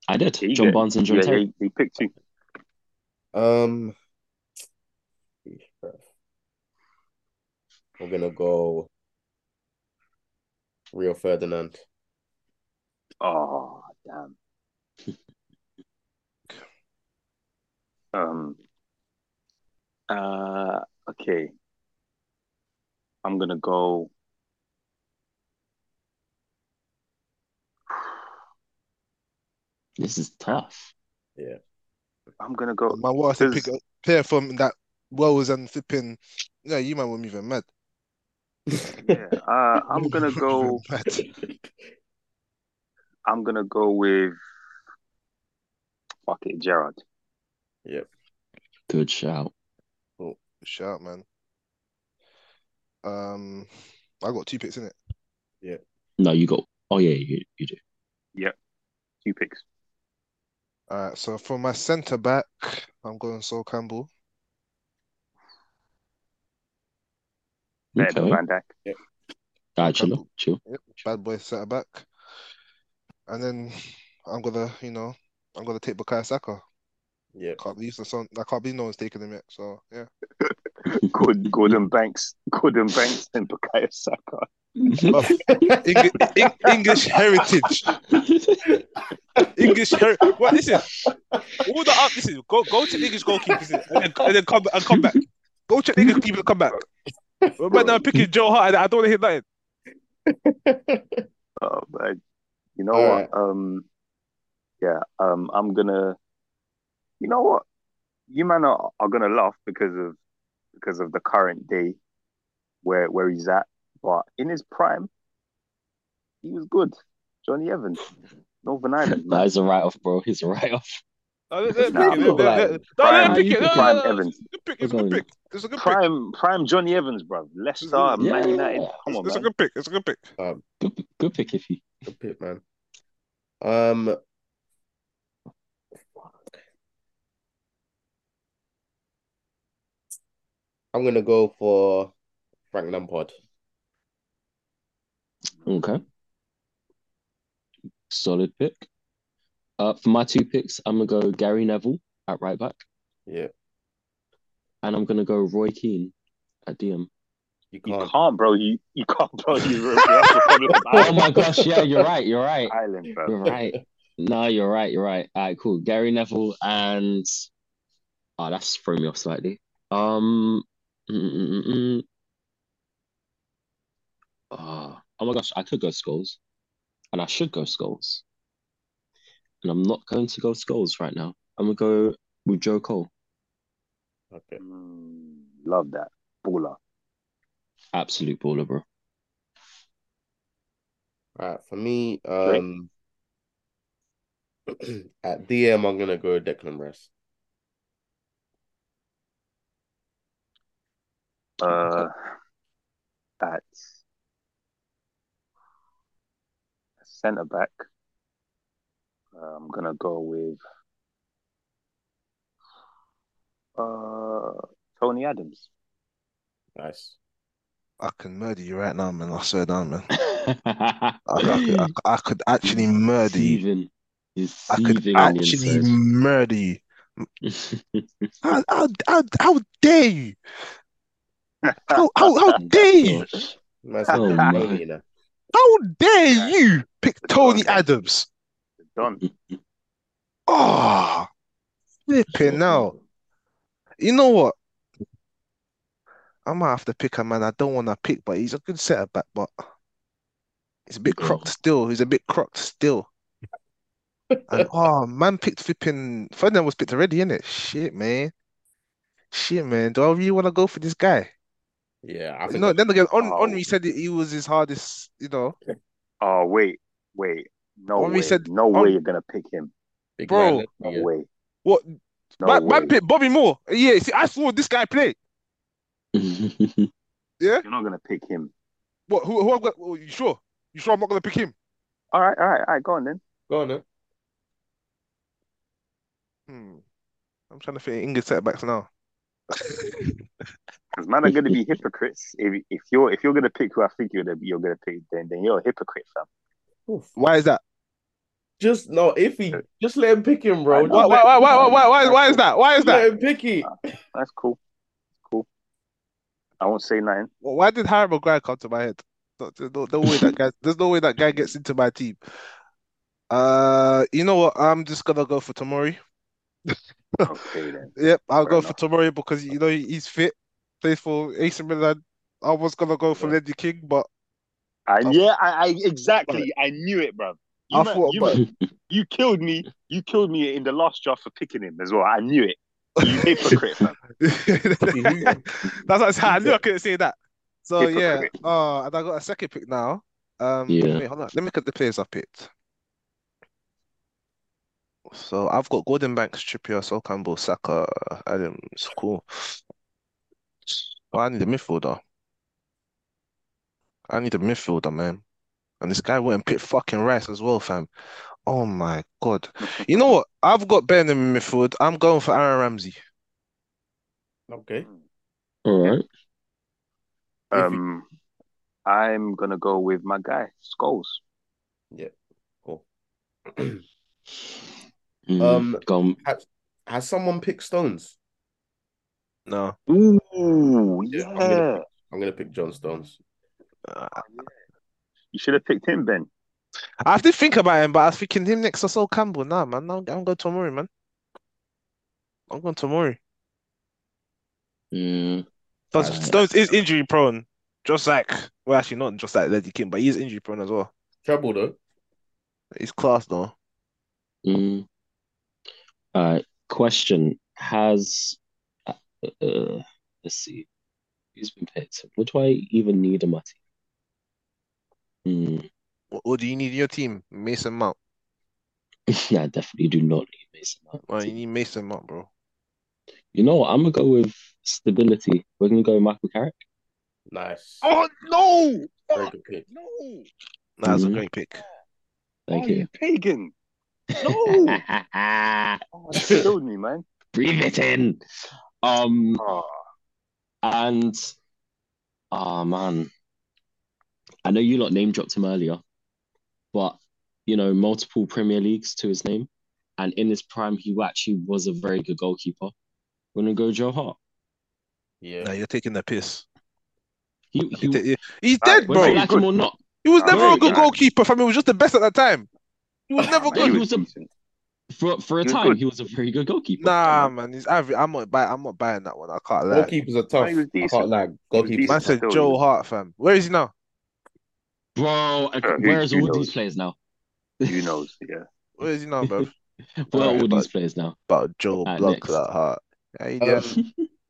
B: I did.
D: Yeah, he
B: John
D: did.
B: Barnes and John
D: Yeah, yeah,
B: Terry.
D: he, he picked you.
A: Um. We're gonna go Rio Ferdinand.
D: Oh, damn. Um. Uh. Okay. I'm gonna go.
B: This is tough.
A: Yeah.
D: I'm gonna go.
C: My worst to pick
D: Cause
C: a player from that Wales and flipping. Yeah, you man weren't even mad.
D: yeah. Uh. I'm
C: You
D: gonna
C: man weren't
D: go.
C: even mad.
D: I'm gonna go with. Fuck it, Gerard.
A: Yep.
B: Good shout.
A: Cool.
C: Shout man. Um, I got two picks in it.
B: No, you got. Oh yeah, you you do.
D: Yep. Two picks.
C: All right, so for my centre back, I'm going Sol Campbell.
D: Better than
B: Okay.
D: Van Dijk.
B: All
C: Sol
B: right, chill,
C: Campbell,
B: chill.
C: yep, bad boy centre back. And then I'm gonna, you know, I'm gonna take Bukayo Saka.
A: Yeah.
C: Can't believe the son. I can't believe no one's taking him yet. So yeah,
D: Good. Gordon Banks. Gordon Banks and Bukayo Saka.
C: Bruv, Eng Eng- English heritage, English heritage. What this is? All the up. This is go go to the English goalkeepers and then, and then come and come back. Go check the English goalkeepers and come back. Remember now picking Joe Hart. I don't want to hear nothing.
D: Oh, man. You know
A: All
D: what? Um. Yeah. Um. I'm gonna. You know what? You man are, are gonna laugh because of because of the current day where where he's at. But in his prime, he was good. Johnny Evans, Northern Ireland,
B: That
D: man.
B: is a write off, bro. He's a write off.
C: No, let, let him
D: Nah,
C: pick it. Let, let, let, no, let
B: Nah,
C: him pick
D: prime,
B: you pick
C: it. No, no,
D: prime
C: no, no.
D: Evans,
C: It's a good pick.
B: We're going.
C: It's a good pick. It's a good pick.
D: prime, prime Johnny Evans, bro. Leicester,
C: Yeah,
D: Man United.
B: yeah.
D: Come
C: It's,
D: on,
C: it's a
D: man.
C: good pick. It's a good pick.
A: Um,
B: Good, good pick if you.
A: good pick, man. Um, I'm gonna go for Frank Lampard.
B: Okay. Solid pick. Uh, for my two picks, I'm gonna go Gary Neville at right back,
A: Yeah,
B: and I'm gonna go Roy Keane at DM.
A: you
D: You
A: can't.
D: can't, bro. You you can't, bro. You that's the problem.
B: Oh my gosh! Yeah, you're right. You're right.
D: Island, bro.
B: You're right. No, you're right. You're right. All right, cool. Gary Neville and oh, that's thrown me off slightly. Um, mm, mm, mm, mm. Ah, oh my gosh, I could go Skulls, and I should go Skulls, and I'm not going to go Skulls right now. I'm gonna go with Joe Cole.
A: Okay.
D: Mm, love that baller.
B: Absolute baller, bro.
A: All right, for me, um, at DM, I'm gonna go Declan Rice.
D: Uh, that's centre back. Uh, I'm gonna go with uh Tony Adams.
A: Nice.
C: I can murder you right now, man. I swear down, man. I, I, could- I, I could actually
D: Mm,
C: murder you.
B: Seething. He's
C: I could
B: seething on the
C: actually
B: inside.
C: murder you. How, how, how, how dare you? How, how, how dare you?
B: Oh Gosh.
A: Nice.
B: Oh,
A: little
B: my.
A: Romanian, uh,
C: How dare you pick Tony
D: Go on.
C: Adams?
D: Done.
C: Ah, flipping now. You know what? I might have to pick a man I don't want to pick, but he's a good centre back, but he's a bit
D: Mm.
B: Yeah.
C: crocked still. He's a bit crocked still. And oh, man picked flipping. Ferdinand was picked already, innit? Shit, man. Shit, man. Do I really want to go for this guy?
A: Yeah, I think.
C: No,
A: I should-
C: then again, on
D: Oh.
C: Henri said he was his hardest, you know.
D: Oh wait, wait. No
C: When we
D: way.
C: said-
D: no
C: on-
D: way you're gonna pick him.
A: big
C: Bro.
A: man,
D: No
A: yeah.
D: way.
C: What?
D: No
C: man,
D: way.
C: man picked Bobby Moore. Yeah, see, I saw this guy play. Yeah?
D: You're not gonna pick him.
C: What? Who? Who? I've got, oh, you sure? You sure I'm not gonna pick him?
D: All right, all right, all right. Go on then.
A: Go on, then.
C: Hmm. I'm trying to fit in English setbacks now.
D: Because man are gonna be hypocrites. If if you're if you're gonna pick who I think you're gonna you're gonna pick, then then you're a hypocrite, fam.
A: Oof.
C: Why is that?
A: Just no, if he just let him pick him, bro.
D: Why
A: Just
C: Why?
D: not?
A: let,
C: Why? Why? Why? Why? Why, why is that? Why is that?
A: let him pick it.
D: That's cool. Cool. I won't say nothing.
C: Well, Why did Harry Maguire come to my head? No, there's no, no way that guy. There's no way that guy gets into my team. Uh, you know what? I'm just gonna go for Tomori.
D: Okay then.
C: Yep, I'll
D: Fair
C: go
D: enough.
C: for Tomori because you know he- he's fit, plays for AC Milan. I was gonna go for
A: Yeah.
C: Lenny King, but
D: And
C: Oh.
D: yeah, I, I exactly. I knew it, bro. You,
C: I
D: man-
C: thought
D: you,
C: about
D: man- you killed me. You killed me in the last draft for picking him as well. I knew it. You hypocrite, fam.
C: That's what I said. I knew I couldn't say that. So yeah.
D: Hypocrite.
C: Oh, and I got a second pick now. Um,
B: Yeah.
C: wait, hold on. Let me look at the players I picked. So I've got Gordon Banks, Trippier, Sol Campbell, Saka, Adams. Cool. Oh, I need a midfielder. I need a midfielder, man. And this guy went and picked fucking Rice as well, fam. Oh my God. You know what? I've got Ben in midfield. I'm going for Aaron Ramsey.
A: Okay.
B: All right.
D: Um, I'm gonna go with my guy Skulls.
A: Cool.
B: Mm,
A: Um,
B: gone.
A: Has someone picked Stones?
C: No.
D: Ooh,
A: Yeah, I'm
D: yeah.
A: gonna- I'm gonna pick John Stones.
C: Uh,
D: You should have picked him, Ben.
C: I did think about him, but I was thinking him next to Sol Campbell. Nah, man. I'm, I'm going Tomori, man. I'm going Tomori.
B: Yeah.
C: But
A: Alright.
C: Stones is injury prone. Just like, well, actually, not just like Lady King, but he is injury prone as well.
A: Trouble though.
C: He's class, though.
B: Mm. All right. Question: Has uh, uh, let's see, who's been picked? What do I even need Mm, in my team?
C: What, what do you need in your team? Mason Mount.
B: Mm. I definitely do not need Mason Mount. in my
C: Well, you
B: team.
C: need Mason Mount, bro.
B: You know what? I'm gonna go with stability. We're gonna go with Michael Carrick.
A: Nice.
D: Oh no!
A: Very
D: Fuck,
A: good pick.
D: no!
C: Nah, that's a
B: Mhm.
C: great pick.
B: Thank
D: oh,
B: you.
D: you pagan. No! Oh, that killed me, man.
B: Breathe it in. Um,
D: Oh,
B: and oh man, I know you lot name dropped him earlier, but you know, multiple Premier Leagues to his name. And in his prime, he actually was a very good goalkeeper. We're going to go Joe Hart.
A: Yeah.
C: Nah, you're taking the piss.
B: He, he,
C: You're ta- yeah. He's dead,
B: whether you
C: bro.
B: like him or not,
C: He was never
B: Bro,
C: a good
B: yeah.
C: goalkeeper. Fam, he was just the best at that time. He was never
D: Nah,
B: he
C: good.
D: man,
B: was a-
D: decent.
B: for, for a
D: He was
B: time,
D: good.
B: he was a very good goalkeeper.
C: Nah, man, he's average. I'm not buying. I'm not buying that one. I can't lie.
A: Goalkeepers are tough.
D: he was
A: I can't
D: decent.
A: lie. Goalkeepers.
C: Man
A: are
D: decent.
A: tough.
C: said
D: still,
C: Joe
D: yeah.
C: Hart, fam. Where is he now?
B: Bro,
D: Uh, who-
B: where's
D: who
B: all these
D: knows?
B: players now?
D: Who knows? Yeah.
C: Where is he now, bro?
B: Where are
C: Alright,
B: all
C: but-
B: these players now?
C: About Joe
B: Alright,
C: Blood
B: next.
C: that Hart. Yeah, he dead.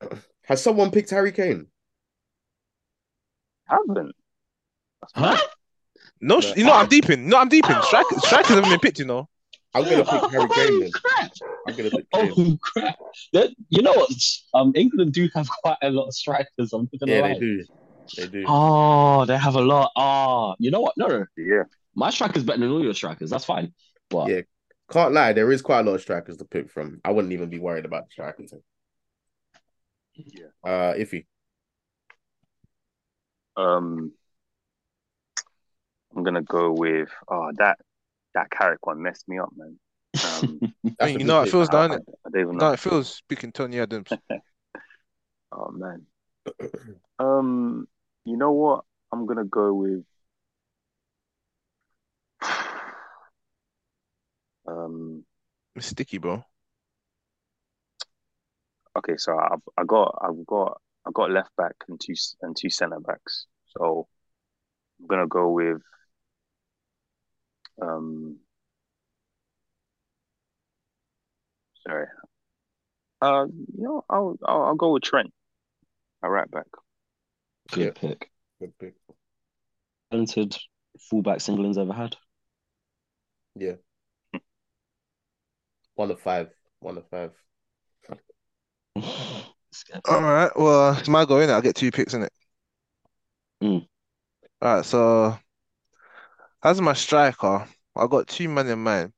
A: Um, has someone picked Harry Kane?
D: Haven't. That's
B: Huh?
D: mad.
C: No, sh- you know I'm deep in. No, I'm deep in. Strike, strikers haven't been picked, you know.
A: I'm gonna pick Harry Kane. Then.
B: Oh, Holy crap!
A: I'm gonna pick Kane.
B: Oh crap! That, you know what? Um, England do have quite a lot of strikers. I'm not gonna
A: Yeah,
B: lie.
A: they do. They do.
B: Oh, they have a lot. Ah, you know what? No, no,
D: Yeah.
B: my striker's better than all your strikers. That's fine. But
A: Yeah. Can't lie, there is quite a lot of strikers to pick from. I wouldn't even be worried about the strikers.
D: Yeah.
A: Uh, iffy.
D: Um, I'm gonna go with oh that that Carrick one messed me up, man. Um,
A: That's a
C: I mean,
A: big
C: you know how it
A: pick.
C: feels,
D: I, I,
C: down it?
D: I don't even know.
C: No, it feels. Speaking Tony Adams.
D: Oh man. Um, you know what? I'm gonna go with um.
C: It's sticky, bro.
D: Okay, so I've I got I've got I got left back and two and two centre backs. So I'm gonna go with um. Sorry. Uh, you know, I'll I'll, I'll go with Trent. All right, back.
B: good
A: Yeah.
B: pick.
A: Good pick.
B: Talented fullbacks England's ever had.
A: Yeah. One of five. One of five.
C: All right. Well, uh, it's my go in. I'll get two picks in it.
B: Mm.
C: All right. So as my striker, I got two men in mind,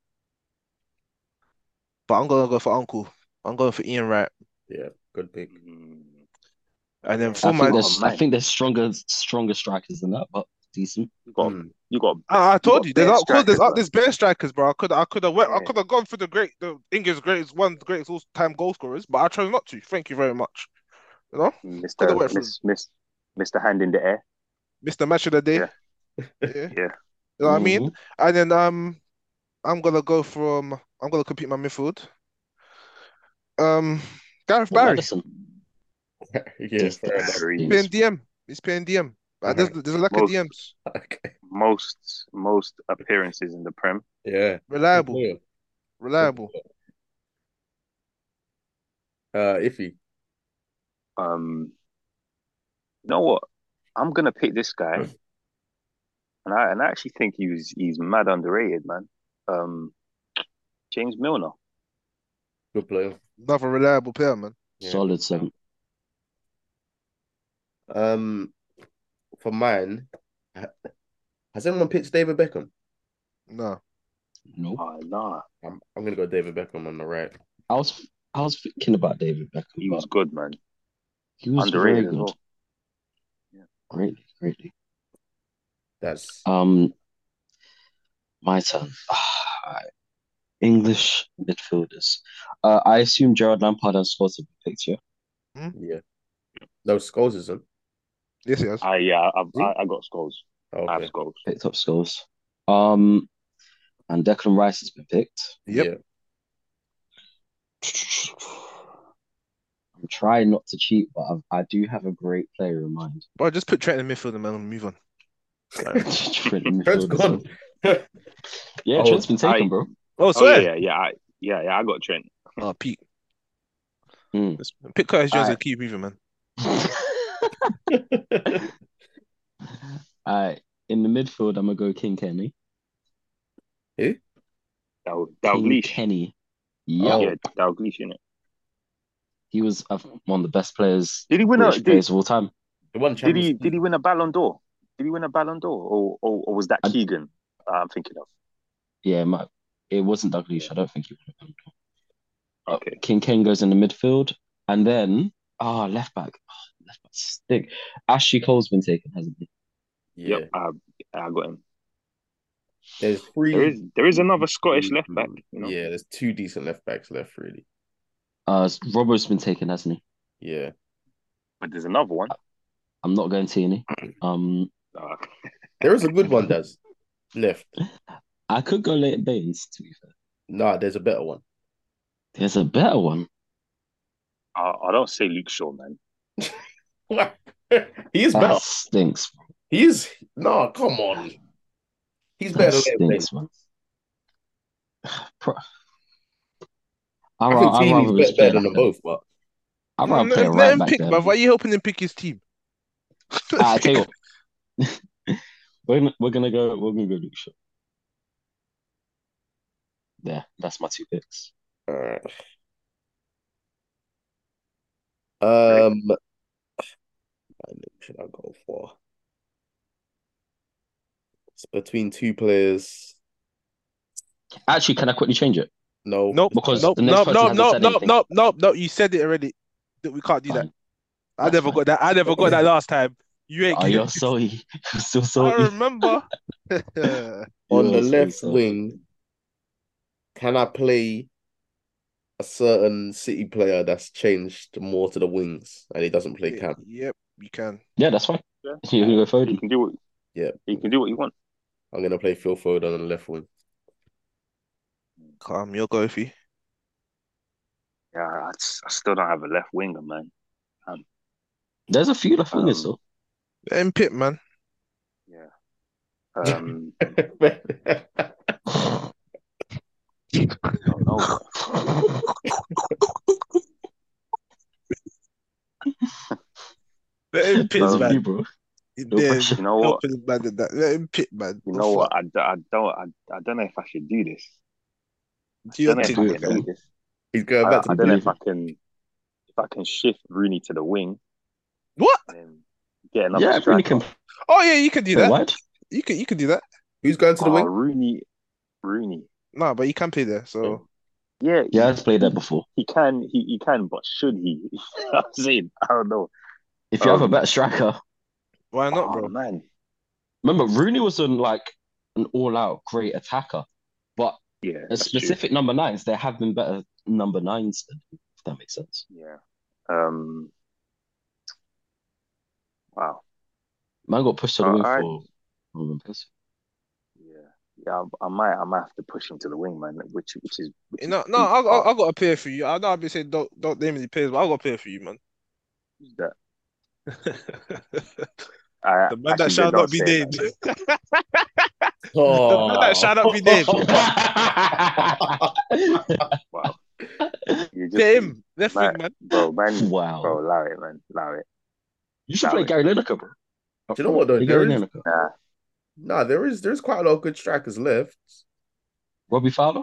C: but I'm gonna go for Uncle. I'm going for Ian Wright,
A: Yeah. Good pick.
D: Mm.
C: and then
D: I
C: for
B: I
C: my.
B: think
D: Oh,
B: there's, I
D: man.
B: think there's stronger, stronger strikers than that, but decent.
D: You got
A: Mm.
D: you got
C: I, I
D: you
C: told
D: got
C: you, there's
D: bare
C: out cause there's
D: strikers,
C: out
D: man.
C: there's bare strikers, bro. I could I could have went, I
D: Yeah.
C: could have gone for the great the England's greatest one greatest all time goal scorers, but I chose not to. Thank you very much. You know, could have
D: Mr.
C: went for
D: Miss Miss Mr. Hand in the air.
C: Mr. Match of the Day.
D: Yeah.
C: Yeah, you
D: Yeah.
C: know what I mean.
B: Mhm.
C: And then um, I'm gonna go from I'm gonna compete my midfield. Um, Gareth
B: What
C: Barry,
B: Madison?
A: yeah,
B: Just
A: fair enough.
D: Very
C: he's paying DM. He's paying DM. Uh, there's
A: Alright.
C: there's a lack of
D: most
C: DMs.
A: Okay.
D: most most appearances in the Prem.
A: Yeah. Good
C: Reliable,
A: player. Good
C: reliable.
A: player. Uh, iffy.
D: Um, you know what? I'm gonna pick this guy, and I and I actually think he's he's mad underrated, man. Um, James Milner.
A: Good player.
C: Another reliable player, man.
A: Yeah.
B: Solid seven.
A: Um, for mine, ha- has anyone picked David Beckham?
C: No,
B: Nope.
D: Oh nah,
A: I'm I'm gonna go David Beckham on the right.
B: I was I was thinking about David Beckham,
D: he was
B: but
D: good, man.
B: he was very
D: Underrated as
B: good,
D: well.
B: greatly, greatly.
A: That's
B: Um, my turn. Alright. English midfielders. Uh, I assume Gerard Lampard and Scholes have been picked here.
A: yeah. No Scholes isn't.
C: yes, yes.
D: I yeah, I've
A: See?
D: I, I got scores. I have
A: Okay.
D: scores.
B: Picked up Scholes. Um, and Declan Rice has been picked.
C: Yep.
A: Yeah.
B: I'm trying not to cheat, but I've, I do have a great player in mind.
C: Bro, just put Trent in midfield and man, move on.
B: Trent
A: Trent's
B: midfielders.
A: gone.
B: Yeah,
A: Oh,
B: Trent's been taken,
D: I-
B: bro.
C: Oh,
D: Oh
C: sorry.
D: yeah, yeah, yeah, I, yeah, yeah. I got Trent.
C: Oh, Pete.
B: Hmm.
C: Let's pick Curtis Jones
B: Alright.
C: and keep moving, man.
B: All right, in the midfield, I'm gonna go King Kenny.
A: Who?
D: Dal
B: King
D: Dalgleish.
B: Kenny. Yep,
A: Oh.
D: Yeah, Dalgleish in it.
B: he was uh, one of the best players,
D: Did he win a
B: British
D: did,
B: players of all time.
A: The one
D: did
A: Champions
D: he did he win a Ballon d'Or? Did he win a Ballon d'Or, or or, or was that
B: I-
D: Keegan? uh, I'm thinking of.
B: Yeah, it, might, it wasn't Dalglish. I don't think he would have. Uh,
D: Okay,
B: King Kane goes in the midfield, and then ah, left back, Ah, left back stick. Ashley Cole's been taken, hasn't he?
A: Yeah.
D: yep, I I got him.
A: There's three. Mm,
D: There is there is another Scottish left back. You know?
A: Mm-hmm. Yeah, there's two decent left backs left, really.
B: Uh, Robert's been taken, hasn't he?
A: Yeah.
D: But there's another one.
B: I'm not going to any. Um,
D: Uh,
A: There is a good one, does left.
B: I could go late Baines. To be fair,
A: Nah, there's a better one.
B: there's a better one.
D: I, I don't say Luke Shaw, man.
A: he is
D: Ah.
B: That
A: better.
B: stinks. man.
A: He is. Nah, come on. He's
B: That
A: better than Baines.
B: stinks, man. Pro- I,
A: I
B: ra-
A: think
B: I rather
A: Feeney's
B: was
A: better
B: playing
A: than
B: up
A: them
B: there.
A: both, but
B: I'd rather
C: Let
B: play a
C: him, let
B: right
C: him
B: back
C: pick,
B: there.
C: bruv. Why are you helping him pick his team?
B: Ah, I tell you what, we're gonna, we're gonna go. We're gonna go Luke Shaw. There, that's my two picks.
A: Alright. Um, man, who should I go for? It's between two players.
B: Actually, can I quickly change it?
A: No,
C: Nope,
B: Because
C: nope,
B: the next
C: nope,
B: person
C: nope,
B: hasn't
C: nope,
B: said
C: nope,
B: anything.
C: nope, nope, nope. You said it already. That We can't do that.
B: Fine.
C: I
B: that's
C: never
B: fine.
C: got that. I never got that last time. You ain't
B: Oh,
C: getting
B: you're so you're still
C: I
B: so
C: remember.
A: on the
B: you're so
A: left
B: so-
A: wing, can I play a certain City player that's changed more to the wings and he doesn't play Cam?
C: yep, you can.
B: Yeah, that's fine.
D: Yeah.
B: You can go
D: He
B: Foden.
D: can do what
A: Yeah,
D: he can do what you want.
A: I'm gonna play Phil Foden on the left wing.
C: Calm your goofy.
D: Yeah, I, s- I still don't have a left winger, man.
B: There's a few left wingers
D: Um,
B: though.
C: Let him pick, man.
D: Yeah. Um, I don't know. bruv.
C: Let him pick,
B: Love
C: man.
B: you, bro. No
C: Then
D: You
B: pressure.
D: know what?
C: helping his man in that. Let him pick, man.
D: You
C: The
D: know
C: fuck?
D: what? I, d- I don't I, I don't know if I should do this.
C: Do
D: I
C: your
D: don't know if
B: Do
C: thing,
D: I
B: it,
D: can do
B: man.
D: this.
A: He's going
D: I,
A: back to
D: I
A: the
D: don't know if
A: blue.
D: I can if I can shift Rooney to the wing
C: What?
D: and then get another
B: Yeah, Rooney
D: striker.
B: can
C: Oh yeah, you can do
B: play
C: that.
B: wide.
C: You can you can do that.
A: Who's going to the
D: Oh,
A: wing?
D: Rooney, Rooney.
C: No, but you can play there. So
D: Yeah,
B: Yeah,
D: he,
B: I've played that before.
D: he can, he, he can, but should he? I'm saying, I don't know.
B: If you have a
D: Um,
B: better striker,
C: why not,
D: Oh
C: bro?
D: man,
B: remember Rooney was on like an all-out great attacker, but
D: yeah,
B: a
D: that's true.
B: specific number nines. There have been better number nines. than him, If that makes sense.
D: Yeah. Um. Wow.
B: Man got pushed to the
D: Uh,
B: wing
D: I
B: for. Ruben Pes-
D: yeah yeah. I, I might I might have to push him to the wing, man. Which which is which
C: You
D: is
C: know, no,
D: deep
C: I, I,
D: hard.
C: I got a pair for you. I know I've been saying don't don't name any players, but I got a pair for you, man.
D: That
C: the
D: I
C: man that
D: actually
C: shall
D: did
C: not
D: not
C: be
D: say it
C: named.
D: like
C: the man
A: Oh.
C: that shall not be named.
D: that. Wow. You just
C: Get him left
D: man,
C: wing, man.
D: bro, man, bro,
B: wow.
D: allow it, man, allow it,
B: You should
D: allow
B: play
D: it.
B: Gary Lineker, bro. Up
A: Do you know
B: front.
A: what though?
B: Play
A: There
B: Gary
A: is
B: Lineker.
D: Nah,
A: nah, there is there's quite a lot of good strikers left.
B: Robbie Fowler.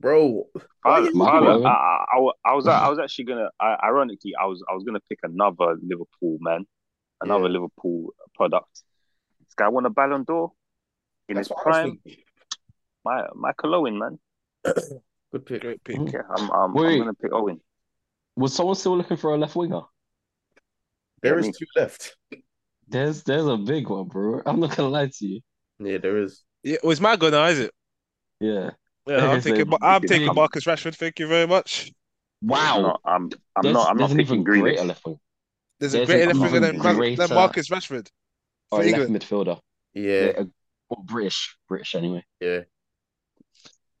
A: Bro, why
D: Fowler,
A: you
B: Michael
D: Fowler.
A: looking
D: I,
B: Owen.
D: I, I wa- I was, I was actually gonna, I, ironically, I was, I was gonna pick another Liverpool man,
A: Yeah,
D: another Liverpool product. This guy won a Ballon d'Or in
A: that's
D: his
A: what I was
D: prime.
A: thinking.
D: My, Michael Owen, man.
A: Good pick.
C: Great pick.
B: Mm.
D: Yeah, I'm, I'm, I'm
B: Wait,
D: gonna pick Owen.
B: was someone still looking for a left winger?
D: Yeah,
A: There is
D: me.
A: two left.
B: There's there's a big one, bro. I'm not gonna lie to you.
A: Yeah, there is.
C: Yeah, well, it's my go now, is it?
B: Yeah,
C: Yeah, I'm
B: there's a
C: taking. Ma- I'm
D: It's
C: taking
B: big.
D: um,
C: Marcus Rashford. Thank you very much.
D: it's
B: Wow.
D: not. I'm, I'm
B: There's
D: not, I'm
B: there's
D: not
B: an
D: picking
B: even greater
D: Grealish.
B: left wing.
C: There's a
B: There's an
C: greater left winger
B: even
C: than, Man- than
B: greater
C: Marcus
B: or
C: Rashford for
D: Oh,
B: a left
C: England.
B: midfielder.
A: Yeah,
B: Great, or British, British anyway.
A: yeah.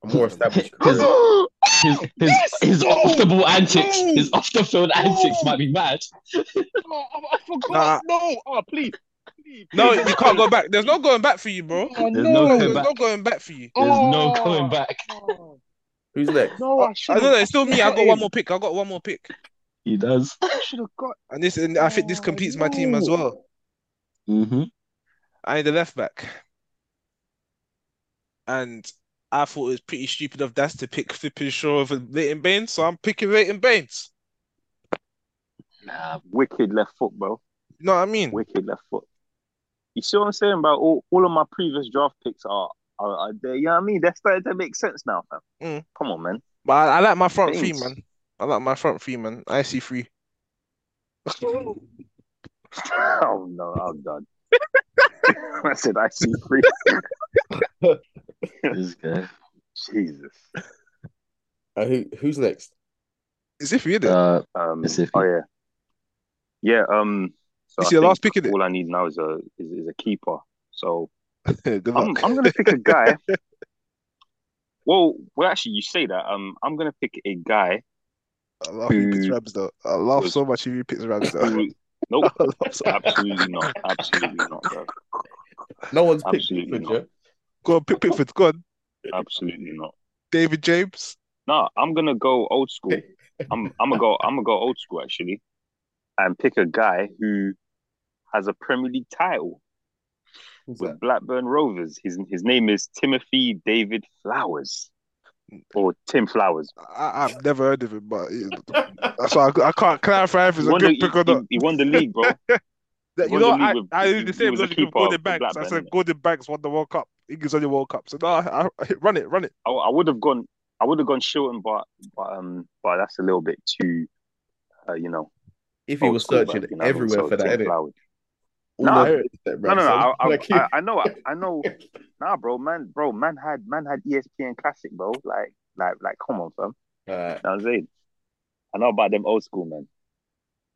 A: A more established career.
B: His his his
C: yes.
B: his off the
C: No.
B: ball antics,
C: No.
B: his off the field antics
C: No.
B: might be mad.
C: No. I, I forgot.
D: Nah,
C: No.
D: oh please, please,
C: No,
D: please,
C: you can't
D: please.
C: go back. There's no going back for you, bro.
D: No,
B: There's no
D: no,
B: going
C: There's
B: back.
C: no going back for you.
B: There's no going
D: oh,
B: back.
D: oh.
A: Who's next?
D: no,
C: I,
D: I should
C: I
D: have,
C: don't know.
D: I
C: It's still
D: should have
C: me. I
D: got
C: got one
D: him.
C: more pick. I got one more pick,
B: He does.
D: I should have got.
C: and this and I think this
D: Oh
C: completes my team as
D: no.
C: well.
B: hmm
C: I need a left back, and I thought it was pretty stupid of Das to pick flipping Shaw over Leighton Baines, so I'm picking Leighton Baines.
B: Nah,
D: Wicked left foot, bro.
C: You know what I mean?
D: Wicked left foot. You see what I'm saying, bro? All, all of my previous draft picks are, are, are there. You know what I mean? They're starting to make sense now, fam.
C: Mm.
D: Come on, man.
C: But I, I like my front three,
D: Things.
C: man. I like my front three, man. I see three.
D: Oh no, I'm done. I said I see three.
B: This guy.
D: Jesus.
A: Uh, who who's next?
C: It's iffy, isn't it?
B: Uh,
D: Um,
B: As if
D: oh
B: he-
D: yeah, yeah. Um, so
C: It's
D: I
C: your last
D: think
C: pick, innit?
D: All I need now is a is, is a keeper. So
C: Good
D: I'm
C: luck.
D: I'm gonna pick a guy. well, well, actually, you say that. Um, I'm gonna pick a guy
C: I laugh if you picked
D: who
C: Ramsdale. I laugh
D: was-
C: so much if you picked Ramsdale.
D: who. Nope,
C: I laugh so
D: absolutely not. Absolutely not, bro.
A: No one's picked
D: Absolutely
A: Pickford,
D: not.
A: yeah?
C: Go on, pick Pickford. Go on,
D: Absolutely not.
C: David James.
D: No, I'm gonna go old school. I'm I'm gonna go I'm gonna go old school actually, and pick a guy who has a Premier League title
A: Who's that?
D: with Blackburn Rovers. His his name is Timothy David Flowers
C: Mm.
D: or Tim Flowers.
C: I, I've never heard of him, but he- that's why I, I can't clarify if
D: He
C: it's a
D: won, the,
C: good
D: he,
C: pick or
D: he,
C: not.
D: he won the league, bro.
C: That-
D: he
C: you
D: won
C: know,
D: the
C: what? I,
D: league with-
C: I
D: he-
C: did the
D: he
C: same
D: was a
C: logic with
D: keeper
C: Gordon
D: for
C: Banks. I
D: Blackburn,
C: said
D: innit?
C: Gordon Banks won the World Cup. England's on your World Cup, so no, I, I, run it, run it.
D: I, I would have gone I would have gone Shilton, but but um but that's a little bit too uh, you know
A: If he
D: old
A: was
D: school, but
A: searching
D: Oh, you know what I mean.
A: everywhere
D: So
A: for that,
D: Tim
A: innit?
D: Flowers.
A: All
D: Nah,
A: over that,
D: No,
A: bro.
D: no, no.
A: So,
D: I, I,
A: like,
D: I I know, I know. Nah, bro, man, bro, man had, man had E ESPN Classic, bro. Like, like, like, come on, fam.
A: Alright.
D: You know what I'm saying? I know about them old school man.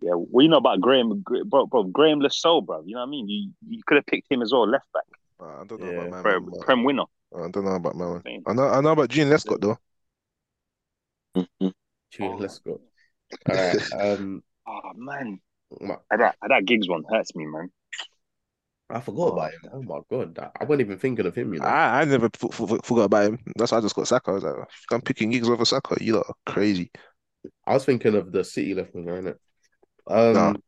D: Yeah, what you know about Graham, Gra- bro, bro, Graham Lasso, bro. You know what I mean? You, you could have picked him as well, left back,
C: Nah, I don't know
A: Yeah.
C: about my
D: bro,
C: man.
D: prem winner.
C: man. I don't know about my
D: You
C: man.
D: know what I'm saying?
C: I know, I know about Gene Lescott though.
B: mhm.
A: Tune, let's go.
D: Oh,
A: All right. Um,
D: oh man,
A: my-
D: Ah, that ah, that gigs one hurts me, man.
A: I forgot about him. Oh my god, I, I wasn't even thinking of him. You know,
D: Ah.
C: I, I never f f forgot about him. That's why I just got Saka. I was like, "If I'm picking gigs over Saka. You lot are crazy.
A: I was thinking of the City left winger, innit?
C: Nah.
A: Um,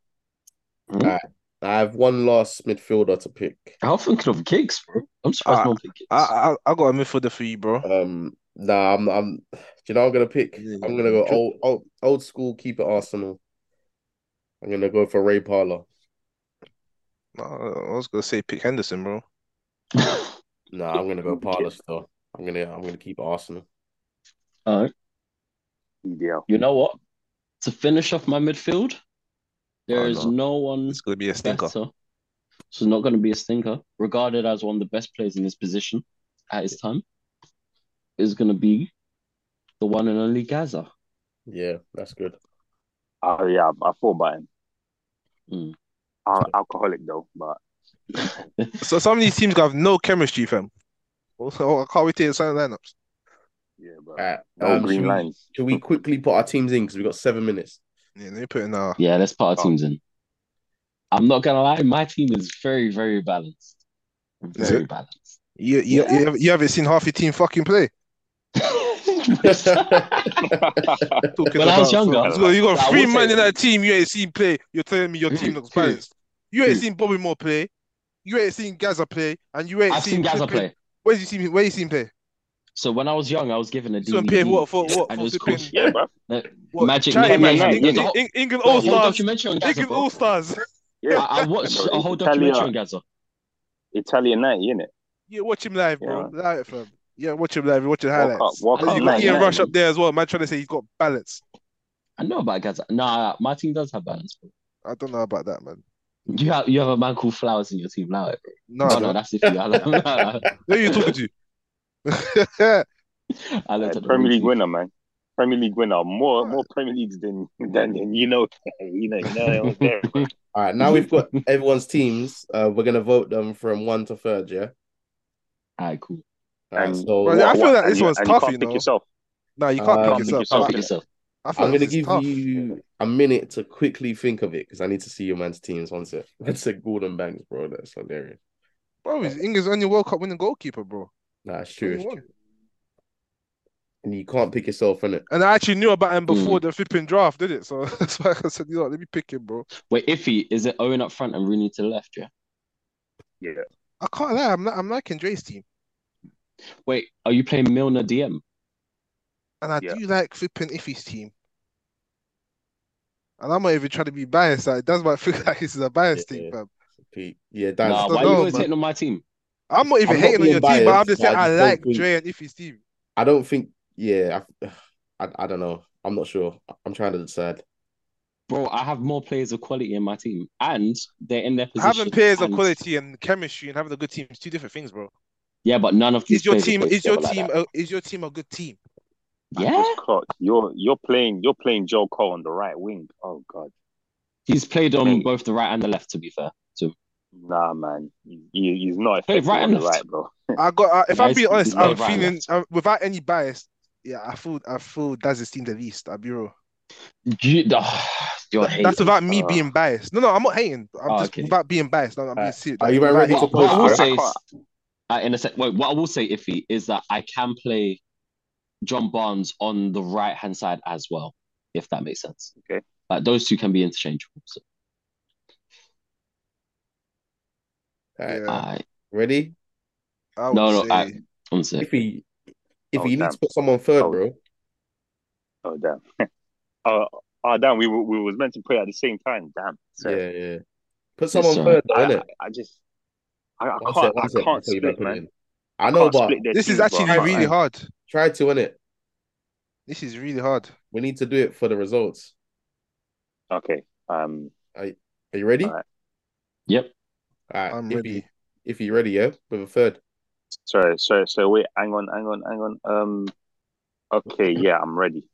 A: alright.
D: Hmm?
A: I have one last midfielder to pick.
B: I'm thinking of gigs, bro. I'm surprised
C: Ah,
B: no one picked gigs.
C: I, I, I got a midfielder for you, bro.
A: Um, nah, I'm, I'm. Do you know what I'm gonna pick?
C: Yeah,
A: I'm gonna go
C: Dri-
A: old, old, old school. Keep it Arsenal. I'm gonna go for Ray Parlour.
C: Nah, I was gonna say pick Henderson, bro. uh,
A: Nah, I'm gonna go
D: Who the
A: Parlour
D: kid?
A: still. I'm gonna, I'm gonna keep Arsenal.
B: All right.
D: EDL.
B: You know what? To finish off my midfield, there
C: Oh
B: is
C: no,
B: no one
C: it's gonna be a stinker.
B: better. So it's not going to be a stinker. Regarded as one of the best players in his position at his time, is going to be the one and only Gaza.
A: Yeah, that's good.
D: Oh yeah, I, I thought about him.
B: Mm.
D: Al- alcoholic though, but
C: So some of these teams have no chemistry, fam. Also, I can't wait to hear some lineups.
D: yeah,
A: All
D: bro.
A: right.
D: Uh, No
A: Um,
D: green
A: should we,
D: lines.
A: should we quickly put our teams in because we've got seven minutes?
C: Yeah, let me put in uh
B: yeah, let's put our
D: Oh,
B: teams in. I'm not going to lie, my team is very, very balanced.
C: Is it?
B: Very balanced.
C: You you
B: Yeah.
C: you haven't you haven't seen half your team fucking play. Talking
B: When I was
C: about
B: younger,
C: so, so you got
B: I
C: three
B: will say,
C: men
B: Hmm.
C: in that team you ain't seen play. You're telling me your team
B: who,
C: looks
B: who,
C: balanced. You ain't
B: who?
C: seen Bobby Moore play. You ain't seen Gaza play, and you ain't
B: I've seen
C: seen
B: Gaza
C: flipping.
B: play.
C: Where you seen where you seen play?
B: So when I was young, I was given a
C: You seen him play
B: DVD
C: what for what
B: and it
C: for
B: was called
C: flipping
D: yeah, bro.
B: uh,
C: what
B: Magic
C: charity
B: Night
D: Premier
C: match?
B: Magic. There's
D: night,
B: a
D: innit?
B: whole,
C: Eng- England
B: there's
C: All
B: a whole
D: Yeah,
C: Stars.
B: documentary on Gaza,
C: England
B: bro.
C: All Stars.
D: yeah.
B: I, I watched
D: Bro,
B: a whole
D: it's Italia,
B: documentary on Gaza.
D: Italian night, innit?
C: Yeah, watch him live,
D: Yeah,
C: bro.
D: man.
C: Live, fam. Yeah, watch him live. Watch the
D: World Cup,
C: highlights.
D: World
B: I
C: And
D: Cup
C: you
B: love
C: got
D: night,
C: Ian
D: innit?
B: Gaza.
C: Rush up there as well. Man, trying to say he's got balance.
B: I know about Gaza. Nah, my team does have balance, bro.
C: I don't know about that, man.
B: You have you have a man called Flowers in your team now, bro.
C: No, I
B: Oh no,
C: don't.
B: that's if you. I love,
C: Who are you talking to?
B: I
D: Uh,
B: looked at the wrong
D: Premier League
B: team.
D: winner, man. Premier League winner, more more Premier Leagues than than, than you know, you know, you know, that was there, bro.
A: All right, now we've got everyone's teams. Uh, we're gonna vote them from one to third, yeah.
B: Alright, cool.
A: All right,
D: And
A: so
C: But I
D: what
C: feel
D: what
C: like
D: and
C: this
D: you
C: one's
D: and you
C: tough, you
D: can't pick
C: know.
D: yourself.
C: No, you
D: You
C: can't pick
D: can't
A: um,
D: pick
C: yourself. I
B: Can't
C: like
D: yourself,
B: pick
D: innit?
B: yourself.
C: I feel
A: I'm
C: like this
A: gonna
C: is
A: give
C: tough.
A: you a minute to quickly think of it because I need to see your man's teams once it. That's a Gordon Banks, bro. That's hilarious.
C: Bro, he's England's only World Cup winning goalkeeper, bro.
A: Nah, it's true.
C: Only
A: It's
C: one.
A: true. And you can't pick yourself in it.
C: And I actually knew about him before
B: Mm.
C: the flipping draft, did it? So that's why I said, you know, what, let me pick him, bro.
B: Wait, Iffy, is it Owen up front and Rooney to the left? Yeah.
D: Yeah.
C: I can't lie, I'm li- I'm liking Dre's team.
B: Wait, are you playing Milner DM?
C: And I
D: Yeah.
C: do like flipping Iffy's team. And I'm not even trying to be biased. Like, that's why I feel like this is a
A: Yeah,
C: biased thing,
A: yeah,
C: fam.
A: Pete. yeah
C: I
A: that's
B: Nah,
C: just don't
B: why are you
C: know,
B: always
C: man.
B: hating on my team?
C: I'm not even
A: I'm not
C: hating on
A: being
C: your team, but I'm
A: biased,
C: just
A: but
C: saying
A: I
C: I
A: just don't
C: like
A: think
C: Dre and Iffy's team.
A: I don't think yeah, I I, I don't know. I'm not sure. I'm trying to decide.
B: Bro, I have more players of quality in my team. And they're in their
C: Having
B: position
C: players of
B: and
C: quality and chemistry and having a good team is two different things, bro.
B: Yeah, but none of these
C: Is your
B: players
C: team
B: play
C: is your
B: together like
C: team
B: that.
C: a, is your team a good team?
B: yeah,
D: Just clock. You're you're playing you're playing Joe Cole on the right wing. Oh god,
B: he's played on
D: Mate.
B: both the right and the left. To be fair, to
D: nah, man. He, he's not
B: Play
D: effective
B: right
D: on the
B: and left.
D: right, bro.
C: I got. Uh, if I'm
B: Nice.
C: being honest,
B: Right,
C: I'm
B: right,
C: feeling
B: left.
C: uh, without any bias. Yeah, I feel I feel Daz's team the least. I'll be real.
B: you, oh, you're
C: That- that's
B: hating.
C: without me
D: Uh,
C: being biased. No, no, I'm not hating. I'm
B: Oh,
C: just
B: okay. Uh,
C: without being biased. No, I'm being
A: Alright.
C: serious.
A: Are you
C: Without
A: ready
C: any
A: to
B: What,
A: propose?
B: what I will
D: I,
A: Chris?
D: I
B: say
D: can't.
B: is, uh, in a sec, wait, what I will say, Iffy, is that I can play John Barnes on the right hand side as well, if that makes sense.
D: Okay.
B: Like those two can be interchangeable. So,
A: Alright,
C: Yeah,
B: I
A: ready?
C: I would
B: no, no, I,
C: say.
B: I'm sick.
A: If he if
D: Oh
A: he needs
D: damn.
A: to put someone third,
D: Oh,
A: bro.
D: oh damn. Oh, oh damn. We were, we was meant to play at the same time. Damn. Sorry.
A: Yeah, yeah. Put
B: It's
A: someone
B: all right.
A: third though,
D: I,
A: innit?
D: I I just I, I
A: One sec,
D: can't I
A: one sec. I'll
D: can't
A: tell you my
D: split man.
A: opinion. I know,
D: Can't
A: but
D: split their
C: This is
D: teams, bro. I
C: actually
A: try
D: can't
C: really
A: to,
D: split.
C: hard.
A: try to, innit?
C: This is really hard.
A: We need to do it for the results.
D: Okay. Um.
A: Are, are you
D: All
A: ready?
D: right.
B: Yep.
A: All right.
C: I'm
A: If you
C: ready.
A: if you ready, yeah, with a third.
D: Sorry. Sorry. So wait. Hang on. Hang on. Hang on. Um. Okay. Yeah. I'm ready.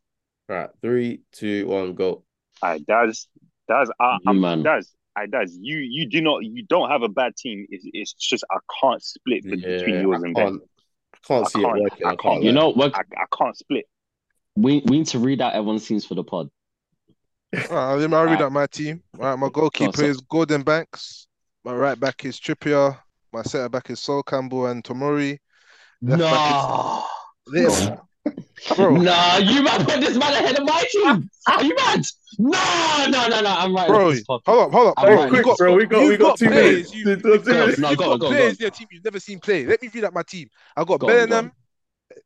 A: All right. Three, two, one, go.
D: I does does I
B: You
D: I'm
B: man.
D: does I does you you do not you don't have a bad team. It's, it's just I can't split be- between
A: Yeah, I
D: yours and them.
A: can't I can't
D: I
A: see it
D: can't
A: working. I
D: I
A: can't
D: can't
B: You
A: lie.
B: know what?
D: I, I can't split.
B: We we need to read out everyone's teams for the pod.
C: All right, let me I'll
B: All
C: read
B: right.
C: out my team. All right,
B: Go
C: my
B: on,
C: goalkeeper
B: Uh, so,
C: is Gordon Banks. My right back is Trippier. My centre back is Sol Campbell and Tomori. Left back is
B: no.
C: this, bro,
B: Nah, you man put this man ahead of my team. Are you mad? No, no, no, no. I'm writing off
C: bro.
B: this pod.
C: Hold up, hold up,
B: I'm
A: Hey,
C: bro.
B: writing
C: You
B: off
A: quick,
B: this
C: got
A: bro.
B: pod.
A: We got we
C: you've
A: got
C: got
A: two minutes.
C: players. You
A: Two
C: you've got
A: minutes.
B: No,
C: you've
B: go on,
C: got
B: go on, go
C: players
B: on,
C: in your team you've never seen play. Let me read out my team. I got
B: go on, go on.
C: Bellingham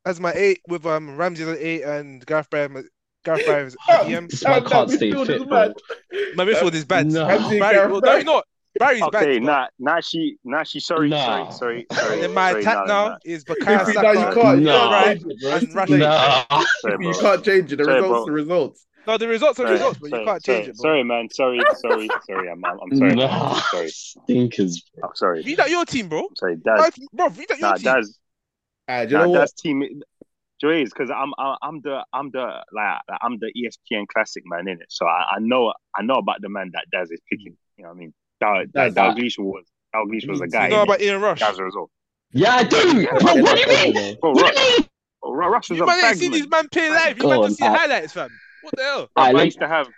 C: as my eight with um Ramsey as an eight and Gareth Barry Gareth Barry as a
A: Damn,
C: DM.
B: This man
A: damn, that
B: can't stay
A: midfield is
B: fit, bro.
A: mad.
C: My midfield is bad.
A: Ramsey
B: No,
A: and
C: Barry,
A: Gareth
C: well, no, you
A: Barry.
C: know what? Barry's bad,
D: Okay,
C: you know.
D: nah nah she nah she sorry sorry
B: no,
D: sorry
C: And
D: sorry
C: then my
D: sorry
C: attack
D: nah nah
C: now
D: nah
C: is
A: If
C: Bakaya
A: you
D: nah
A: now you
C: Saka,
D: sorry
A: can't you can't
B: no,
C: right,
A: change it, bro. It's
C: and
A: too
C: Rashford.
A: late.
B: no.
D: sorry
A: If you
D: bro
A: can't change it, the
D: sorry
A: results
D: bro
A: are results.
C: No, the results are
D: sorry
C: results, but you
D: sorry
C: can't change it,
D: sorry
C: bro.
D: sorry man sorry sorry sorry I'm I'm, I'm sorry man
B: No,
D: I'm sorry
B: stinkers. bro.
D: I'm sorry
C: Read out your team, bro.
D: I'm sorry
C: My
D: Daz
C: team, bro, read out your
D: nah
C: team.
D: Daz
A: All right, do you
D: nah
A: know what?
D: Daz team Joyce, because I'm I- I'm the I'm the like like, I'm the E ESPN classic man in it, so I, I know I know about the man that Daz is picking. You know what I mean? Dal like
A: Daz,
B: Uh,
D: Dalglish was Dalglish
A: you
D: was a
A: need
C: You
D: guy
A: to
C: know
D: in it.
C: about Ian Rush.
D: Daz was all.
B: yeah, I do,
D: Yeah,
B: bro.
A: get
B: What
A: that
B: do you
A: proper,
B: mean?
A: bro.
D: bro,
B: What
D: Rush,
B: do you mean?
D: oh, Ru- Rush was
C: You
D: a
C: man ain't
D: bag
C: seen these
D: man.
C: man play
D: Like,
C: live. You
B: Go
C: man
B: on.
C: just see
B: I,
C: highlights, fam. What the hell?
D: bro,
B: I
D: I
B: let.
D: used to have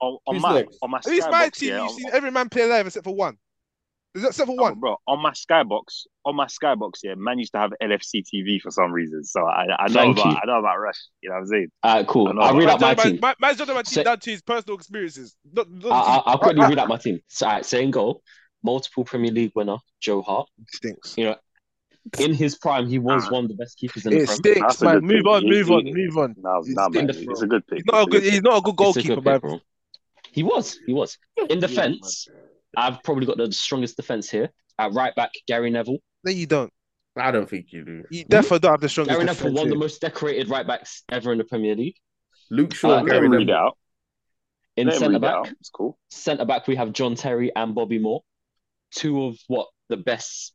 D: on, on
A: Who's
D: my
A: next?
D: on my
C: At least my
D: Skybox,
C: team,
D: yeah,
C: you've
D: on,
C: seen every man play live except for one. Except for
D: on,
C: one.
D: bro, on my Skybox, on my Skybox, yeah, man used to have LFC TV for some reason, so I I know
B: Thank
D: about
B: you.
D: I know about Rush. You know what I'm saying?
B: All right,
D: I
B: uh, cool.
D: know
B: I'll
D: about
B: read out
C: Man's
D: Rush.
B: my
C: judging my,
B: team.
C: my, man's judging my team
B: Say,
C: down to his personal experiences, not, not the
B: I,
C: team.
B: I, I'll quickly read out my team. So, all right, saying goal, multiple Premier League winner, Joe Hart.
C: Stinks.
B: You know, in his prime, he was
D: Ah,
B: one of the best keepers in the
C: It
B: Prem.
C: stinks,
D: that's a
C: man.
D: good
C: Move
D: pick.
C: on,
D: He,
C: move on,
D: he,
C: move on.
D: nah,
C: It
D: nah,
B: In
D: man,
B: the
C: stinks,
D: it's
C: bro.
D: a good
C: He's
D: pick.
C: not a
D: It's
C: good.
D: a good pick.
C: He's not a good
B: It's a good
C: goalkeeper, man.
B: pick, bro. He was. He was. In
D: Yeah, man.
B: defense, I've probably got the strongest defense here. At right back, Gary Neville.
C: No, you don't.
A: I don't think you do.
C: You
B: Hmm?
C: definitely don't have the strongest
B: Gary Neville,
C: defense
B: one of the
C: here.
B: most decorated right backs ever in the Premier League.
A: Luke Shaw
B: Uh,
A: and
D: Let
A: Gary
D: him read it
A: Neville.
D: out.
B: in
D: Let him
B: centre
D: read it
B: back,
D: out. It's cool.
B: centre back, we have John Terry and Bobby Moore, two of what the best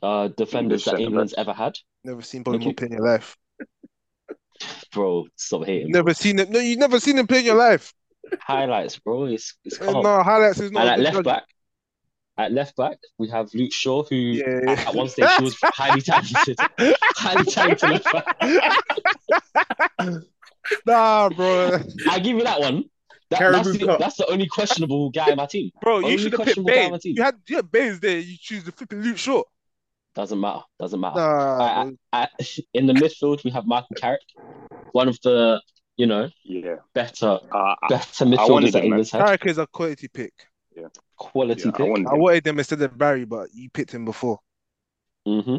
B: uh, defenders
D: English
B: that
D: centre
B: England's
D: backs.
B: ever had.
C: Never seen Bobby
B: Thank
C: Moore
B: you,
C: play in your life.
B: bro. Stop
C: You've
B: hating, bro.
C: never seen him. No, you've never seen him play in your life.
B: Highlights, bro. It's it's
C: Uh,
B: calm.
C: No, highlights is not
B: And
C: a
B: at Oh.
C: good
B: left
C: judge.
B: back, at left back, we have Luke Shaw, who
C: Yeah.
B: at, at one stage he was highly talented, highly talented left back.
C: nah, bro.
B: I give you that one. That that's
A: Caribou
B: the
A: Cup.
B: that's the only questionable guy on my team.
C: Bro, you
B: Only
C: should have picked
B: questionable guy on
C: Bane.
B: my team.
C: You had you had Bane's there. You choose the flipping Luke Shaw.
B: Doesn't matter. Doesn't matter.
C: Nah,
B: I,
C: bro.
B: I, I, in the midfield we have Michael Carrick, one of the you know
D: Yeah.
B: better
D: Uh, I,
B: better
D: I
B: midfielders
D: wanted
B: that
D: him, man.
B: England's had.
C: Carrick is a quality pick.
D: Yeah. Yeah,
B: Quality
D: I
B: pick.
D: wanted
C: I
D: him.
C: wanted him instead of Barry, but you picked him before.
B: hmm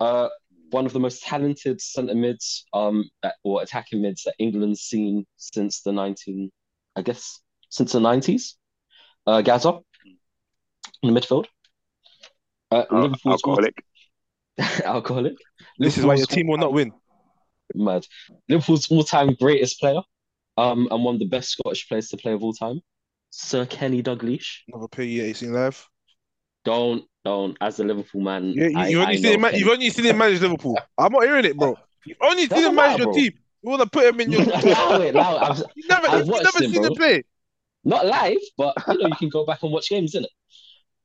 B: Uh, one of the most talented centre mids, um, uh, or attacking mids that England's seen since the nineteen, I guess, since the nineties. Uh, Gazza in the midfield. Uh,
D: Al-
B: Liverpool's water
D: alcoholic.
B: alcoholic.
C: This is why
B: Liverpool's
C: your team will not win.
B: mad. Liverpool's all-time greatest player, um, and one of the best Scottish players to play of all time, Sir Kenny Dalglish.
C: Another player you ain't seen live.
B: Don't don't. As a Liverpool man,
C: You, you,
B: I,
C: have
B: I
C: only seen him,
B: know
C: ma- you've only seen him manage Liverpool. I'm not hearing it, bro. You've only seen
B: Doesn't
C: him manage your
B: matter, bro.
C: team. You want to put him in your.
B: Allow it, allow it. I've-
C: you never,
B: I've
C: you've
B: watched
C: never
B: him,
C: seen him
B: bro.
C: play.
B: Not live, but you know you can go back and watch games, innit?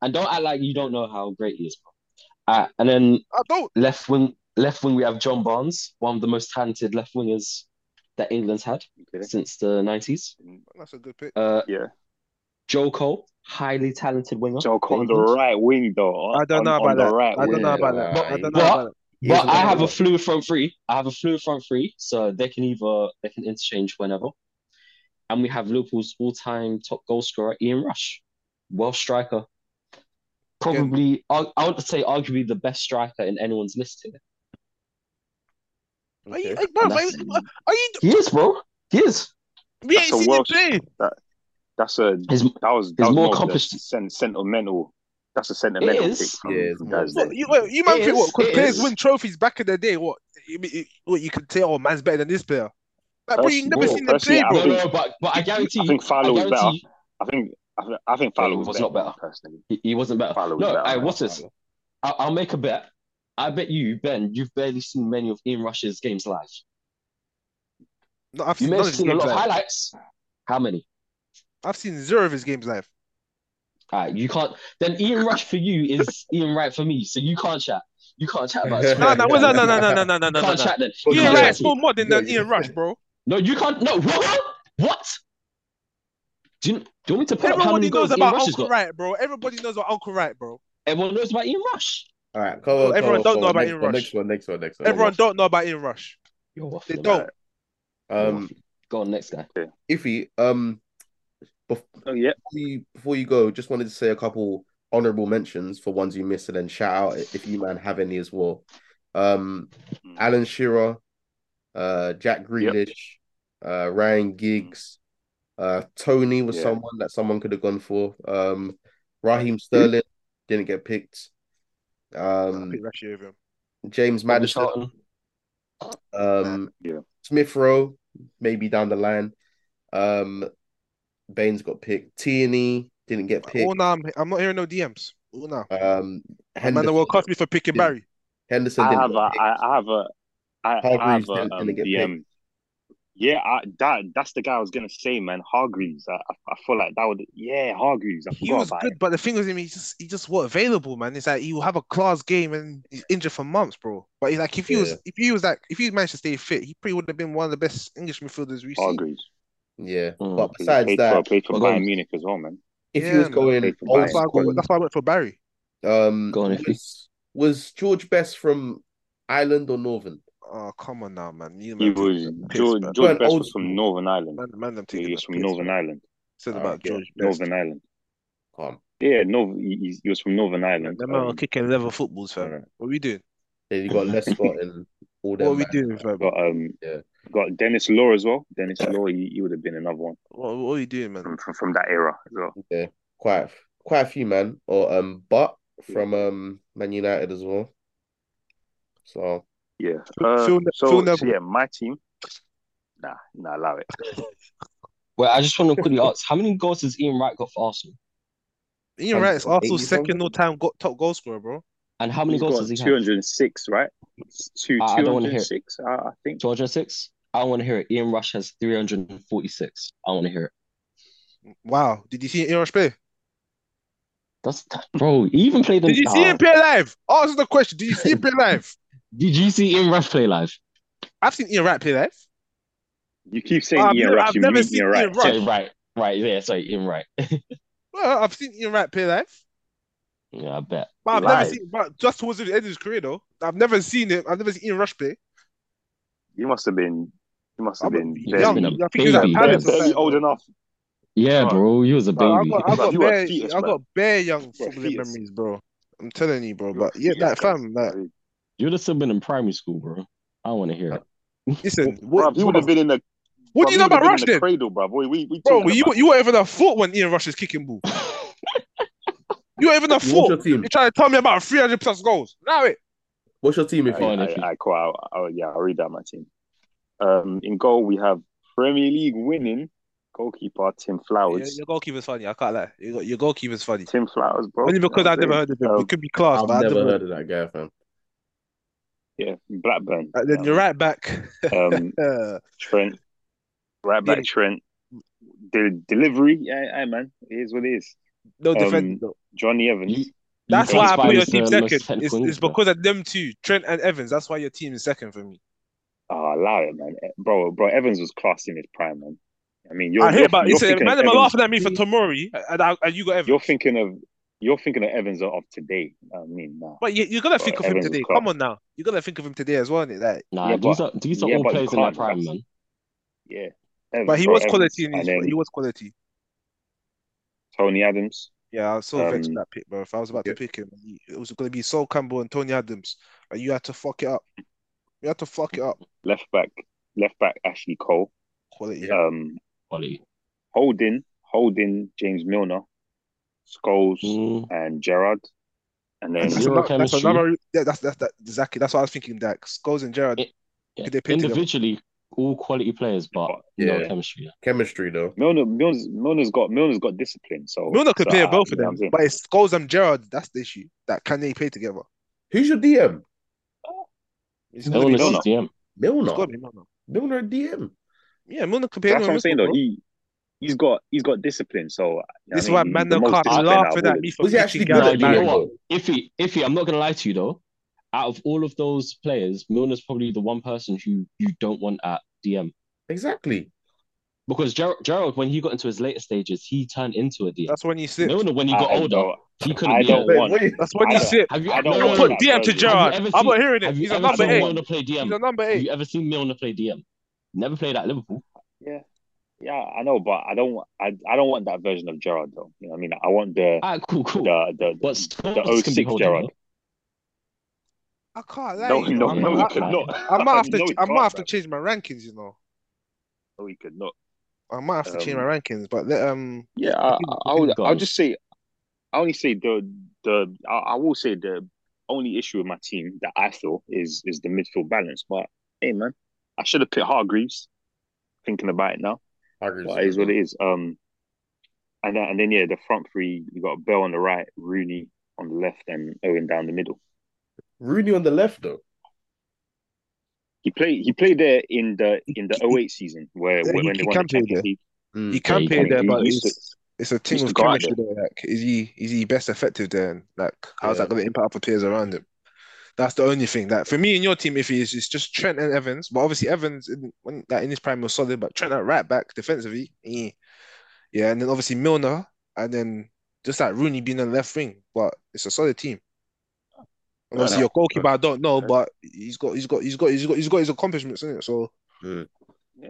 B: And don't act like you don't know how great he is, bro. Uh, and then
C: I don't.
B: left wing, left wing, we have John Barnes, one of the most talented left wingers that England's had
D: Okay.
B: since the nineties.
C: That's a good pick.
B: Uh,
D: Yeah.
B: Joe Cole, highly talented winger. for
D: Joe Cole on the
B: England.
D: right wing, though.
C: I don't
D: on,
C: know
D: on
C: about
D: the
C: that.
D: Right
C: I don't
D: wing.
C: know
A: Yeah,
C: about that.
A: nah,
C: I don't know
B: but-
C: about that.
A: he's
B: But I
A: another
B: have a
A: one.
B: fluid front three. I have a fluid front three, so they can either they can interchange whenever. And we have Liverpool's all-time top goal scorer, Ian Rush, Welsh striker, probably I, I would say arguably the best striker in anyone's list here.
C: Are you,
A: Okay.
C: like, bro,
B: And
C: are
B: that's,
C: you, are you,
B: he is, bro. He is.
C: we
D: That's
C: ain't
D: a
C: seen
D: Welsh-
C: him play.
D: That's a
B: His,
D: that was that
B: He's more
D: was more of the
B: accomplished-
D: sen- sentimental. That's a sentimental
B: It
D: pick
B: is.
D: from
A: Yeah, it's
D: from
A: more-
D: guys.
C: What,
D: there.
C: you, wait, you man
B: It
C: think what?
B: is,
C: Because
B: it
C: players
B: is.
C: win trophies back in the day. What? You, mean- you- what you could say? Oh, man's better than this player. Like, bro, you
D: Personally-
C: never
B: Bro,
C: seen them
D: personally,
C: play,
D: I
C: bro.
B: No,
D: think-
B: no, but but I guarantee
D: I
B: you,
D: think
B: I
D: Fowler was better.
B: guarantee
D: I think I think I think, I think
B: He
D: Fowler was
B: was
D: better.
B: not better.
D: Personally,
B: you, he, he wasn't better.
D: Fowler was
B: No,
D: better.
B: I
D: man.
B: what's this? I, I'll make a bet. I bet you, Ben, you've barely seen many of Ian Rush's games live.
C: No, I've
B: You
C: seen
B: may
C: none
B: have
C: of his
B: seen a
C: games
B: lot of
C: live.
B: highlights. How many?
C: I've seen zero of his games live.
B: All right, you can't. Then Ian Rush for you is Ian Wright for me, so you can't chat. You can't chat about
C: Nah,
B: scoring.
C: nah,
B: You can't
C: where's that?
B: do
C: Nah, nah,
B: that.
C: nah, nah, nah, nah,
B: You
C: nah,
B: can't
C: nah.
B: chat then. You
C: Ian
B: can't
A: Right,
B: chat
C: Wright's
B: to me.
C: more modern than
A: Yeah,
C: Ian Rush, bro.
B: No, you can't. No, what? What? Do you, do you want me to pull up how many
C: Everybody knows
B: goals Ian
C: about
B: Rush has
C: Uncle
B: got?
C: Wright, bro. Everybody knows about Uncle Wright, bro.
B: Everyone knows about Ian Rush.
A: All right, come on,
C: Everyone
A: come on, come
C: don't know
A: on.
C: about
A: Next
C: Ian
A: one,
C: Rush.
A: next one, next one, next one. next
C: Everyone don't know about Ian Rush.
B: You're
C: They
B: waffling.
C: don't.
A: one.
B: You're
A: Um,
B: waffling. Go on, next guy.
A: Iffy, um, bef-
D: Oh yeah,
A: before you, before you go, just wanted to say a couple honorable mentions for ones you missed, and then shout out if you man have any as well. Um,
D: Mm.
A: Alan Shearer, uh, Jack Grealish, uh, Ryan Giggs, uh, Tony was
D: Yeah.
A: someone that someone could have gone for. Um, Raheem Sterling didn't get picked.
C: Nah, I
A: Um,
C: picked Rashie over him.
A: James
B: Bobby
A: Madison,
B: Charlton.
A: um,
D: Yeah.
A: Smith Rowe, maybe down the line. Um, Baines got picked. Tierney didn't get
C: Oh
A: picked.
C: nah, I'm, I'm not hearing no DMs. Oh nah.
A: Um,
C: My man, the
A: Henderson,
C: world cost me for picking
A: Yeah.
C: Barry.
A: Henderson
D: I
A: didn't
D: have a
A: get picked.
D: I, I have a I, I have
A: Hargreaves
D: a
A: didn't,
D: um,
A: didn't get
D: the
A: picked.
D: um yeah I, that that's the guy I was gonna say man Hargreaves I, I I feel like that would yeah Hargreaves I
C: He
D: forgot
C: was
D: about him
C: good, but the thing was, I mean, he just he just wasn't available, man. It's like he will have a class game and he's injured for months, bro. But he's like if he
A: Yeah,
C: was if he was like if he managed to stay fit, he probably would have been one of the best English midfielders we've seen.
D: Hargreaves
A: yeah.
B: Mm.
A: But
D: 'Cause Hmm, he
A: besides
D: played for
A: that,
D: played for
B: Hold on.
D: Bayern Munich as well man
A: if you was
C: Yeah, man.
A: going
D: played for
A: old
C: That's why
D: Bayern
C: I got
A: school,
C: that's why I went for Barry.
A: um,
B: Go on, Iffy.
A: was was George Best from Ireland or Northern?
C: Oh come on now, man. You
D: he
C: man taking
D: was
C: the piss,
D: George
C: man.
A: We're
D: George
A: an
D: Best
A: old
D: was from
A: school.
D: Northern Ireland
C: Man, man, I'm
D: he
C: taking the
D: was from
C: piss,
D: Northern
C: man.
D: Ireland
C: Said
A: All right,
C: about
A: yeah.
C: George Best.
D: Northern Ireland
A: Calm.
D: yeah no he, he- he was from Northern
C: Man,
D: Ireland
C: them man were
D: um uh,
C: kicking leather footballs,
A: All
C: fam.
A: right.
C: What are we doing?
A: Then you got Lescott and all
C: What are
A: them
C: we
A: man.
C: doing, fam?
D: got um
A: Yeah.
D: got Dennis Law as well Dennis Law he, he would have been another one
C: What, what are we doing, man?
D: from, from from that era as well
A: Yeah, quite a f- quite a few man, or um, but from um Man United as well. So
D: yeah
C: Phil,
D: uh
C: Phil, Phil
D: so so
C: Neville.
D: yeah my team nah nah allow it
B: Well, I just want to quickly ask, how many goals has Ian Wright got for Arsenal?
A: how
C: Ian
A: many
C: Wright is
A: got eight
C: Arsenal's
A: you from?
C: second all time go- top goal scorer, bro.
B: And how many
D: He's
B: goals
D: got
B: does he have?
D: 206, right? Two,
B: I, I don't want to hear it.
D: 206, I, I think.
B: 206? I don't want to hear it. Ian Rush has 346. I want to hear it.
C: Wow. Did you see Ian Rush play?
B: That's bro. He even played in.
C: Did you see him
B: Ah.
C: play live? Answer the question. Did you see him play live?
B: Did you see Ian Rush play live?
C: I've seen Ian Wright play live.
D: You keep
C: But
D: saying
C: I've,
D: Ian
C: ne-
D: Rush,
C: I've
D: you
C: never
D: mean
C: seen
D: Ian Wright.
C: Ian
B: Sorry,
C: Rush.
B: right, right. Yeah, sorry, Ian Wright.
C: Well, I've seen Ian Wright play live.
B: Yeah, I bet.
C: But I've never
D: Live.
C: seen, but just towards the end of his career, though, I've never seen him. I've never seen Ian Rush play.
D: You must have been, you must
C: I
D: have
C: was
D: been
B: He's
D: barely,
B: been
C: young.
B: a
C: I think he was at
B: baby, bro.
D: barely,
C: Palace or
D: barely
C: something,
D: old
C: bro.
D: enough.
B: Yeah,
D: Bro,
B: bro. He was a
C: Bro, I
B: baby.
C: got, I
D: bro,
C: got
D: you are a
C: bare,
D: fetus,
C: I
D: man.
C: got bare young
D: You are a
C: footballing
D: fetus.
C: memories, bro. I'm telling you, bro.
D: You are
C: But
D: a
C: yeah,
D: fetus,
C: that
D: bro.
C: fam, like,
B: You'd have still been in primary school, bro. I want to hear it.
C: listen, what,
D: Bro,
C: what,
D: he would
C: the,
D: have been in the,
C: what
D: bro,
C: do you
D: he
C: know
D: would have
C: about
D: been in
C: Rush
D: the
C: then,
D: cradle, bro. What we, we
C: bro?
D: talking
C: You,
D: about?
C: you weren't even a thought when Ian Rush is kicking ball. You weren't even a
A: What's
C: thought.
A: your team?
C: You're trying to tell me about 300 plus goals. Now it.
A: What's your team if
D: I,
A: you?
B: Go on,
D: I,
B: Iffy.
D: I, cool. I'll, I'll, yeah, I'll read out my team. Um, in goal, we have Premier League winning goalkeeper Tim
C: Your,
D: Flowers.
C: your goalkeeper's funny. I can't lie. Your, your goalkeeper's funny.
D: Tim Flowers, bro.
C: Only because I've never
D: they-
C: heard of him.
D: um,
C: it could be class,
A: I've
C: but I've
A: never
C: never.
A: heard of that guy, fam.
D: Yeah, Blackburn.
C: And Uh, then
D: Um,
C: you're right back. Uh,
D: um, Trent, right back
C: Yeah.
D: Trent. The delivery, yeah, yeah, man. It is what it is.
C: no
D: um,
C: defense. though.
D: Johnny Evans.
B: You-
C: That's
B: you
C: why I put your
B: despise
C: team
B: the most
C: second.
B: technical
C: It's,
B: wings,
C: it's
B: bro.
C: because of them two, Trent and Evans. That's why your team is second for me.
D: Oh, allow it, man. Eh, Bro, bro, Evans was class in his prime, man. I mean, you're
C: I hear
D: you're,
C: about it.
D: you're
C: It's a-
D: thinking
C: Man,
D: of
C: them are
D: Evans.
C: laughing at me for Tomori, uh, and, I, and you got
D: You're
C: Evans.
D: thinking of you're thinking of Evans of today. I mean, nah.
C: But you, you're gonna
D: Bro,
C: think of him
D: Evans was
C: today.
D: class.
C: Come on now, you're gonna think of him today as well, is Like,
B: Nah,
D: Yeah,
B: these
D: but-
B: are these are
D: yeah,
B: all
D: but you
B: players in their
D: can't.
B: prime,
D: That's
B: man.
D: yeah. Ev-
C: but he
D: bro,
C: was quality
D: Evans,
C: in
D: and
C: his. He
D: then
C: was quality.
D: Tony Adams.
C: Yeah, I was so vexed with
D: Um,
C: that pick, bro. If I was about
A: Yeah.
C: to pick him, it was gonna be Sol Campbell and Tony Adams. But you had to fuck it up. You had to fuck it up.
D: left back, left back Ashley Cole.
C: Quality.
A: Yeah.
D: Um,
B: Quality.
D: Holding, Holding James Milner, Scholes,
B: Mm,
D: and Gerard,
C: And
D: and then
C: that's
B: zero
C: another. That's
B: chemistry.
C: another. Yeah, that's that's that exactly. That's what I was thinking. That Scholes and Gerrard,
B: It- yeah.
C: could they play together?
B: Individually, all quality players, but
D: but
B: no
A: Yeah.
B: chemistry.
A: Chemistry though.
D: Milner, Milner's, Milner's got Milner's got discipline. So,
C: Milner could
D: so
C: play
D: I,
C: both
D: you
C: of
D: know what I'm
C: them,
D: saying?
C: but it's Scholes and Gerrard. That's the issue. That can they play together?
A: Who's your DM?
C: It's gonna be
B: Illness
C: Milner.
B: is
D: Milner.
B: DM.
C: It's
A: Milner.
C: gonna be Milner.
A: Milner a DM.
C: Yeah, Milner could play
D: That's
C: anywhere
D: what
C: in midfield,
D: I'm saying though.
C: bro.
D: He he's got he's got discipline. So, you know
C: This
D: what
C: is
D: I
C: why
D: mean, he's
C: man
D: the
C: them
D: most
C: can't
D: disciplined out of
C: laughing
D: all
C: at
D: of
C: me
D: them.
C: for
A: Was he
C: picking
A: actually good
B: Nah,
C: Gareth
A: at
B: you know
A: DM
C: Barry.
B: what?
A: though?
B: Iffy, Iffy, I'm not gonna lie to you though. Out of all of those players, Milner's probably the one person who you don't want at DM
A: Exactly.
B: because Ger- Gerald, when he got into his later stages, he turned into a DM.
C: That's when he slipped.
B: Milner, when he
D: I,
B: got
D: I
B: older,
D: don't
B: he couldn't
D: I
B: be a.
D: don't
A: Wait,
D: want
A: what you-
C: That's when
D: I
C: he
D: don't
C: slipped.
B: Have you?
D: I
B: no,
D: don't
B: no,
C: Milner
D: want
B: no.
C: put DM
D: that
C: to
D: version.
B: Have you
C: Gerrard.
B: ever
C: I'm
B: seen?
C: not hearing it.
B: Have you
C: He's a
B: ever
C: number
D: I
B: seen
D: don't
C: eight.
B: Milner
D: want
B: play
C: He's
B: DM?
C: a number
B: Have
C: eight.
B: you ever seen Milner play DM? Never played at Liverpool.
D: yeah. Yeah, I know, but I don't. I, I don't want that version of Gerard though. You know, what I mean, I want the
B: Ah, cool, cool.
D: the
B: But
D: the oh
B: Scholes
D: the
B: can be
D: 06
B: holding
D: Gerard.
B: though.
C: I can't lie,
D: No,
C: you know.
D: no,
C: I,
B: Yeah,
D: no, he
B: nah,
C: I,
D: could
B: nah.
D: not.
B: yeah.
C: I might have to.
D: no,
C: ch-
D: he
C: I might
D: can't,
C: have to
D: man.
C: change my rankings. You know.
D: No, he could not.
C: I might have to change my
D: Um,
C: rankings. But let um
D: yeah, I,
C: continue.
D: I would.
C: Continue.
B: Go
D: I'll
B: on.
D: just say. I only say the the. I, I will say the only issue with my team that I feel is is the midfield balance. But hey, man, I should have picked Hargreaves. Thinking about it now,
A: Hargreaves is
D: but it is
A: good
D: what
A: though.
D: it is. Um, and then, and then yeah, the front three. You got Bell on the right, Rooney on the left, and Owen down the middle.
A: Rooney on the left though.
D: He played. He played there in the in the
C: He, he,
D: 08 season where
C: yeah, he,
D: when they
C: he
D: won the
C: can play
D: Champions
C: there.
D: League.
A: Mm.
C: He
B: Yeah,
C: can
B: you
C: play
B: can.
D: And
C: there,
D: he
C: but
D: used to
C: it's it's a
D: he
C: thing
D: used to
C: with
D: go out
C: chemistry.
D: there.
C: Though, like, is he is he best effective there? And, Like, how's
A: Yeah.
C: that going to impact other players around him? That's the only thing. Like for me and your team, if he's it's just Trent and Evans, but obviously Evans in, when that in his prime was solid, but Trent at right back defensively, eh. yeah, and then obviously Milner, and then just like Rooney being on the left wing, but it's a solid team. And
A: No,
C: obviously
A: that
C: your goalkeeper, I don't know,
A: Yeah.
C: but he's got he's got he's got he's got he's got his accomplishments in it. So
A: Mm.
D: Yeah.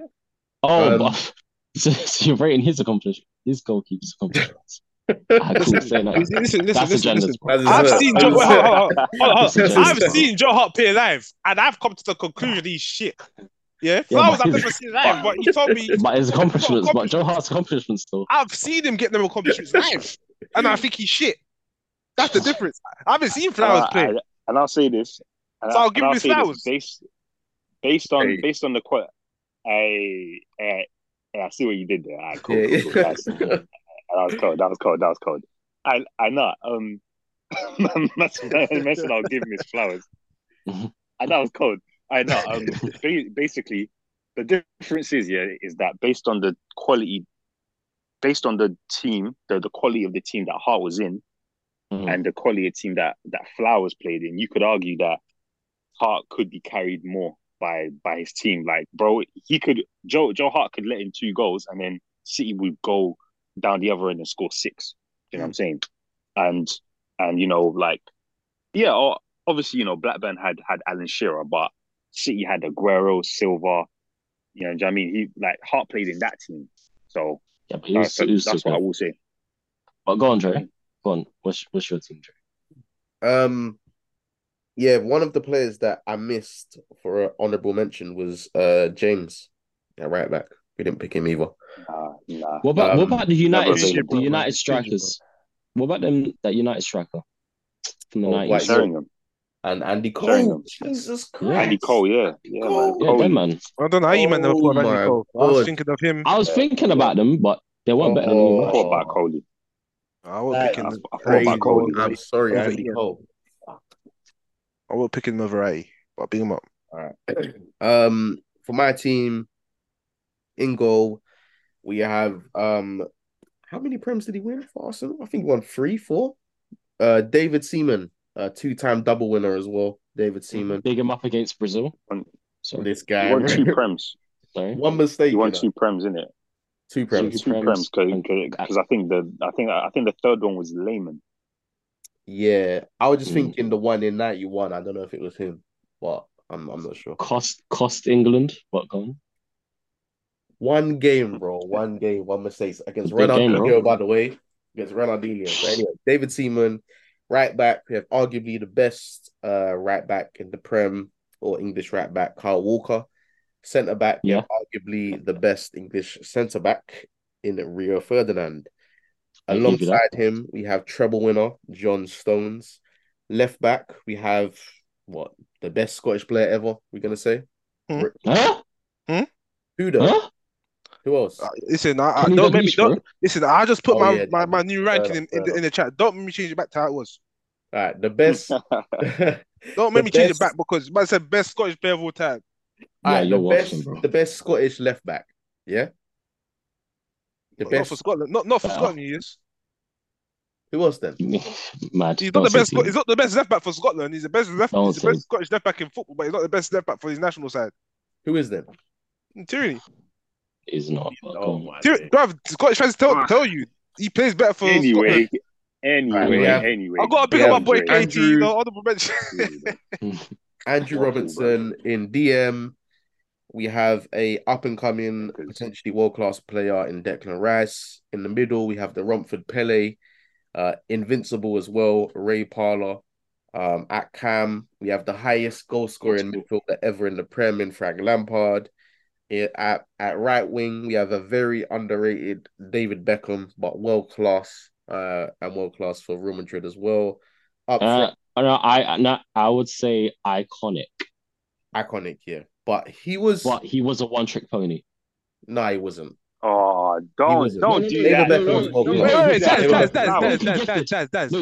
B: Oh,
A: Um
B: but so, so you're rating his accomplishment, his goalkeeper's accomplishments. Ah, I couldn't
C: listen,
B: say nothing.
C: listen, listen,
B: That's
C: listen,
B: agendas,
C: listen.
B: bro.
A: as I
C: I've
A: said,
C: seen Joe.
A: as
C: Hold
A: I
C: on,
A: said,
C: hold on, hold on, hold
B: That's
C: on.
B: agendas,
C: I've
B: bro.
C: seen Joe Hart play live, and I've come to the conclusion he's shit. Yeah,
B: Yeah,
C: Flowers
B: but
C: I've
B: his
C: never seen
B: but
C: live, but you told me he's
B: but his
C: he's got
B: accomplishments, but Joe
C: accomplishments.
B: Hart's accomplishments though.
C: I've seen him get them accomplishments live, and I think he's shit. That's the difference. I haven't seen
D: And
C: Flowers
D: I,
C: play,
D: I and I'll say this, and,
C: so
D: I,
C: I'll
D: and
C: give him
D: I'll
C: his
D: say this
C: flowers.
D: based based on
A: hey,
D: based on the quote. I, I I see what you did there. All right, cool, cool,
A: yeah,
D: cool.
A: yeah.
D: That's that was cold. That was cold. That was cold. I I know. Um, Messi, I'll give him his flowers. And that was cold. I know. Um, ba- basically, the difference is yeah, is that based on the quality, based on the team, the, the quality of the team that Hart was in,
B: Mm.
D: and the quality of team that that Flowers played in, you could argue that Hart could be carried more by by his team. Like, bro, he could Joe Joe Hart could let in two goals, and then City would go down the other end and score six. You know what I'm
C: Mm.
D: saying? And and you know like yeah, o- obviously you know Blackburn had had Alan Shearer, but City had Aguero, Silva. You know, do you know what I mean? He like Hart played in that team, so
B: Yeah, but he was
D: that's
B: he was so
D: that's what I
B: good.
D: will say.
B: But go on, Dre. Go on. What's what's your team, Dre?
A: Um, yeah, one of the players that I missed for an honorable mention was uh James at right back. We didn't pick him either.
D: Nah, nah,
B: What about what
A: Um,
B: about the
D: never
B: United
C: He's shit,
B: the
D: available.
C: bro, man.
B: United
C: He's changing, bro.
B: strikers? What about them that United striker from the
A: oh, Dwight
B: nineties?
A: York.
D: Sheringham.
A: and Andy Cole.
D: Sheringham.
A: Oh, Jesus Christ.
B: Yeah.
D: Andy Cole, yeah, yeah, man.
A: Cole.
B: Yeah,
D: Cole,
B: them, man.
C: I don't know how you man never
A: Oh
C: put on
A: my
C: Andy Cole. I was
A: God.
C: thinking of him.
B: I was thinking about them, but they weren't better than me.
A: Oh.
D: I
B: man.
D: thought about Coley.
C: I was
A: That
C: picking.
D: is
C: I
D: Crazy.
C: was
A: Crazy.
D: about Cole,
A: I'm sorry,
C: Over
A: Andy
C: Ian.
A: Cole.
C: I was picking Maverati, but big him up.
A: Um, for my team, in goal, we have um, how many prems did he win for Arsenal? I think he won three, four. Uh, David Seaman, uh, two-time double winner as well. David
D: Mm-hmm.
A: Seaman,
B: Big him up against Brazil.
D: Um,
B: Sorry,
A: this
D: You
A: guy,
D: want two prems.
B: sorry.
A: one mistake,
D: You want
A: you
D: two prems, innit?
A: know? two
D: So
A: prems.
B: Two
D: two
B: prems.
D: prems because I think the I think I think the third one was Layman.
A: Yeah, I was just
B: Mm.
A: thinking the one in that you won. I don't know if it was him, but I'm I'm not sure.
B: Cost cost England, but gone.
A: One game, bro. One game, one mistake against
B: Big game,
A: Ronaldinho,
B: bro.
A: by the way. Against Ronaldinho. But anyway, David Seaman, right back. We have arguably the best uh right back in the Prem or English right back, Carl Walker. Centre back, we have arguably the best English centre back in Rio Ferdinand.
B: I'll give you that.
A: Alongside him, we have treble winner John Stones. Left back, we have what the best Scottish player ever. We're gonna say
B: Huh?
A: who though?
B: Huh?
A: Who else?
C: Uh, Listen, I, I,
B: Kenny
C: don't make me
B: Dalglish,
C: don't
B: bro.
C: listen. I just put
A: Oh,
C: my,
A: yeah,
C: my, my new ranking
A: enough,
C: in,
A: fair
C: in, the, in the chat. Don't make me change it back to how it was.
A: All right, the best.
D: Oh
C: Don't
A: The
C: make me change
A: best-
C: it back because man said best Scottish player of all time.
A: All
B: Yeah,
A: right,
B: you're
A: the
B: watching,
A: best.
B: bro.
A: The best Scottish left back. Yeah, the
C: Not for
A: best.
C: Scotland. Not not for
B: Wow.
C: Scotland. He is.
A: Who else then?
B: Mad.
C: He's not
B: Don't
C: the
B: say
C: best.
B: team.
C: He's not the best left back for Scotland. He's the best left.
B: Don't
C: He's the
B: say.
C: best Scottish left back in football, but he's not the best left back for his national side.
A: Who is then?
C: Tyranny,
B: It's not. But gone.
A: my
C: Tyranny, bruv, Scottish fans tell tell you he plays better for Scotland.
D: anyway, anyway,
B: Alright, yeah.
D: anyway.
C: I gotta pick
A: Yeah,
C: up my boy
D: Andre.
C: KT. You know,
A: Andrew-
C: honorable mention.
A: Andrew
D: Awful,
A: Robertson in DM. We have a up and coming,
D: Because-
A: potentially world class player in Declan Rice. In the middle, we have the Romford Pele, uh, invincible as well, Ray Parler. Um, at Cam, we have the highest goal scoring midfielder ever in the Prem in Frank Lampard. Yeah, At, at right wing, we have a very underrated David Beckham, but world class uh, and world class for Real Madrid as well. Up front,
B: Uh, I, know, I, I- no, I would say iconic,
A: iconic, yeah. But he was,
B: but he was a one-trick pony.
A: no, he wasn't.
D: Oh, don't
A: wasn't.
B: No,
D: don't
B: no,
D: do
B: no,
D: that. Oh,
A: David
B: no,
A: Beckham's
B: no,
A: world
B: no,
C: Wait,
A: class.
C: wait, wait, Daz,
A: David
C: Daz,
A: Beckham's
C: Daz,
D: Now,
C: Daz,
B: Daz, Daz,
C: Daz, Daz, Daz, Daz.
B: No,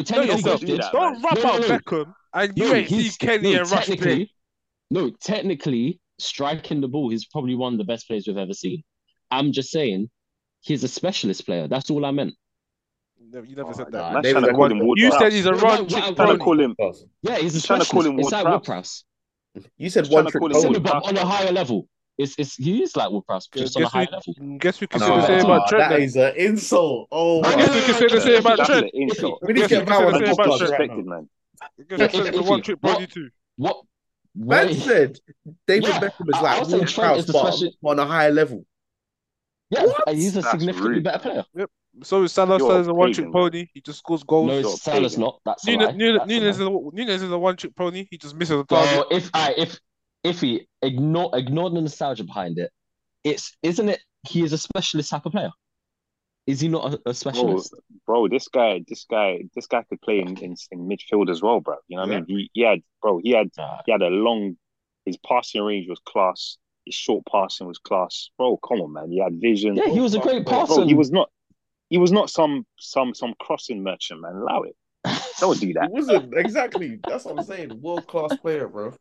B: technically, he's
C: Know yourself.
D: do
B: gifted.
D: that,
C: Don't
D: man.
C: rub
B: No, no,
C: out
B: no.
C: Beckham and you
B: No,
C: ain't see
B: he's
C: Kenny
B: no
C: and Rice play.
B: technically, no technically, striking the ball. He's probably one of the best players we've ever seen. I'm just saying, he's a specialist player. That's all I meant.
C: No, you never
D: Oh,
C: said that.
A: nah,
D: man's
A: David
D: trying to
A: Beckham's
D: call
A: world
D: him
A: class.
D: Wood
C: You said
D: Prowse.
C: he's a
B: What about
C: one-trick
B: what-
D: Trying to
C: pony.
D: call him.
A: class.
B: Yeah, he's a
D: He's trying to call
B: specialist.
D: him
B: It's
D: Wood
B: like
D: Prowse.
B: Wheelprowse.
A: You said
D: He's
A: one
D: trying to
A: trick
D: call him
B: It's
D: Wood
B: only
A: pony.
B: but
D: Prowse.
B: on a higher level. It's it's he is like Wheelprowse, just on a
C: Guess
B: higher
C: we
B: level.
C: guess we can say the
B: That's
C: same
B: the
C: about
A: Nah,
B: team.
C: Trent
A: that
C: then.
A: is an insult. Oh my
C: I guess we can say the
D: That's
C: same
D: a
C: about
D: that's
B: Iffy,
D: an
C: Trent.
B: iffy,
D: insult.
A: We need to
C: Guess we
A: get
B: iffy.
C: can
A: Val
C: say the
A: on the
C: same
D: Man just
C: about
A: podcast
C: Trent.
A: right now.
D: disrespected, man.
C: Guess
B: No, it's
C: Trent's a
B: iffy.
C: one-trick
B: What
C: pony too.
B: what? What?
A: Man said David
B: Yeah,
A: Beckham is
B: I,
A: like
B: I'll say
A: Ward
B: Trent
A: Prowse,
B: is a
A: but
B: special.
A: on a higher level.
B: Yeah,
A: What?
B: he's a
D: That's
B: significantly
D: rude,
B: better player.
D: man.
C: Yep. So is Salah.
D: You're
C: Salah's a
D: a
C: one-trick
D: pagan, man.
C: pony. He just scores
B: No,
C: goals.
D: You're a
B: it's Salah's
D: pagan.
B: not. That's a
C: Nunes,
B: lie.
C: Nunes,
B: That's a
C: Nunes
B: lie.
C: is a Nunes is a one-trick pony. He just misses a target.
B: So if I if if he ignore ignore the nostalgia behind it, it's isn't it? He is a specialist type of player. Is he not a, a
D: Bro,
B: specialist?
D: bro, this guy, this guy, this guy could play in, in, in midfield as well, bro. You know what I mean? He, he had, bro, he had,
B: Nah.
D: he had a long, his passing range was class. His short passing was class. Bro, come on, man. He had vision.
B: Yeah, he was a great
D: Bro,
B: passer.
D: Oh, he was not, he was not some, some, some crossing merchant, man. Allow it. Don't do
A: He
D: that.
A: wasn't exactly. That's what I'm saying. World class player, bro.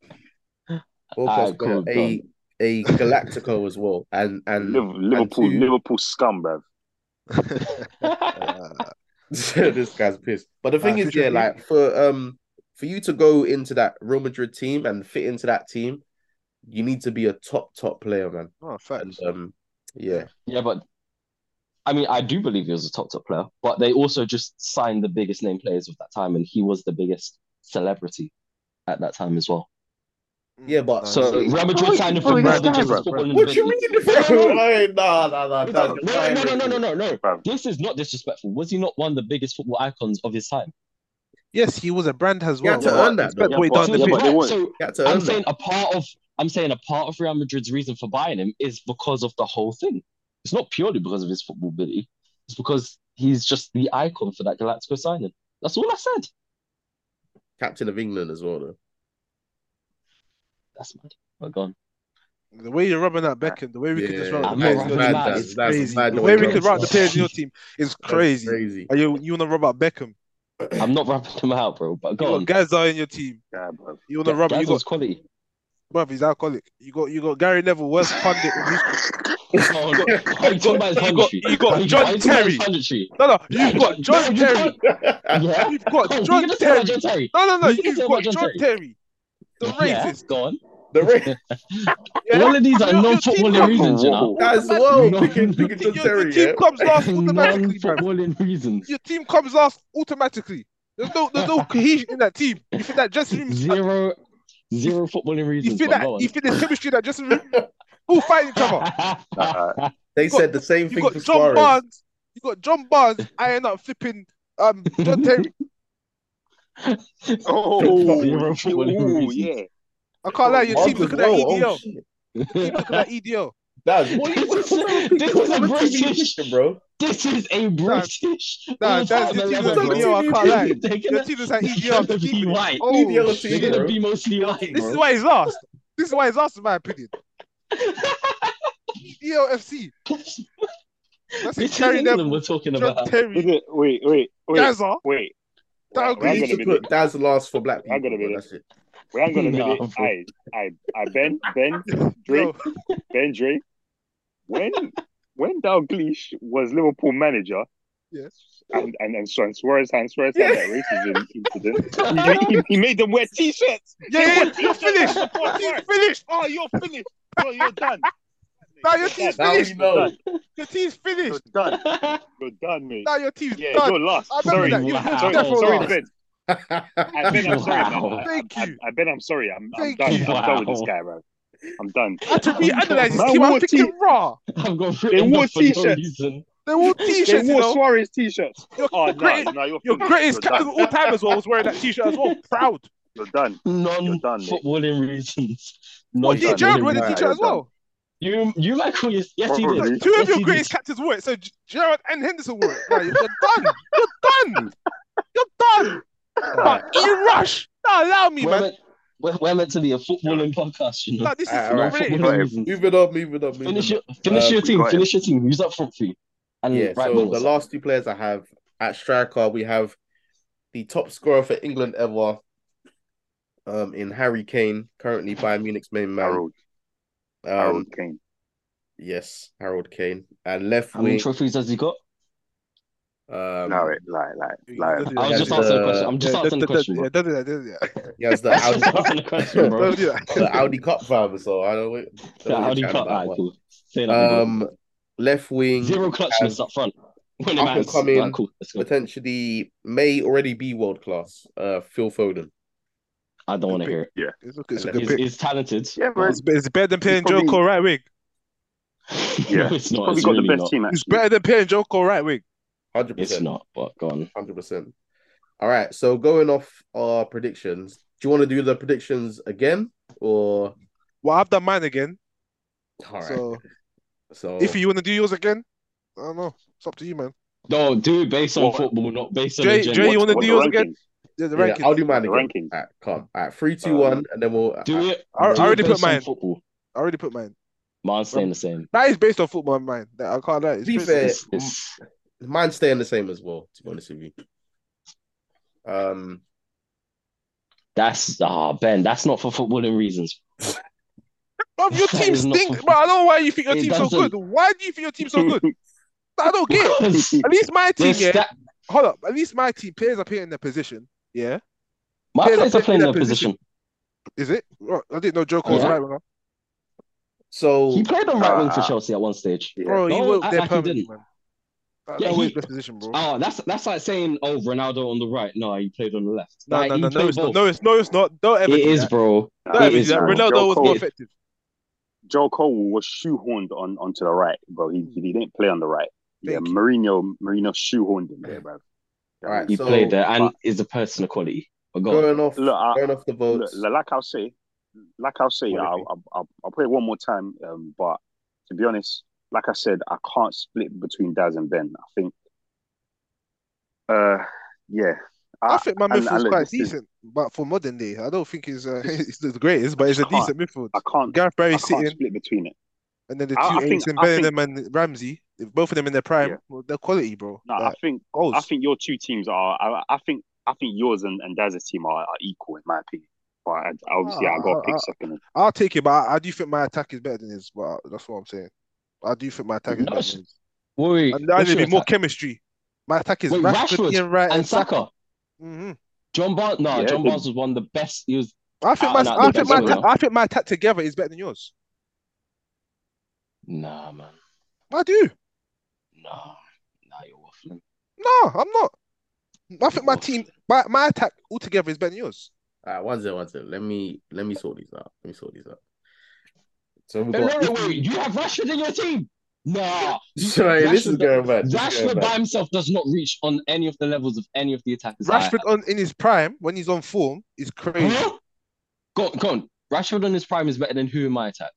A: World class
B: Alright,
A: player.
B: cool,
A: A
B: done.
A: a Galactico as well, and and
D: Liv-
A: and
D: Liverpool,
A: two.
D: Liverpool scum, bro.
C: Uh,
A: this guy's pissed. But the
C: nah,
A: thing is,
C: Fisher
A: yeah,
C: Pete.
A: like for um for you to go into that Real Madrid team and fit into that team, you need to be a top top player, man.
C: Oh,
A: And
C: facts.
A: um, yeah,
B: yeah, but I mean, I do believe he was a top top player, but they also just signed the biggest name players of that time, and he was the biggest celebrity at that time as well.
A: yeah,
C: Mm,
A: but
C: nah, he's
B: So
C: a
B: Real Madrid
D: Bro,
B: signing for
D: bro,
B: more
D: this
C: bruv,
B: than
D: guy,
B: just a
D: bro.
C: bruv, bruv.
B: football
A: what you
B: invention.
A: mean?
B: No, no, no.
A: Wait, nah, nah, nah,
B: It's-
A: that's
D: Bro,
A: a
B: No,
A: fine
B: no, no, no, no,
A: reference.
B: no, no.
D: bro.
B: This is not disrespectful. Was he not one of the biggest football icons of his time?
C: Yes, he was a brand as
A: He had
C: well,
A: to
D: Yeah,
C: but
D: but,
A: earn that though.
C: respect
D: yeah,
C: what he
D: but,
C: done
B: So,
C: on the
D: yeah,
C: pitch.
D: but they
B: right,
D: weren't.
B: so
A: He had to
B: I'm
A: earn that.
B: saying a part of I'm saying a part of Real Madrid's reason for buying him is because of the whole thing. It's not purely because of his football ability. It's because he's just the icon for that Galactico signing. That's all I said.
A: Captain of England as well, though.
B: That's mad. But gone.
C: The way you're rubbing that Beckham, the way we could just
A: Yeah,
C: run
B: I'm
C: the
B: not
C: players in your
B: rubbing
C: team
B: that.
C: is
A: That's
C: crazy.
A: mad
C: The
A: the
C: way
A: way
C: we
A: you
C: could
A: run.
C: route the players in your team is
A: That's
C: crazy.
A: crazy.
C: Are you you want to rub out Beckham?
B: I'm not rubbing him out, bro. But
C: You
B: gone.
C: got Gaza in your team.
D: Yeah, bro.
C: You want to rub? You
B: Gaz
C: got
B: was quality.
C: bruv, he's alcoholic. You got you got Gary Neville, worst pundit. in history.
B: Oh, no. Why are you talking about his
C: You got-
B: punditry?
C: you got
B: Why are you-
C: John
B: why are you talking about his
C: Terry.
B: punditry?
C: No, no, you've got John
B: No, you
C: Terry.
B: can't- Yeah.
C: You've got
B: Go on, we
C: John
B: can just talk
C: Terry.
B: about John Terry.
C: No, no, no.
B: We can
C: You've
B: talk
C: got
B: about John
C: John
B: Terry.
C: Terry, the
B: Yeah,
C: racist.
B: go on.
A: The race.
C: Yeah,
B: All of these are
C: Your- your team
B: non-footballing
C: comes-
B: reasons, you know.
A: Guys,
C: Automatic-
A: whoa,
B: No,
A: picking,
B: no.
A: picking John
C: your, your
A: Terry,
C: team
A: yeah?
C: comes last automatically, bruv.
B: Non-footballing reasons.
C: Your team comes last automatically. There's no there's no cohesion in that team. You think that dressing room? You
B: Zero, zero footballing reasons.
C: think
B: But
C: that
B: go
C: you think there's chemistry in that dressing room? All fighting each other.
B: on.
D: Uh,
A: They
C: You got-
A: said the same
C: You
A: thing
C: got
A: for
C: John
A: Suarez.
C: Barnes. You got John Barnes eyeing up flipping um John Terry.
D: oh,
B: Zero
D: you-
B: footballing
D: ooh,
B: reasons.
D: yeah.
C: I can't lie. Your
A: Barnes
C: team
A: as
C: looking at
A: well. Oh
C: EDL.
A: shit,
C: Team looking at E EDL.
A: Daz, what,
B: This
A: what,
B: is-
A: what type of pick,
B: this
A: what
B: is a
A: type of team are you
B: British-
A: picking, bro?
B: This is a British
C: Nah, Daz,
B: all-time
C: your team
A: What
C: looks
B: eleven,
A: type
C: like
A: of team are you picking?
B: bro.
C: EDL. I can't lie.
B: They're
C: Your
B: gonna,
C: team looks like
B: they're
C: EDL.
B: gonna
C: After
B: be
C: keeping it.
B: white.
C: Oh
A: EDL
B: They're
A: team,
C: shit.
B: gonna
A: bro.
B: be mostly white,
C: This is
B: bro.
C: why he's last. This is why he's last, in my opinion. E EDLFC. That's it.
B: This is
C: Gary
B: England
C: Neville,
B: we're talking
C: John
B: about.
D: Is
C: Terry,
D: it? Wait, wait, wait,
C: Gaza.
D: wait. Well,
C: Doug
A: We
D: well, hang
A: need
D: on a
A: to
D: minute.
A: put Daz last for black
D: Hang on
A: people,
D: a
A: bro.
D: minute.
A: That's it.
D: Well, hang on a
B: Nah,
D: minute.
B: bro.
D: I, I, I, Ben, Ben, Drake,
C: Yo,
D: Ben, Drake. When, when Dalglish was Liverpool manager,
C: yeah.
D: and and and, so, and Suarez and Suarez had that racism incident. He, ma- he, he made them wear t-shirts.
C: Yeah,
D: They
C: yeah,
D: wore
C: you're
D: t-shirts
C: finished.
D: to support
C: You're
D: Suarez.
C: finished.
D: Oh, you're finished. Bro, you're done.
C: Now your
D: You're done.
C: team's
A: Now we
C: finished.
D: You're
A: know.
D: done.
C: Your team's
D: You're
C: finished.
D: done. You're done, mate.
C: Now your team's
D: Yeah,
C: done.
D: you're last.
C: I remember
D: Sorry,
C: that. You
B: Wow.
C: was
D: sorry,
C: defo
D: sorry,
C: last.
D: Ben. I Ben, I'm sorry, man.
B: Wow.
D: I,
C: Thank
D: I,
C: you.
D: I Ben, I'm sorry. I'm, I'm
C: Thank
D: done.
C: you.
D: I'm done with this
B: Wow.
D: guy, man. I'm done.
C: I had to reanalyze his
D: Man
C: team. I was
D: wore t.
C: picking raw.
B: I've got
D: They
B: written
D: wore
B: off for no
D: t-shirts.
B: reason.
C: They wore
D: They
C: t-shirts, you
D: wore
C: know.
D: Suarez t-shirts.
C: Your,
D: Oh
C: your
D: no,
C: greatest,
D: no, you're
C: your
D: finished.
C: greatest
D: You're
C: captain of
D: done.
C: all time as well was wearing that t-shirt as well. Proud.
D: You're done. You're done, mate.
B: Non-footballing reasons.
D: Oh,
C: What J.
A: You're
C: Gerald
B: Non-footballing
C: wearing the
A: mad.
B: reasons.
C: t-shirt
D: You're
C: as
D: done.
C: well.
B: You, you like who you? Yes, he
C: Look,
B: did.
D: Probably.
C: two of
B: Yes,
C: your
B: he did.
C: greatest captains wore it. So G- Gerald and Henderson wore it. Nah, you're, you're done. You're done. You're done. Nah,
A: Alright,
C: Ian Rush. Nah, allow me,
B: We're
C: man.
B: meant, we're, we're meant to be a footballing podcast, you know.
C: Nah, this is
A: alright, alright.
B: Non-footballing
C: football-related.
D: Got him.
B: reasons.
A: Moving on, moving on,
B: Finish
A: moving
B: your,
A: on.
B: finish
A: Um,
B: your
D: Uh, We
B: team.
D: got him.
B: Finish your team. Who's up front for you? And
A: yeah,
B: right
A: so the
B: wingers.
A: last two players I have at striker, we have the top scorer for England ever um, in Harry Kane, currently Bayern Munich's main man.
D: Harold,
A: Um,
D: Harold Kane.
A: yes, Harold Kane. And left
B: How many
A: wing,
B: trophies has he got?
D: No,
A: um,
D: wait, lie, lie,
C: Yeah,
D: lie.
C: don't do
B: I was
C: that.
A: Yes,
B: just answering
A: uh,
B: a question. I'm just
C: Yeah,
B: answering
C: don't,
B: the
C: don't, don't,
B: question, bro.
C: yeah, don't do that. Don't do that.
A: he has the
B: That's just
A: Audi,
B: answering the question, bro.
C: Don't do
A: the
C: that.
A: Audi Cup driver, so I don't, don't
B: The
A: know what
B: Audi
A: you're chatting
B: cut.
A: about.
B: Alright,
A: But,
B: cool. Say nothing, bro.
A: um, left wing,
B: Zero clutchness
A: have
B: up front
A: up
B: when it
A: and
B: matters. Alright,
A: coming,
B: cool. Let's go.
A: potentially may already be world class. Uh, Phil Foden.
B: I don't
C: Good
B: want to
C: pick.
B: hear it.
D: Yeah,
C: It's a, it's a
A: And
C: good
B: He's,
C: pick.
B: he's talented,
D: yeah,
B: but
D: man.
C: It's, it's better than
D: He's
C: playing
D: probably
C: Joko right wing.
B: no,
D: yeah.
B: it's
D: He's
B: not.
D: probably
B: It's
D: got the
B: really
D: best
B: not.
D: team
C: It's
D: actually.
C: better than playing Joko right wing.
A: Hundred
B: It's
A: percent,
B: not. But go on.
A: hundred percent. All right. So going off our predictions, do you want to do the predictions again, or
C: Well, I've done mine again.
A: all right?
C: So
A: So
C: if you want to do yours again, I don't know. It's up to you, man.
B: No, do it based on
D: What?
B: football, not based on
C: Jay,
B: agenda.
C: Jay, you want
D: What's
C: to do
D: what the
C: yours again?
D: rankings?
C: Yeah, the
A: yeah, I'll
C: rankings.
A: do
D: What
A: mine
D: the
A: again.
D: rankings?
A: All right, come. All right, three, two, one,
D: Um,
A: and then we'll. uh, all
B: Do
A: right,
B: it.
C: I, I
A: and then
B: Do it
C: already put
B: based on
C: mine.
B: football.
C: I already put mine.
B: Mine's staying
C: Um,
B: the same.
C: That is based on football, in mine. That I can't lie.
A: to
C: It's
A: be
C: based on
A: fair,
B: It's it's
A: m- mine's staying the same as well. To be honest with you, um,
B: that's ah Ben. That's not for footballing reasons.
C: Bruv, your
B: That
C: team
B: is not
C: stink,
B: for
C: but I don't know why you think your
B: it
C: team's so good.
B: doesn't
C: Why do you think your team's so good? I don't get it.
B: because
C: At least my team,
B: there's
C: yeah.
B: that
C: Hold up. At least my team players are playing in their position. Yeah.
B: my
C: Players are
B: players are
C: playing
B: playing
C: in their
B: their
C: position.
B: position.
C: Is it? Right, I didn't know Joko was
B: Yeah.
C: right winger.
B: He
A: so
B: played on
D: uh,
B: right wing for
C: Ah.
D: uh,
B: Chelsea at one stage.
D: yeah.
C: Bro, he
B: Don't
C: was
B: act
C: there
B: like he
C: permanently,
B: didn't.
C: man. That,
B: Yeah,
C: that was his
B: he
C: best position, bro.
B: oh that's that's like saying, oh, Ronaldo on the right. No, he played on the left.
C: No,
B: Like
C: no,
B: he
C: no, no,
B: played
C: it's not.
B: both.
C: No, it's no, it's not. Don't ever
B: It
C: do
B: is,
C: that.
B: bro.
C: Don't
B: It
C: ever
D: Nah,
C: do
B: is,
C: that.
D: nah.
B: bro.
C: Ronaldo
D: Joe
C: was more
D: Cole,
B: It
C: effective.
D: Joe Cole was shoehorned on onto the right, bro. He he didn't play on the right. Yeah,
C: Thank you.
D: Mourinho Mourinho shoehorned him there, bro. You
A: all
D: know what I
A: right,
D: mean?
B: he played
A: so
B: there
D: But
B: and is a person of quality. But go on.
A: going off,
D: look, I,
A: going off the
D: look,
A: votes.
D: like I'll say, like I'll
A: What
D: say,
A: do you
D: I'll,
A: think?
D: I'll, I'll, I'll play it one more time. Um, but to be honest, like I said, I can't split between Daz and Ben. I think, uh, yeah,
C: I,
D: I-
C: think my
D: and-
C: midfield's
D: and look,
C: quite
D: this is-
C: decent, but for modern day, I don't think it's uh, it's the greatest, but it's a
D: I can't-
C: decent midfield.
D: I can't.
C: Gareth
D: I
C: Barry
D: can't
C: sitting,
D: split between it.
C: and then the
D: I- I
C: two
D: think-
C: eights, and
D: I think-
C: Bellingham and Ramsey, if both of them in their prime,
D: Yeah.
C: well, their quality, bro.
D: No, I
C: Like,
D: think
C: goals.
D: I think your two teams are. I, I think I think yours and, and Daz's team are, are equal in my opinion. But I, obviously, I got to
C: Ah,
D: pick
C: ah,
D: second.
C: I'll take it, but I, I do think my attack is better than his. But that's what I'm saying. I do think my attack is
B: No,
C: better
B: it's-
C: than his.
B: Worry.
C: And there'll
B: what's
C: be
B: your
C: more
B: attack?
C: chemistry. My attack is
B: Wait,
C: Rashford,
B: Rashford
C: Ian Wright,
B: and Saka.
C: hmm
B: John Barnes. No,
D: Yeah,
B: John
D: they-
B: Barnes was one of the best. He was.
C: I think
B: Out
C: my
B: and out
C: I
B: the
C: think
B: best
C: my
B: winger.
C: attack, I think my attack together is better than yours.
B: Nah, man.
C: I do.
B: Nah, nah, you're waffling.
C: No, I'm not. I think my
B: Waffling.
C: team, my, my attack altogether is better than yours.
A: All right, one second, one second. Let me let me sort these out. Let me sort these out. So we
B: Hey,
A: got.
B: wait, wait, wait. You have Rashford in your team? Nah.
A: Sorry, this is
B: Rashford-
A: going bad. This is going
B: Rashford by
A: bad.
B: himself does not reach on any of the levels of any of the attackers. I-
C: Rashford on in his prime when he's on form is crazy.
B: Huh? Go on, go on. Rashford on his prime is better than who in my attack?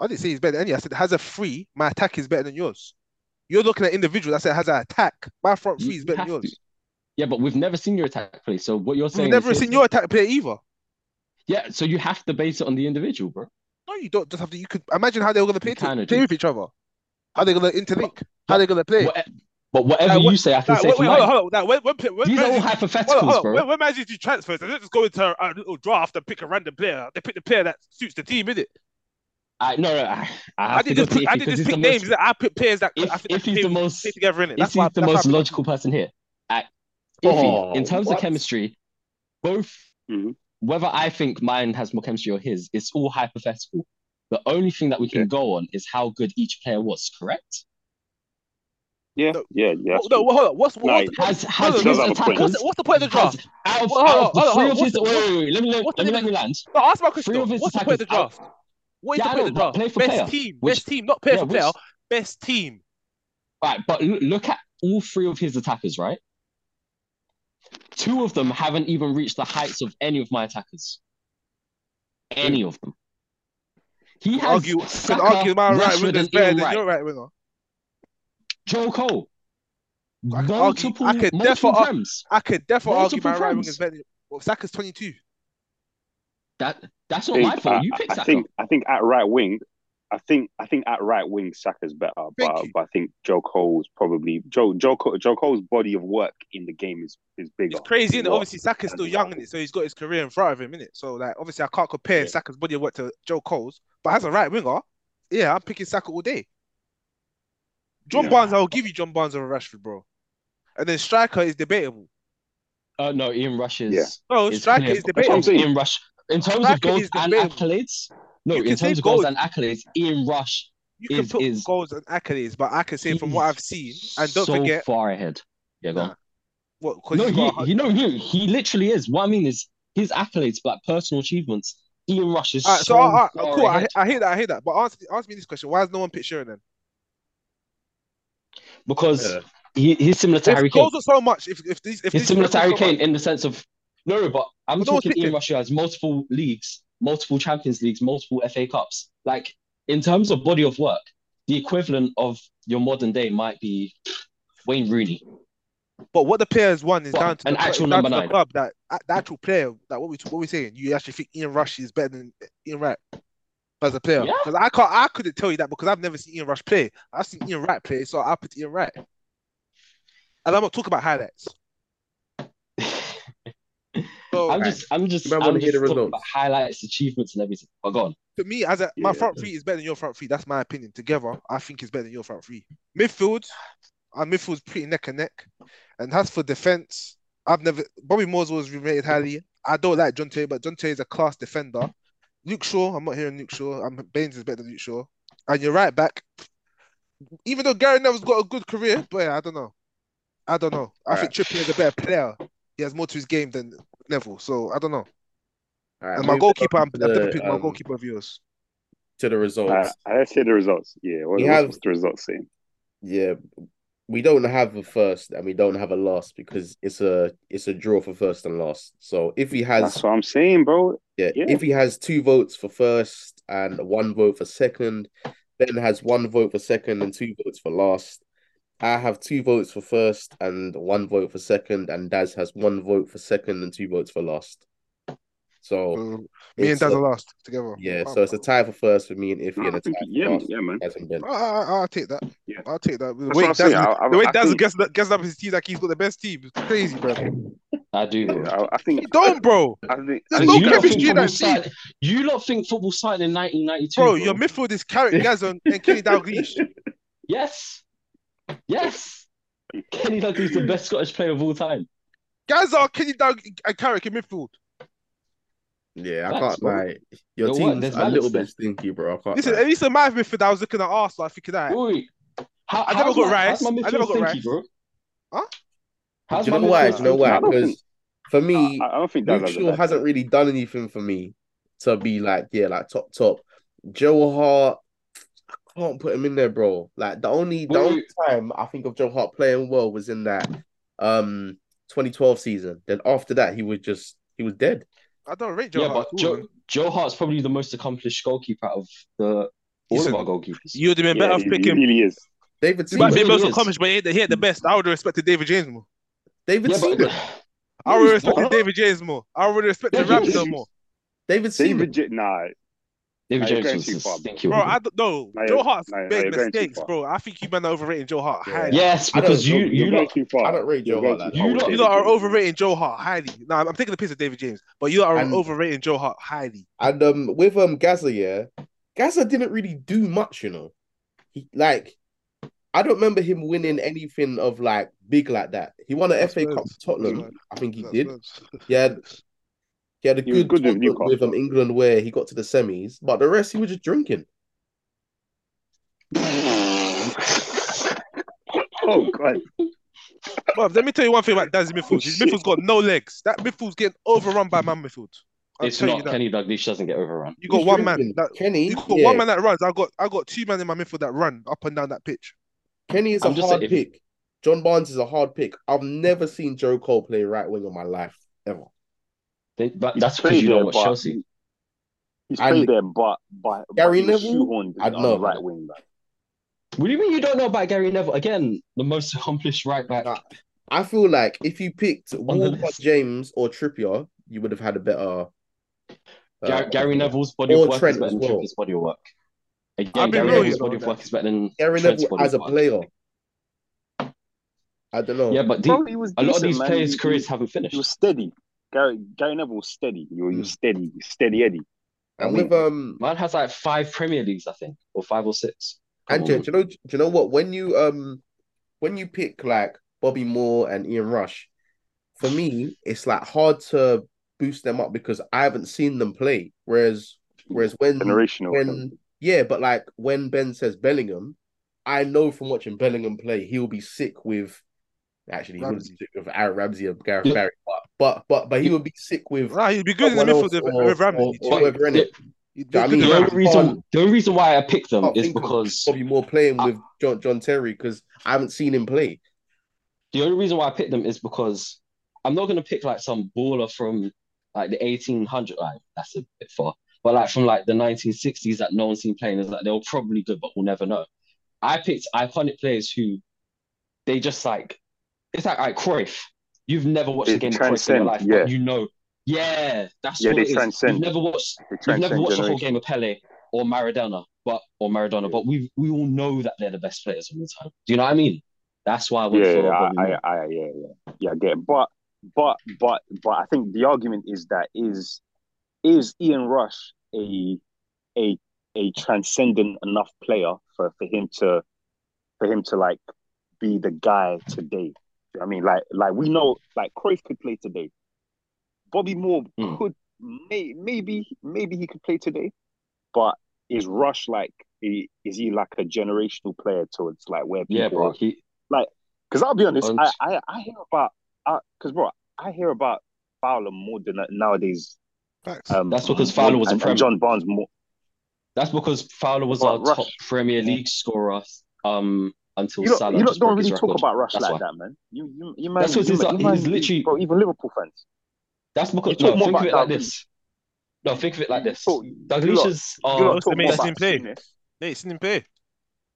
C: I didn't say he's better than any. I said has a free. My attack is better than yours. You're looking at individuals. I said has an attack. My front
B: You-
C: three is
B: you
C: better than
B: have to.
C: yours.
B: Yeah, but we've never seen your attack play. So what you're
C: We've
B: saying
C: never
B: is
C: seen your attack play either.
B: yeah. So you have to base it on the individual, bro.
C: No, you don't just have to. You could imagine how they were going to play,
B: You kinda
C: to, play
B: do.
C: with each other. How they going to interlink? How they going to play?
B: What- but whatever
C: Like, what-
B: you say, I can
C: Like,
B: say
C: wait,
B: for
C: wait,
B: mine.
C: hold on, hold on. Like, when, when, play- when
B: These are all
C: managers-
B: hypotheticals,
C: hold on, hold on.
B: bro.
C: When, when managers do transfers, they don't just go into a, a little draft and pick a random player. They pick the player that suits the team, innit?
B: I no, no I, I
C: I
B: have to
C: did
B: go
C: just
B: to
C: pick, I
B: Icky
C: did
B: because
C: just
B: he's the
C: pick names.
B: most.
C: that I pick players that I
B: If
C: think that
B: if
C: could
B: he's the
C: play,
B: most,
C: play together in it.
B: if
C: That's why.
B: he's the
C: that's why I
B: most
C: picked-
B: logical person here. I,
A: Oh,
B: iffy in terms
A: what?
B: of chemistry, both
C: Mm-hmm.
D: Mhm.
B: whether I think mine has more chemistry or his, it's all hypothetical. The only thing that we can
D: Yeah.
B: go on is how good each player was, correct?
D: Yeah,
C: No.
D: yeah, yeah. that's
C: Oh, no,
D: true.
C: hold on. What's,
D: Nah,
C: what's the point?
B: Has has
C: no,
B: his
D: no, no,
B: attackers
C: What's the, what's the point of the
B: has
C: draft?
B: out of,
C: Hold on,
B: out of the
C: hold
B: three
C: on, hold
B: of
C: on.
B: his
C: What's the-
B: wait, wait, wait, let me let,
C: what's the
B: let me
C: name
B: let
C: of
B: me land.
C: No, ask my question
B: Three
C: though.
B: of his
C: What's the point of
B: attackers
C: the
B: out.
C: draft? What
B: Yeah,
C: is the
B: I
C: point
B: know,
C: of the
B: but
C: draft?
B: play for
C: Best
B: player.
C: team,
B: Which
C: best team, not player
B: yeah,
C: for
B: which
C: player. Best team.
B: right, but l- look at all three of his attackers, right? Two of them haven't even reached the heights of any of my attackers. Any of them. He
C: Could
B: has
C: argue, could
B: Saka,
C: argue my right
B: Rashford,
C: winger is
B: and
C: better
B: Ian
C: than
B: Wright.
C: your right winger.
B: Joe Cole.
C: I could argue. I
B: Multiple
C: could
B: multiple
C: definitely-
B: prems.
C: I could definitely argue
B: Multiple
C: my right wing
B: friends.
C: is better. than- Well, Saka's 22.
B: That that's not
D: Think,
B: my
D: I,
B: fault. You
D: I-
B: picked
D: I
B: Saka.
D: think I think at right wing, I think I think at right wing Saka's better,
C: Thank
D: but,
C: you.
D: but I think Joe Cole's probably Joe Joe Cole, Joe Cole's body of work in the game is is bigger.
C: It's crazy,
D: than
C: and
D: what-
C: obviously Saka's
D: than
C: still
D: the
C: young
D: right
C: in it, so he's got his career in front of him, innit? So like, obviously, I can't compare
A: Yeah.
C: Saka's body of work to Joe Cole's, but as a right winger, yeah, I'm picking Saka all day. John
D: Yeah.
C: Barnes, I'll give you John Barnes over Rashford, bro. And then striker is debatable.
B: Uh, no, Ian Rush is,
D: Yeah.
C: No,
B: is
C: striker
B: clear.
C: is
B: In
D: That's what I'm
B: terms
C: debatable.
B: of
D: saying.
B: Ian Rush, in terms of
C: Striker
B: goals
C: is
B: and
C: debatable.
B: accolades, no,
C: You
B: in
C: can say
B: terms of goals
C: goals.
B: and accolades, Ian Rush
C: You can
B: is
C: put
B: is
C: goals and accolades, but I can say from what I've
B: he's
C: seen, and don't
B: so
C: forget,
B: far ahead. Yeah, go
C: nah,
B: on.
C: what? Because
B: No,
C: he's
B: he
C: got. A,
B: he no he he literally is. What I mean is his accolades, like personal achievements. Ian Rush is
C: all right, so
B: so
C: all right,
B: far
C: cool. I,
B: ahead
C: I hear that. I hear that. But ask, ask me this question: Why is no one picked Shearer then?
B: because
A: Yeah.
B: he, he's similar to
C: If
B: Harry Kane.
C: goals are so much, if if these if
B: It's
C: these
B: similar to Harry
C: records so much,
B: Kane in the sense of no, no, but I'm
C: but no one's
B: talking
C: picked
B: Ian
C: him.
B: Rush who has multiple leagues, multiple Champions Leagues, multiple FA Cups. Like in terms of body of work, the equivalent of your modern day might be Wayne Rooney,
C: But what the players won is down
B: but
C: to
B: an
C: the club,
B: actual
C: it's down
B: number
C: to the
B: nine.
C: club that uh, the actual player that what we what we saying. You actually think Ian Rush is better than Ian Wright as a player?
B: Yeah.
C: Because I can't, I couldn't tell you that because I've never seen Ian Rush play. I've seen Ian Wright play, so I put Ian Wright. And I'm not talking about highlights. So
B: I'm just, I'm just,
A: Man, wanna
B: I'm
A: hear the
B: just talking about
A: results.
B: highlights, achievements, and everything. But go on.
C: to me, as a, my
D: Yeah.
C: front three is better than your front three. That's my opinion. Together, I think it's better than your front three. Midfield, our midfield's pretty neck and neck. And as for defense, I've never Bobby Moore's always been rated highly. I don't like John Terry, but John Terry's a class defender. Luke Shaw, I'm not hearing Luke Shaw. I'm Baines is better than Luke Shaw. And your right back, even though Gary Neville's got a good career, but yeah, I don't know. I don't know. I think Trippier is a better player. He has more to his game than Neville, so I don't know.
A: All right,
C: And my
A: moving
C: goalkeeper, I'm,
A: on
C: I've never
A: to,
C: picked my
A: um,
C: goalkeeper of yours.
A: to the
D: Uh,
A: results.
D: let's hear the results. Yeah, what,
A: We
D: what's,
A: have
D: what's the results saying?
A: yeah, we don't have a first and we don't have a last because it's a it's a draw for first and last. So if he
D: That's
A: has
D: what I'm saying, bro.
A: yeah,
D: Yeah.
A: if he has two votes for first and one vote for second, Ben has one vote for second and two votes for last. I have two votes for first and one vote for second, and Daz has one vote for second and two votes for last. So
C: Um, me and
A: it's
C: Daz
A: a-
C: are last together.
A: yeah,
C: Wow.
A: so it's a tie for first for me and Iffy, and
D: I
A: a tie
D: think,
A: for
D: yeah,
A: last.
D: yeah, man.
A: Daz and Ben.
C: I, I, I'll take that.
D: Yeah.
C: I'll take that. The
D: That's
C: way
D: what I'm saying.
C: Daz,
D: I, I,
C: the way
D: I
C: Daz
D: think,
C: gets, gets up his team like he's got the best team. It's crazy, bro.
B: I do,
D: yeah,
B: bro.
D: I, I think,
C: You don't, bro.
D: I think, I
C: There's
B: Because
D: think
C: no
B: you lot
D: Gaz,
B: think
C: chemistry in
B: football
C: that team,
B: started, you lot think football started in 1992,
C: bro.
B: bro.
C: Your midfield is Carrick, Gazon, and Kenny Dalglish.
B: Yes, yes. Kenny Dalglish is the best Scottish player of all time.
C: Gazon, Kenny Dalglish, and Carrick in midfield.
A: Yeah, I
B: Facts,
A: can't
B: bro.
A: lie. Your
B: Yo, what?
A: team's
B: There's
A: a little
B: balance there.
A: bit stinky, bro. I can't
C: Listen,
A: lie.
C: at least in my midfield, I was looking at Arsenal. I figured that.
B: Wait, wait. How,
C: I never
B: how's
C: got
B: my how's
C: rice.
B: my
C: I never
B: midfield
C: got
B: stinky,
C: rice.
B: bro?
C: Huh?
A: Do
B: How's
A: you
B: my
A: know why?
B: midfield
A: Do you know
B: stinky,
A: why?
D: I
B: bro?
D: don't think,
A: Because for
D: I,
A: me,
D: I don't think
A: Luke
D: Daz has a
A: Shaw
D: bad
A: hasn't
D: team.
A: really done anything for me to be like, yeah, like top top. Joe Hart, I can't put him in there, bro. Like the only the
B: Wait,
A: only
B: wait.
A: time I think of Joe Hart playing well was in that um 2012 season. Then after that, he was just he was dead.
C: I don't rate Joe
B: Yeah,
C: Hart
B: but
C: at all.
B: Joe
C: man.
B: Joe Hart's probably the most accomplished goalkeeper out of the all of our
C: Listen,
B: goalkeepers.
C: you would have been
D: Yeah,
C: better off
D: he, he
C: picking.
D: really is.
A: David
C: You might
A: Seaman.
C: be
B: really
C: most
B: is.
C: accomplished, but he ain't the, he ain't the best. I would have respected David James more.
A: David
B: Yeah, but
A: Seaman.
C: I
B: no,
C: would have
B: he's
C: respected
B: not.
C: David James more. I would have respected
B: David
C: Ramsdale
B: James,
C: more.
A: David
D: David,
A: Seaman.
D: J- nah,
B: David
D: nah, you're
B: James
D: going
B: was
D: too
B: a
D: far, bro.
B: stinky
C: Bro,
B: one.
C: I don't know.
D: Now
C: Joe
D: you're,
C: Hart's
D: now, now
C: made
D: you're going too
C: mistakes,
D: far.
C: bro. I think you man are overrating Joe Hart
A: Yeah.
C: highly.
B: Yes,
A: I
B: because
A: don't
B: you
D: You're, you're
B: you
D: going
B: lot
D: too
A: I
D: far.
A: don't rate
D: You're
A: Joe
D: going
A: Hart like that,
D: too far
B: you
D: with
B: lot
C: You
D: David
C: lot are
D: James.
C: overrating Joe Hart highly. Nah, I'm taking the piss of David James, but you lot are
A: and
C: overrating Joe Hart highly.
A: And um with um Gaza, yeah, Gaza didn't really do much, you know. He like I don't remember him winning anything of like big like that. He won an
C: That's
A: FA Cup
C: Spurs.
A: with
C: That's
A: Tottenham,
C: Spurs.
A: I think he
C: That's
A: did.
C: Spurs.
A: He had he had a
D: He was
A: good
D: good with
A: tournament with um
D: Newcastle.
A: England where he got to the semis, but the rest he was just drinking.
D: oh god.
C: But let me tell you one thing about Dazzy
D: Oh
C: midfield. His
D: shit.
C: midfield's got no legs. That midfield's getting overrun by man midfield. I'll
B: It's
C: tell you
B: not
C: that.
B: Kenny Dalglish doesn't get overrun.
C: You got
A: Who's
C: one man
A: drinking?
C: that you
A: Kenny,
C: got one
A: yeah.
C: man that runs. I got I got two men in my midfield that run up and down that pitch.
A: Kenny is a
B: I'm just saying
A: hard
B: if
A: pick. John Barnes is a hard pick. I've never seen Joe Cole play right wing in my life ever.
B: they, but
D: He's
B: that's because
D: played
B: you don't
D: there,
B: watch
D: but
B: Chelsea.
D: he, he's played
A: And
D: there, but but but
A: Gary
D: he was
A: Neville,
D: shoehorned
A: I don't
D: on
A: know
D: the
A: about
D: right
A: that.
D: wing back.
B: What do you mean you don't know about Gary Neville? Again, the most accomplished right back
A: Nah, I feel like if you picked
B: on the
A: Walcott
B: list.
A: James or Trippier, you would have had a better uh,
B: Gary, Gary Neville's body of
A: or
B: work is
A: Trent
B: better
A: as
B: than
A: well.
B: Trippiers' body of work.
C: I'll
B: Again,
C: be
B: Gary
C: real, you
B: Neville's
C: know.
B: body of work is better than
A: Gary
B: Trent's
A: Neville
B: body of
A: as a
B: work.
A: player, I don't
B: Yeah,
A: know.
B: but
D: Bro,
B: the,
D: he was
B: a lot of
D: decent,
B: these
D: man.
B: players'
D: He, he
B: careers
D: was
B: haven't
D: he was
B: finished.
D: steady. Gary Gary Neville was steady. You you
A: Mm.
D: steady, steady Eddie. I
A: And with
D: mean,
A: um,
B: Man has like five Premier Leagues, I think, or five or six. Come
A: and
B: on,
A: do
B: man.
A: you know, do you know what? When you um, when you pick like Bobby Moore and Ian Rush, for me, it's like hard to boost them up because I haven't seen them play. Whereas, whereas when
D: generational thing.
A: when yeah, but like when Ben says Bellingham, I know from watching Bellingham play, he'll be sick with. Actually, he wouldn't be
C: Ramsey.
A: sick with Aaron Ramsey or Gareth
B: Yeah,
A: Barry, but but but but he
B: yeah,
A: would be sick with
C: Nah, he'd be good in
A: someone
C: the
A: else
C: midfield
A: Oh,
C: with,
A: or
C: with Ramsey.
A: or, or
C: He'd
B: But
C: struggle.
A: whoever in
B: the,
A: it.
C: He'd
A: Do you
C: be
A: know what I
C: good
A: mean?
C: in
A: Like
B: the
A: I
B: only
C: Ramsey.
A: can't
B: reason the only reason why I picked them
A: can't
B: is
A: think of
B: because
A: Oh, Bobby Moore playing
B: I,
A: with John John Terry because I haven't seen him play.
B: the only reason why I picked them is because I'm not gonna pick like some baller from like the 1800 like that's a bit far, but like from like the 1960s that no one's seen playing is like they were probably good, but we'll never know. I picked iconic players who they just like it's like, like Cruyff. You've never watched a
D: They
B: game of Cruyff in your
D: transcend,
B: life, but
D: yeah.
B: you know, yeah, that's
D: Yeah,
B: what
D: they
B: it is. You've
D: transcend.
B: never watched
D: They
B: you've never
D: transcend
B: watched a whole game
D: generations.
B: of Pele or Maradona, but or Maradona,
D: Yeah,
B: but we we all know that they're the best players of all time. Do you know what I mean? That's why I went
D: yeah,
B: for
D: I,
B: Bobby
D: I,
B: Moore.
D: I, yeah, yeah, yeah. I get it. But, but, but, but I think the argument is that is is Ian Rush a a a transcendent enough player for for him to for him to like be the guy today. You know what I mean, like, like we know, like Cruyff could play today. Bobby Moore
B: Mm.
D: could may, maybe maybe he could play today, but is Rush like he, is he like a generational player to it's like where
B: Yeah, bro.
D: people
B: He
D: like because I'll be honest,
B: on
D: I I, I hear about because bro, I hear about Fowler more than uh, nowadays.
C: Facts.
D: Um,
B: that's because
D: more
B: Fowler was a
D: and, and
B: prem.
D: John Barnes more,
B: That's because Fowler was
D: but
B: our top
D: Rush,
B: Premier League scorer um until
D: you know,
B: Salah
D: you know,
B: just
D: don't
B: broke his
D: really talk
B: record.
D: about Rush
B: That's
D: like
B: why.
D: that, man. You you you
B: That's
D: man
B: because
D: you
B: he's
D: man
B: like he's
D: you man you
B: literally
D: bro even Liverpool fans.
B: that's
D: You
B: because
D: talk
B: no,
D: more
B: think of it
D: about
B: like
D: Dalglish.
B: this. No, think of it like
D: You
B: this. uh,
D: talk you lot
B: Dalglish's
D: you
B: are
D: lot
C: Most of
D: talk
C: them
D: more
C: ain't
B: best
C: seen him
D: about
C: play.
D: Souness.
C: They ain't seen him play.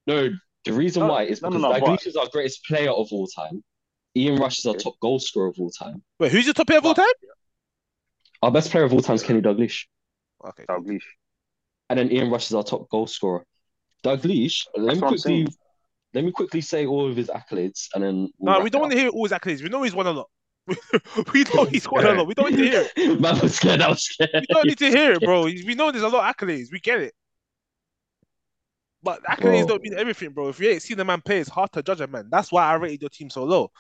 B: No, The reason
D: No,
B: why is
D: no, no,
B: because
D: no,
B: Dalglish
D: but-
B: is our greatest player of all time. Ian Rush is our top goal scorer of all time.
C: Wait, who's your top player of all time?
B: Our best player of all time is Kenny Dalglish,
C: Okay. cool.
D: Dalglish.
B: and then Ian Rush is our top goal scorer. Dalglish, let me
D: That's what I'm
B: quickly
D: saying.
B: let me quickly say all of his accolades, and then we'll
C: No,
B: wrap
C: we
B: it
C: don't
B: up.
C: want to hear all his accolades. We know he's won a lot. we know he's won a lot. We don't need to hear it.
B: Man, I was scared. I was scared.
C: We don't need to hear it, bro. We know there's a lot of accolades. We get it. But accolades
B: Bro.
C: don't mean everything, bro. If you ain't seen the man play, it's hard to judge a man. That's why I rated your team so low.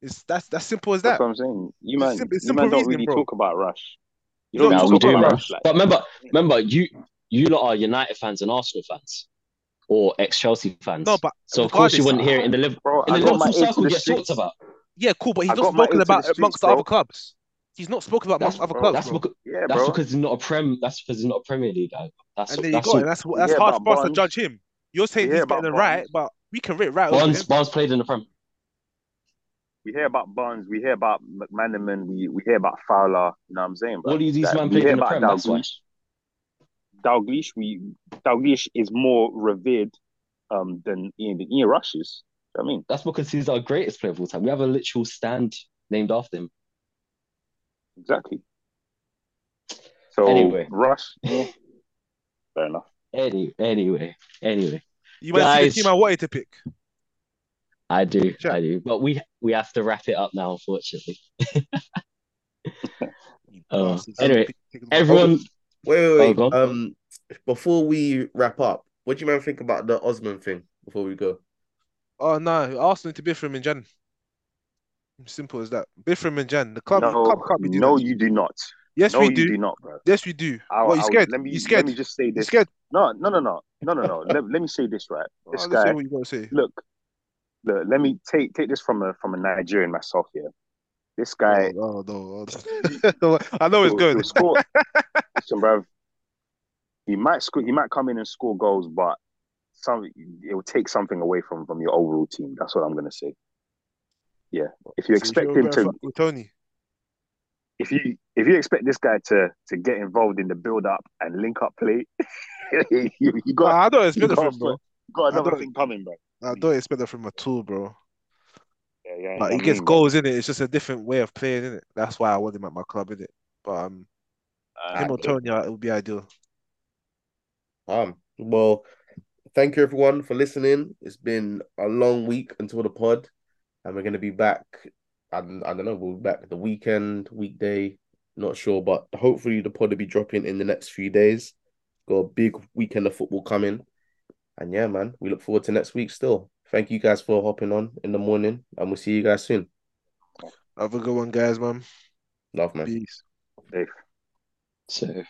C: It's that's that's simple as
D: That's
C: that.
D: what I'm saying. You
C: It's
D: man,
C: simple- it's
D: you man
C: simple
D: don't
C: reasoning,
D: really
C: bro.
D: talk about Rush. You
C: No,
D: don't
C: we
D: really
B: Nah,
C: talk
B: we
D: talk
B: do,
D: about
C: about
B: man.
D: Rush. Like,
B: But remember, remember, you you lot are United fans and Arsenal fans, or ex-Chelsea fans.
C: No, but
B: so of course you
C: regardless-
B: wouldn't hear it in the Liv-
D: bro,
B: in
D: I
B: the
D: got my
B: Liverpool
D: ear to
B: circle
D: the
B: gets talked
D: streets.
B: about.
C: yeah, cool. But he's
D: I
C: not
D: got my
C: spoken
D: ear to the
C: about
D: streets,
C: amongst the
D: bro.
C: other clubs. He's not spoken about amongst
B: That's
C: other
D: bro.
C: clubs,
B: that's
C: bro.
B: because
D: Yeah,
B: that's
D: bro.
B: because he's not a prem. That's because he's not a Premier League guy. That's
C: And there you
B: that's
C: go. And
B: all.
C: that's that's
D: Yeah,
C: hard
D: but
C: for us to
D: Barnes-
C: judge him. You're saying
D: Yeah,
C: he's
D: but
C: better than
D: Barnes-
C: right, but we can rate right over
B: Barnes
C: him.
B: Barnes played in the prem.
D: We hear about Barnes, we hear about McManaman, we, we hear about Fowler, you know what I'm saying? But
B: All of these
D: like,
B: men
D: we
B: played
D: hear
B: in the
D: about
B: prem. That's why.
D: Dalglish. Dalglish, we Dalglish is more revered um than Ian than Ian Rush is. You know what I mean?
B: That's because he's our greatest player of all time. We have a literal stand named after him.
D: Exactly. So
B: Anyway.
D: Rush, yeah, fair enough.
B: Any anyway anyway.
C: You might see the
B: Guys.
C: team I wanted to pick.
B: I do,
C: Sure.
B: I do. But we we have to wrap it up now, unfortunately.
C: You
D: Oh,
B: Uh,
C: bastards.
B: anyway,
C: Pick them up.
B: Everyone,
A: Wait, wait,
B: oh,
A: wait.
B: go on.
A: Um, before we wrap up, what do you man think about the Osman thing? Before we go,
C: Oh no, Arsenal need to Bithram and Jan. Simple as that. Bithram and Jan. The club, club
D: No,
C: can't be doing
D: no,
C: that.
D: you do not.
C: Yes,
D: No,
C: we
D: you
C: do.
D: do not, bro.
C: Yes, we do.
D: I,
C: What you
D: I,
C: scared?
D: let
C: You
D: me let
C: scared?
D: me just say
C: You
D: this.
C: scared?
D: No, no, no, no, no, no, no. Let, let me say this right.
C: Oh,
D: This
C: let's hear
D: guy,
C: what you got to say.
D: look, look. Let me take take this from a from a Nigerian myself here. This guy,
C: Oh, oh, no, oh, no. I know it's
D: he'll,
C: good.
D: he'll score. Listen, bro. He might score. He might come in and score goals, but some it will take something away from from your overall team. That's what I'm gonna say. Yeah. If
C: So
D: you
C: if
D: expect
C: you're
D: him
C: better
D: to,
C: fuck with Tony,
D: if you if you expect this guy to to get involved in the build up and link up play, you, you
C: I
D: got
C: I don't
D: you
C: expect it
D: got
C: from him, bro.
D: you got
C: I
D: another
C: don't.
D: thing coming, bro.
C: I don't expect it from him at all, bro.
D: Yeah, yeah, you know
C: But
D: what I
C: he gets
D: mean, bro.
C: goals in it. It's just a different way of playing in it. That's why I want him at my club in it. But um,
D: I
C: him or
D: get it.
C: Tony, uh, it would be ideal.
A: um, well, thank you everyone for listening. It's been a long week until the pod, and we're gonna be back. I, don't- I don't know. We'll be back the weekend, weekday. Not sure, but hopefully the pod will be dropping in the next few days. Got a big weekend of football coming, and yeah, man, we look forward to next week. Still, thank you guys for hopping on in the morning, and we'll see you guys soon.
C: Have a good one, guys, man.
A: Love, man.
C: Peace.
D: Safe.
B: So.